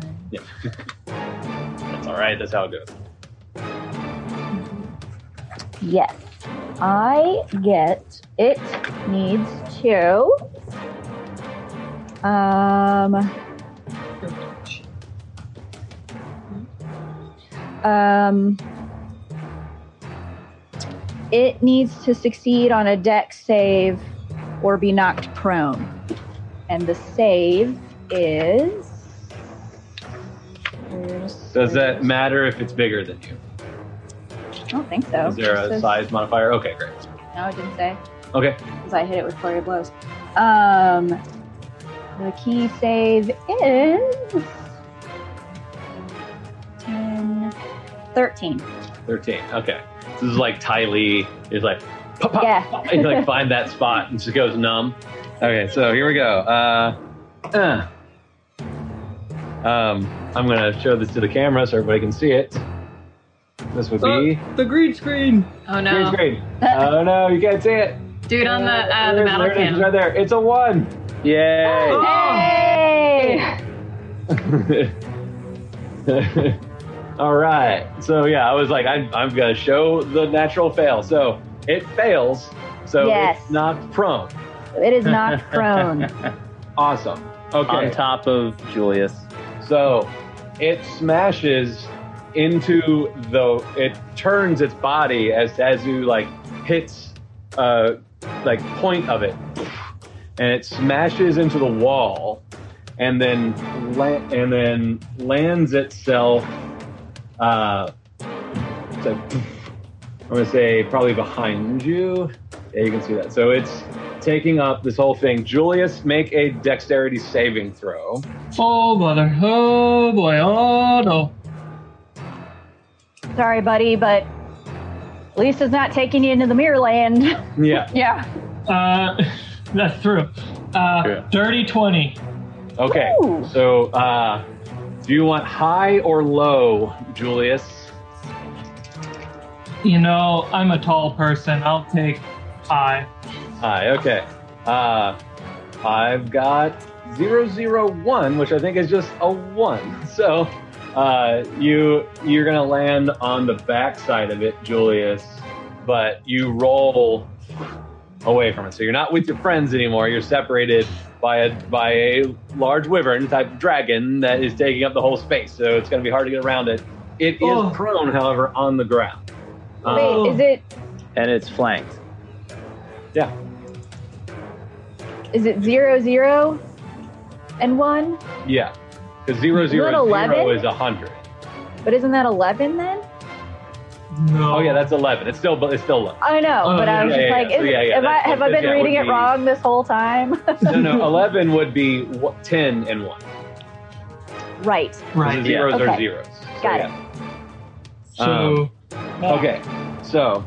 Speaker 9: That's all right. That's how it goes.
Speaker 3: Yes. I get it needs to um um it needs to succeed on a deck save or be knocked prone. And the save is
Speaker 9: Does that matter if it's bigger than you?
Speaker 3: I don't think so.
Speaker 9: Is there
Speaker 3: Just
Speaker 9: a
Speaker 3: says-
Speaker 9: size modifier? Okay, great.
Speaker 3: No, it didn't say.
Speaker 9: Okay.
Speaker 3: because I hit it with flurry of blows. Um, the key save is 10, 13.
Speaker 9: 13. Okay. This is like Ty Lee is like, pop, pop,
Speaker 3: Yeah.
Speaker 9: pop, and you like find that spot and just goes numb. Okay, so here we go. Uh, uh. Um, I'm going to show this to the camera so everybody can see it. This would be.
Speaker 7: Uh, the green screen.
Speaker 6: Oh no,
Speaker 9: Green's green. oh no, you can't see it.
Speaker 6: dude on the uh, the
Speaker 9: There it is,
Speaker 6: battle
Speaker 9: there it is,
Speaker 6: cam. Oh,
Speaker 9: Right there. It's a one.
Speaker 5: Yay!
Speaker 3: Hey!
Speaker 9: All right. So yeah, I was like, I'm, I'm gonna show the natural fail. So it fails. So
Speaker 3: Yes.
Speaker 9: it's not prone.
Speaker 3: It is not prone.
Speaker 9: Awesome. Okay.
Speaker 5: On top of Julius.
Speaker 9: So it smashes into the. It turns its body as Tazu like hits uh like point of it, and it smashes into the wall, and then la- and then lands itself. Uh, it's like, I'm gonna say probably behind you. Yeah, you can see that. So it's taking up this whole thing. Julius, make a dexterity saving throw.
Speaker 7: Oh mother. Oh boy. Oh no.
Speaker 3: Sorry, buddy, but Lisa's not taking you into the mirror land.
Speaker 9: Yeah.
Speaker 4: Yeah.
Speaker 7: Uh, that's true. Uh,
Speaker 9: Yeah.
Speaker 7: Dirty 20.
Speaker 9: Okay.
Speaker 3: Ooh.
Speaker 9: So, uh, do you want high or low, Julius?
Speaker 7: You know, I'm a tall person. I'll take high.
Speaker 9: High. Okay. Uh, I've got zero zero one, which I think is just a one. So, uh, you you're gonna land on the back side of it, Julius, but you roll away from it. So you're not with your friends anymore. You're separated by a by a large wyvern type dragon that is taking up the whole space. So it's gonna be hard to get around it. It is
Speaker 7: Oh.
Speaker 9: prone, however, on the ground. Um,
Speaker 3: Wait, is it
Speaker 5: and it's flanked.
Speaker 9: yeah.
Speaker 3: is it zero zero and one?
Speaker 9: Yeah, because zero zero
Speaker 3: Not 11?
Speaker 9: zero is a hundred.
Speaker 3: But isn't that eleven then?
Speaker 7: No.
Speaker 9: Oh yeah, that's eleven. It's still, but it's still eleven.
Speaker 3: I know,
Speaker 7: Oh,
Speaker 3: but I was
Speaker 9: yeah,
Speaker 3: just
Speaker 9: yeah,
Speaker 3: like,
Speaker 9: yeah. So,
Speaker 3: is-
Speaker 9: yeah, yeah,
Speaker 3: have I
Speaker 9: that's
Speaker 3: have
Speaker 9: what-
Speaker 3: I been
Speaker 9: yeah, it
Speaker 3: reading
Speaker 9: would
Speaker 3: it
Speaker 9: be-
Speaker 3: wrong this whole time?
Speaker 9: No, no, eleven would be wha- ten and one. 'Cause
Speaker 3: right.
Speaker 9: the
Speaker 7: Right.
Speaker 5: Yeah.
Speaker 9: zeros are
Speaker 3: Okay.
Speaker 9: zeros. So,
Speaker 3: Got it.
Speaker 9: yeah.
Speaker 7: So.
Speaker 9: Um, Okay, so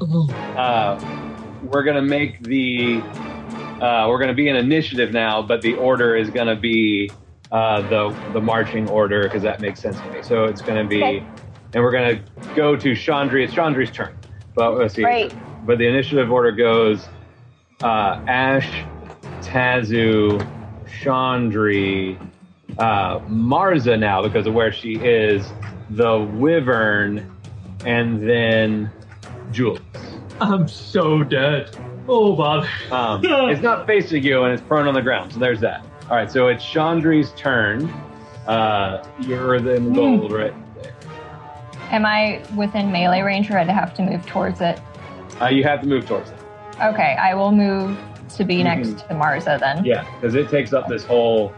Speaker 7: Oh.
Speaker 9: uh, we're gonna make the uh, we're gonna be an initiative now, but the order is gonna be uh, the the marching order because that makes sense to me. So it's gonna be,
Speaker 3: Okay.
Speaker 9: and we're gonna go to Chandri. It's Chandri's turn, but let's see.
Speaker 3: Great.
Speaker 9: But the initiative order goes uh, Ash, Tazu, Chandri, uh, Marza now because of where she is, the Wyvern, and then Jules.
Speaker 7: I'm so dead. Oh, bother.
Speaker 9: Um, it's not facing you and it's prone on the ground, so there's that. All right, so it's Chandri's turn. Uh, you're in gold, right?
Speaker 4: Am I within melee range or I'd have to move towards it?
Speaker 9: Uh, you have to move towards it.
Speaker 4: Okay, I will move to be
Speaker 9: Mhm.
Speaker 4: next to Marza then.
Speaker 9: Yeah, because it takes up this whole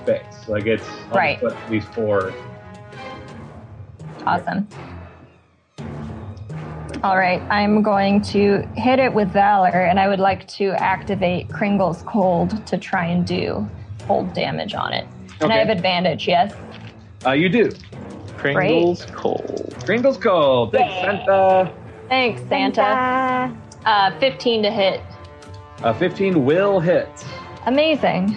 Speaker 9: space. Like it's almost
Speaker 4: Right.
Speaker 9: at least four.
Speaker 4: Awesome. All right, I'm going to hit it with Valor, and I would like to activate Kringle's Cold to try and do cold damage on it. And I
Speaker 9: Okay.
Speaker 4: have advantage, yes?
Speaker 9: Uh, you do.
Speaker 5: Kringle's cold.
Speaker 9: Kringle's cold. Thanks, Santa.
Speaker 4: Thanks, Santa. Uh, 15 to hit.
Speaker 9: Uh, 15 will hit.
Speaker 4: Amazing.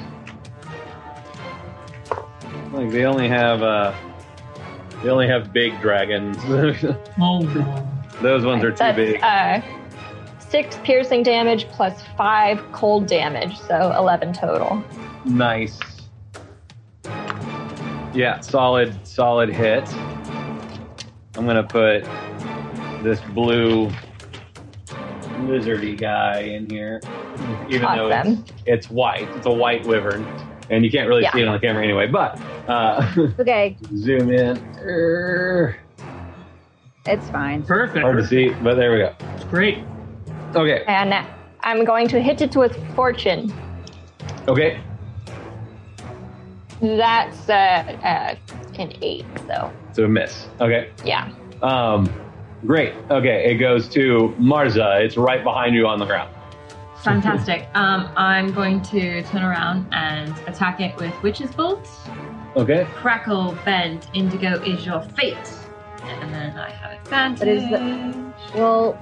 Speaker 9: Like they only have uh, they only have big dragons.
Speaker 7: Oh, no.
Speaker 9: Those ones are too
Speaker 4: That's
Speaker 9: big.
Speaker 4: uh, six piercing damage plus five cold damage, so 11 total.
Speaker 9: Nice. Yeah, solid, solid hit. I'm gonna put this blue lizardy guy in here, even though it's,
Speaker 4: Awesome.
Speaker 9: it's white. It's a white wyvern, and you can't really
Speaker 4: Yeah.
Speaker 9: see it on the camera anyway. But uh,
Speaker 3: Okay,
Speaker 9: zoom in. Err.
Speaker 3: it's fine.
Speaker 7: Perfect.
Speaker 9: Hard to see, but there we go.
Speaker 7: Great.
Speaker 9: Okay,
Speaker 4: And I'm going to hit it with Fortune.
Speaker 9: okay.
Speaker 4: That's uh, uh, an eight, so
Speaker 9: So a miss. Okay.
Speaker 4: yeah.
Speaker 9: Um, great. Okay, it goes to Marza. It's right behind you on the ground.
Speaker 11: Fantastic. Um, I'm going to turn around and attack it with Witch's Bolt.
Speaker 9: Okay.
Speaker 11: Crackle, bend, indigo is your fate. And then I have advantage.
Speaker 3: But is Well,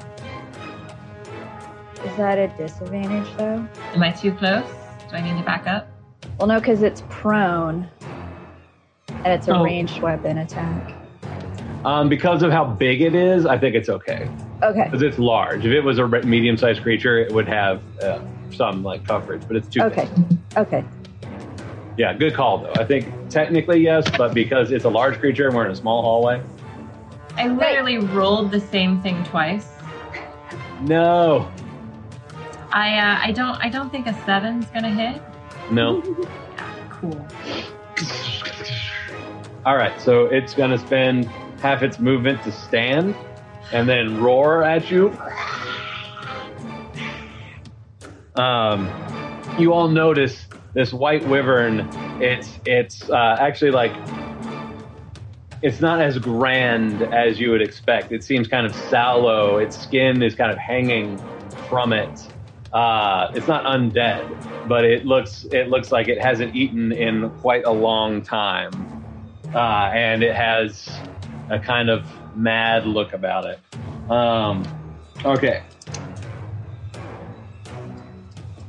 Speaker 3: is that a disadvantage though?
Speaker 11: Am I too close? Do I need to back up?
Speaker 3: Well, no, because it's prone, and it's a
Speaker 7: Oh.
Speaker 3: ranged weapon attack.
Speaker 9: Um, because of how big it is, I think it's okay.
Speaker 3: Okay,
Speaker 9: Because it's large. If it was a re- medium-sized creature, it would have uh, some like coverage, but it's too
Speaker 3: okay,
Speaker 9: big.
Speaker 3: okay.
Speaker 9: Yeah, good call though. I think technically yes, but because it's a large creature and we're in a small hallway,
Speaker 11: I literally rolled the same thing twice.
Speaker 9: no,
Speaker 11: I uh, I don't I don't think a seven's gonna hit.
Speaker 9: no.
Speaker 11: Cool.
Speaker 9: All right, so it's gonna spend half its movement to stand, and then roar at you. Um, you all notice this white wyvern. It's it's uh, actually like it's not as grand as you would expect. It seems kind of sallow. Its skin is kind of hanging from it. Uh, it's not undead, but it looks it looks like it hasn't eaten in quite a long time, uh, and it has a kind of mad look about it. Um, okay.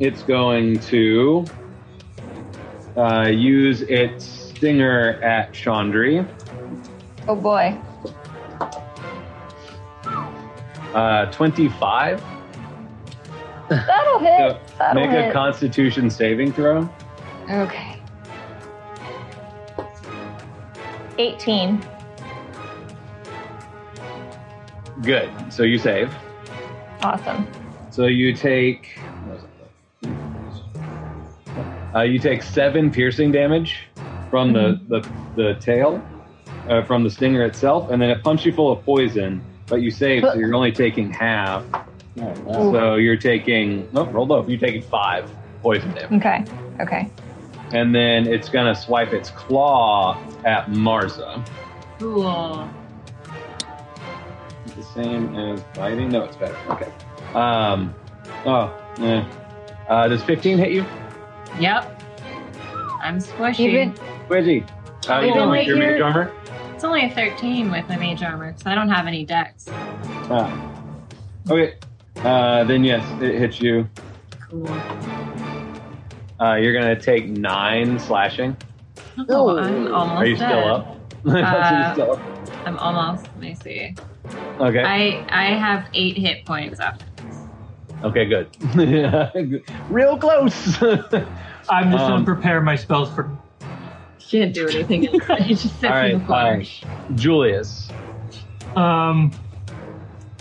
Speaker 9: It's going to uh, use its stinger at Chandri.
Speaker 4: Oh boy.
Speaker 9: Uh, 25.
Speaker 4: That'll hit.
Speaker 9: So
Speaker 4: That'll
Speaker 9: make a
Speaker 4: hit.
Speaker 9: constitution saving throw.
Speaker 4: okay. 18.
Speaker 9: Good. So you save.
Speaker 4: Awesome.
Speaker 9: So you take. Uh, you take seven piercing damage from the, the, the tail, uh, from the stinger itself, and then it pumps you full of poison, but you save, so you're only taking half. So you're taking. Oh, roll low. You're taking five poison damage.
Speaker 4: Okay. Okay.
Speaker 9: And then it's going to swipe its claw at Marza.
Speaker 6: Cool.
Speaker 9: the same as biting? No, it's better. Okay. Um, oh, eh. Uh, does 15 hit you?
Speaker 6: Yep. I'm squishy.
Speaker 4: Even
Speaker 9: Reggie. Uh, you
Speaker 6: Even
Speaker 9: don't like
Speaker 6: like
Speaker 9: your mage
Speaker 6: your-
Speaker 9: armor?
Speaker 6: It's only a 13 with my mage armor because I don't have any decks.
Speaker 9: Ah. Okay. Uh, then yes, it hits you.
Speaker 6: Cool.
Speaker 9: Uh, you're gonna take nine slashing.
Speaker 6: Oh, I'm almost
Speaker 9: Are you still
Speaker 6: dead.
Speaker 9: up?
Speaker 6: Uh,
Speaker 9: I thought you were still
Speaker 6: I'm almost. Let me see.
Speaker 9: up. Okay.
Speaker 6: I I have eight hit points up.
Speaker 9: okay. Good. Real close. All
Speaker 7: I'm just
Speaker 9: Um,
Speaker 7: gonna prepare my spells for.
Speaker 6: Can't do anything. it just sits in
Speaker 9: right.
Speaker 6: the corner.
Speaker 9: uh, Julius.
Speaker 7: Um,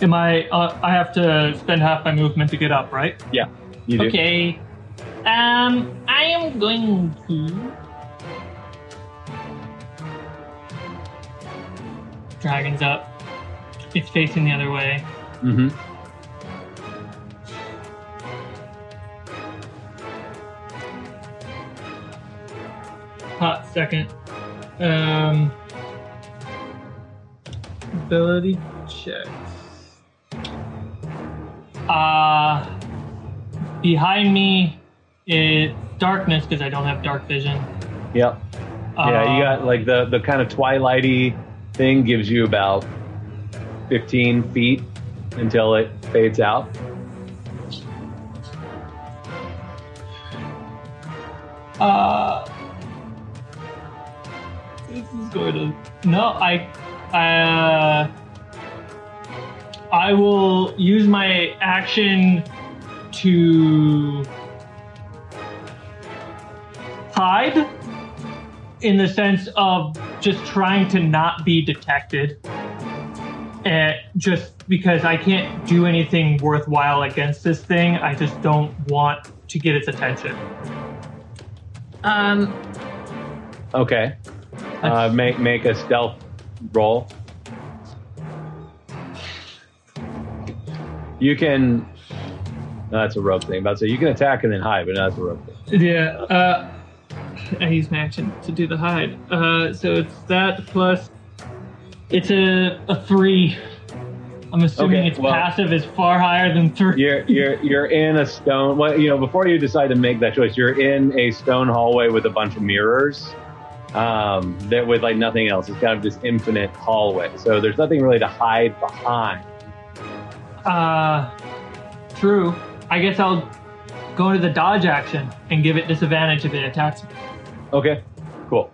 Speaker 7: am I? Uh, I have to spend half my movement to get up, right?
Speaker 9: You do.
Speaker 7: Okay. Um, I am going to. Dragon's up. It's facing the other way.
Speaker 9: hmm
Speaker 7: Hot second. Um. Ability checks. Uh. Behind me is darkness because I don't have dark vision.
Speaker 9: Yep. Yeah, you
Speaker 7: Uh,
Speaker 9: got like the the kind of twilighty thing gives you about 15 feet until it fades out.
Speaker 7: Uh, this is going to. No, I. I. Uh, I will use my action to hide, in the sense of just trying to not be detected. Uh, just because I can't do anything worthwhile against this thing, I just don't want to get its attention.
Speaker 6: Um,
Speaker 9: Okay. Uh, make make a stealth roll. You can. No, that's a rope thing. About to say you can attack and then hide, but that's a rope thing.
Speaker 7: Yeah, uh, I use my action to do the hide. Uh, so it's that plus. It's a, a three. I'm assuming
Speaker 9: Okay,
Speaker 7: its
Speaker 9: well-
Speaker 7: passive is far higher than three.
Speaker 9: You're you're you're in a stone. Well, you know, before you decide to make that choice, you're in a stone hallway with a bunch of mirrors. Um, that with like nothing else. It's kind of this infinite hallway. So there's nothing really to hide behind.
Speaker 7: Uh, true. I guess I'll go into the dodge action and give it disadvantage if it attacks me.
Speaker 9: Okay, cool.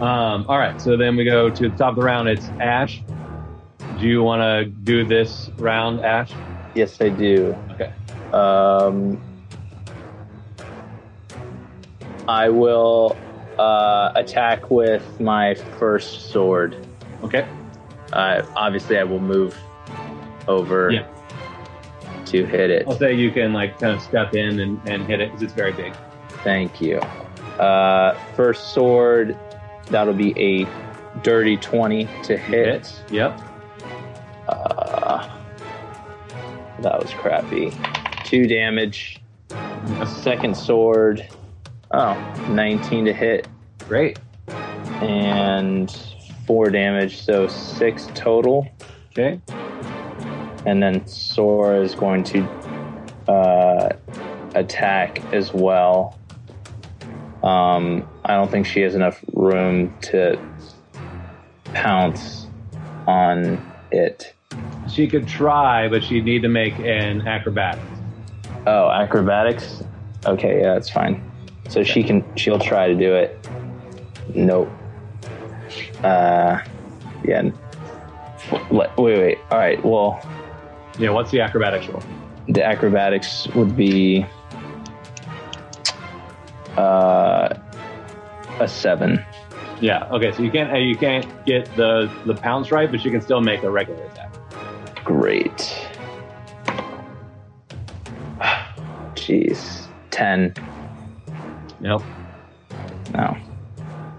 Speaker 9: Um, all right, so then we go to the top of the round. It's Ash. Do you want to do this round, Ash?
Speaker 5: Yes, I do.
Speaker 9: Okay.
Speaker 5: Um, I will uh, attack with my first sword.
Speaker 9: Okay.
Speaker 5: Uh, obviously, I will move over
Speaker 9: Yeah.
Speaker 5: to hit it.
Speaker 9: I'll say you can like kind of step in and, and hit it because it's very big.
Speaker 5: Thank you. Uh, first sword, that'll be a dirty 20 to hit.
Speaker 9: Yep.
Speaker 5: Uh, that was crappy. Two damage. Second sword, oh, 19 to hit.
Speaker 9: Great.
Speaker 5: and four damage, so six total.
Speaker 9: Okay.
Speaker 5: And then Sora is going to uh, attack as well. Um, I don't think she has enough room to pounce on it.
Speaker 9: She could try, but she'd need to make an acrobatics.
Speaker 5: Oh, acrobatics? Okay, yeah, that's fine. So she can she'll try to do it. Nope. Uh yeah. Wait, wait. All right. Well,
Speaker 9: Yeah, what's the acrobatics roll?
Speaker 5: the acrobatics would be uh, a seven.
Speaker 9: Yeah. Okay. So you can't uh, you can't get the the pounce right, but you can still make a regular attack.
Speaker 5: Great. Jeez, ten.
Speaker 9: Nope.
Speaker 5: No.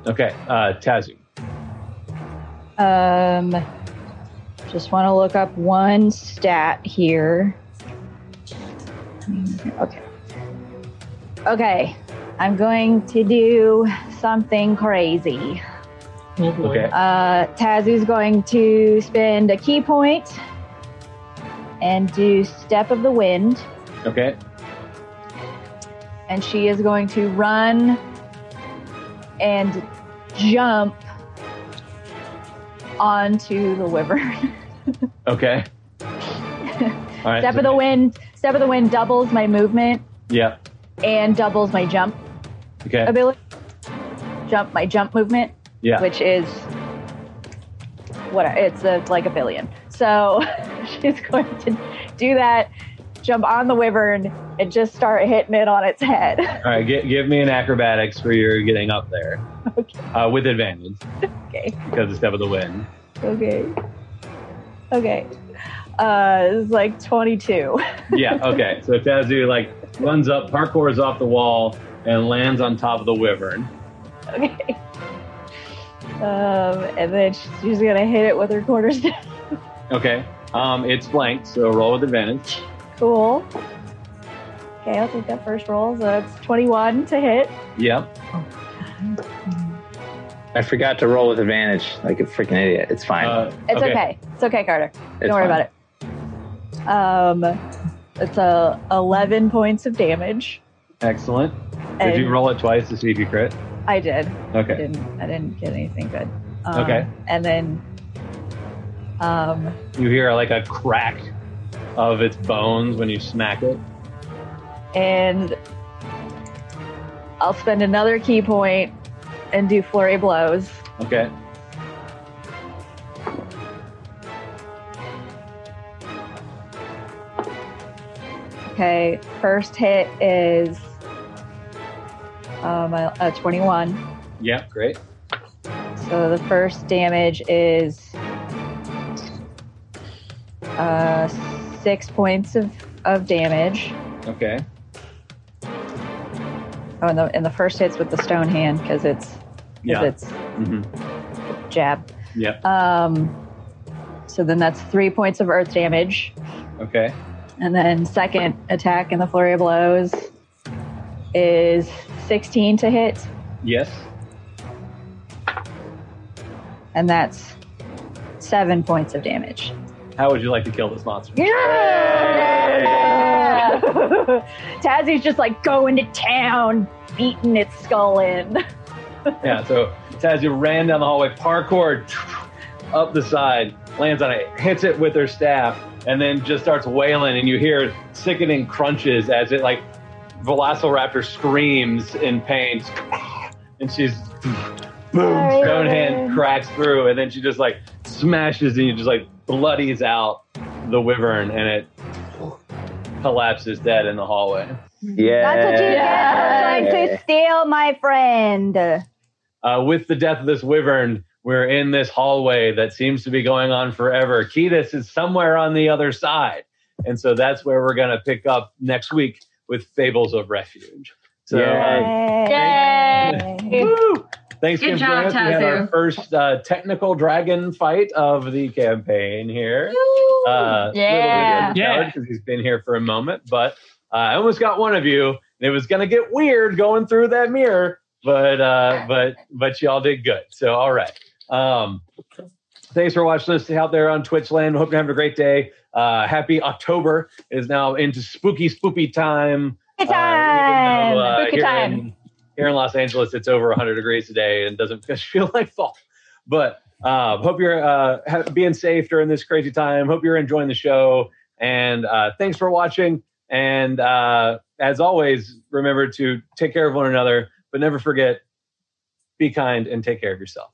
Speaker 9: Okay. Uh, Tazu.
Speaker 3: Um, just want to look up one stat here. Okay. Okay. I'm going to do something crazy.
Speaker 7: Oh boy.
Speaker 9: Okay.
Speaker 3: Uh, Tazu's going to spend a key point and do Step of the Wind,
Speaker 9: Okay.
Speaker 3: and she is going to run and jump onto the wyvern.
Speaker 9: Okay. All right.
Speaker 3: Step
Speaker 9: so-
Speaker 3: of the wind. Step of the wind doubles my movement
Speaker 9: Yeah.
Speaker 3: and doubles my jump
Speaker 9: Okay.
Speaker 3: ability. Jump my jump movement,
Speaker 9: Yeah.
Speaker 3: which is what it's a, like a billion. So she's going to do that. Jump on the wyvern and just start hitting it on its head.
Speaker 9: All right. Gi- give me an acrobatics for your getting up there.
Speaker 3: Okay.
Speaker 9: Uh, with advantage
Speaker 3: Okay.
Speaker 9: because of step of the wind.
Speaker 3: Okay. Okay. Uh, it's like 22.
Speaker 9: Yeah. Okay. so Tazu like runs up, parkours off the wall, and lands on top of the wyvern.
Speaker 3: Okay. Um, and then she's she's gonna hit it with her quarterstaff.
Speaker 9: Okay. Um, it's flanked, so roll with advantage.
Speaker 3: Cool. Okay, I'll take that first roll. So it's 21 to hit.
Speaker 9: Yep.
Speaker 5: I forgot to roll with advantage, like a freaking idiot. It's fine.
Speaker 9: Uh,
Speaker 3: It's okay. It's okay, Carter.
Speaker 5: it's
Speaker 3: Don't worry
Speaker 5: fine.
Speaker 3: about it. Um, it's a 11 points of damage.
Speaker 9: Excellent. Did
Speaker 3: and
Speaker 9: you roll it twice to see if you crit?
Speaker 3: I did. I
Speaker 9: Okay.
Speaker 3: didn't. I didn't get anything good. Um,
Speaker 9: Okay.
Speaker 3: And then, um,
Speaker 9: You hear like a crack of its bones when you smack it.
Speaker 3: and I'll spend another key point and do flurry blows.
Speaker 9: Okay.
Speaker 3: Okay, first hit is um, a a 21.
Speaker 9: Yep. Great.
Speaker 3: So the first damage is uh, six points of, of damage.
Speaker 9: Okay.
Speaker 3: Oh, and the, and the first hit's with the stone hand because it's, 'cause
Speaker 9: Yeah.
Speaker 3: it's
Speaker 9: Mm-hmm.
Speaker 3: jab.
Speaker 9: Yep.
Speaker 3: Um, so then that's three points of earth damage.
Speaker 9: Okay.
Speaker 3: And then second attack in the flurry of blows is 16 to hit.
Speaker 9: Yes.
Speaker 3: and that's seven points of damage.
Speaker 9: How would you like to kill this monster?
Speaker 3: Tazzie's just like going to town, beating its skull in.
Speaker 9: Yeah, so Tazu ran down the hallway, parkour up the side, lands on it, hits it with her staff, and then just starts wailing. And you hear sickening crunches as it like Velociraptor screams in pain, and she's boom,
Speaker 3: Sorry.
Speaker 9: stone
Speaker 3: Oh.
Speaker 9: hand cracks through, and then she just like smashes and you just like bloodies out the wyvern, and it collapses dead in the hallway.
Speaker 5: Yeah.
Speaker 3: That's what you get for trying to steal my friend.
Speaker 9: uh, with the death of this wyvern, we're in this hallway that seems to be going on forever. Ketis is somewhere on the other side. And so that's where we're going to pick up next week with Fables of Refuge. So,
Speaker 3: Yay.
Speaker 5: Yeah.
Speaker 9: uh, woo! Thanks
Speaker 12: Good
Speaker 9: again for
Speaker 12: job,
Speaker 9: joining us. We had our
Speaker 12: Tazu.
Speaker 9: first uh, technical dragon fight of the campaign here. Uh,
Speaker 4: Yeah.
Speaker 7: Yeah.
Speaker 9: because he's been here for a moment. But uh, I almost got one of you, and it was gonna get weird going through that mirror. But uh, but but y'all did good. So all right. Um, thanks for watching us out there on Twitch land. Hope you're having a great day. Uh, happy October is now into spooky spooky time.
Speaker 3: Good
Speaker 9: Uh,
Speaker 3: time.
Speaker 9: even though, uh,
Speaker 3: Good
Speaker 9: here
Speaker 3: time.
Speaker 9: in- Here in Los Angeles, it's over 100 degrees today and doesn't feel like fall. But
Speaker 2: Uh, hope you're uh, ha- being safe during this crazy time. Hope you're enjoying the show. And uh, thanks for watching. And uh, as always, remember to take care of one another, but never forget be kind and take care of yourself.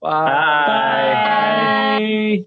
Speaker 2: Bye.
Speaker 5: Bye.
Speaker 7: Bye.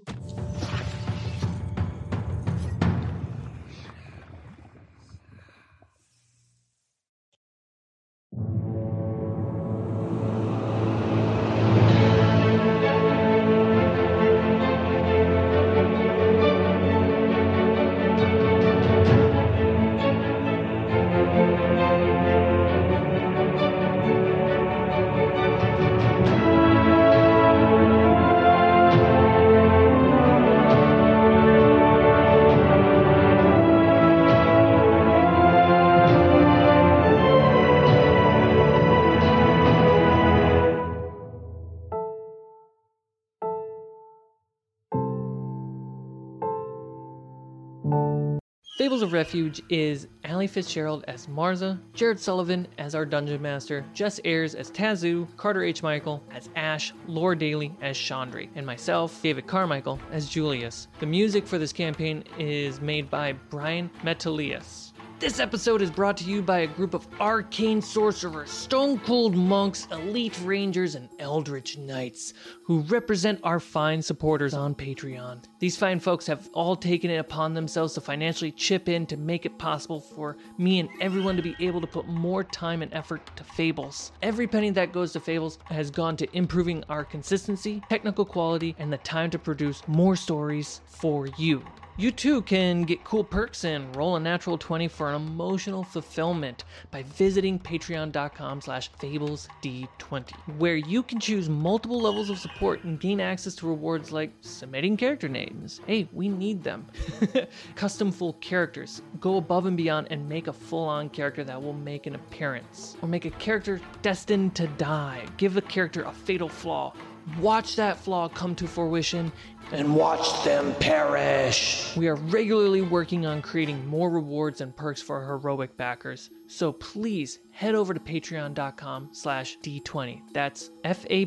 Speaker 1: Fables of Refuge is Allie Fitzgerald as Marza, Jared Sullivan as our Dungeon Master, Jess Ayers as Tazoo, Carter H. Michael as Ash, Laura Daly as Chandri, and myself, David Carmichael, as Julius. The music for this campaign is made by Brian Metalius. This episode is brought to you by a group of arcane sorcerers, stone cold monks, elite rangers, and eldritch knights who represent our fine supporters on Patreon. These fine folks have all taken it upon themselves to financially chip in to make it possible for me and everyone to be able to put more time and effort to Fables. Every penny that goes to Fables has gone to improving our consistency, technical quality, and the time to produce more stories for you. You too can get cool perks and roll a natural 20 for an emotional fulfillment by visiting patreon.com slash fablesd20, where you can choose multiple levels of support and gain access to rewards like submitting character names. Hey, we need them. Custom full characters. Go above and beyond and make a full-on character that will make an appearance. Or make a character destined to die. Give the character a fatal flaw. Watch that flaw come to fruition and watch them perish. We are regularly working on creating more rewards and perks for our heroic backers, so please head over to patreon.com slash d20. That's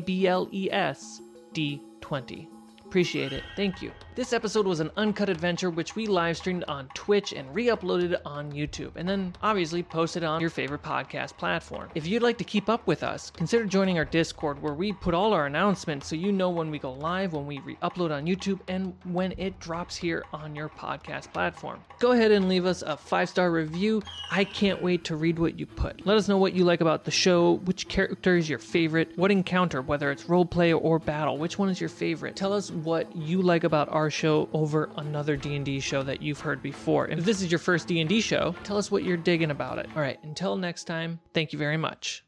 Speaker 1: E F-A-B-L-E-S D20. Appreciate it. Thank you. This episode was an uncut adventure which we live streamed on Twitch and re uploaded on YouTube, and then obviously posted on your favorite podcast platform. If you'd like to keep up with us, consider joining our Discord where we put all our announcements so you know when we go live, when we re upload on YouTube, and when it drops here on your podcast platform. Go ahead and leave us a five star review. I can't wait to read what you put. Let us know what you like about the show, which character is your favorite, what encounter, whether it's roleplay or battle, which one is your favorite. Tell us what you like about our show over another D&D show that you've heard before. If this is your first D&D show, tell us what you're digging about it. All right, until next time, thank you very much.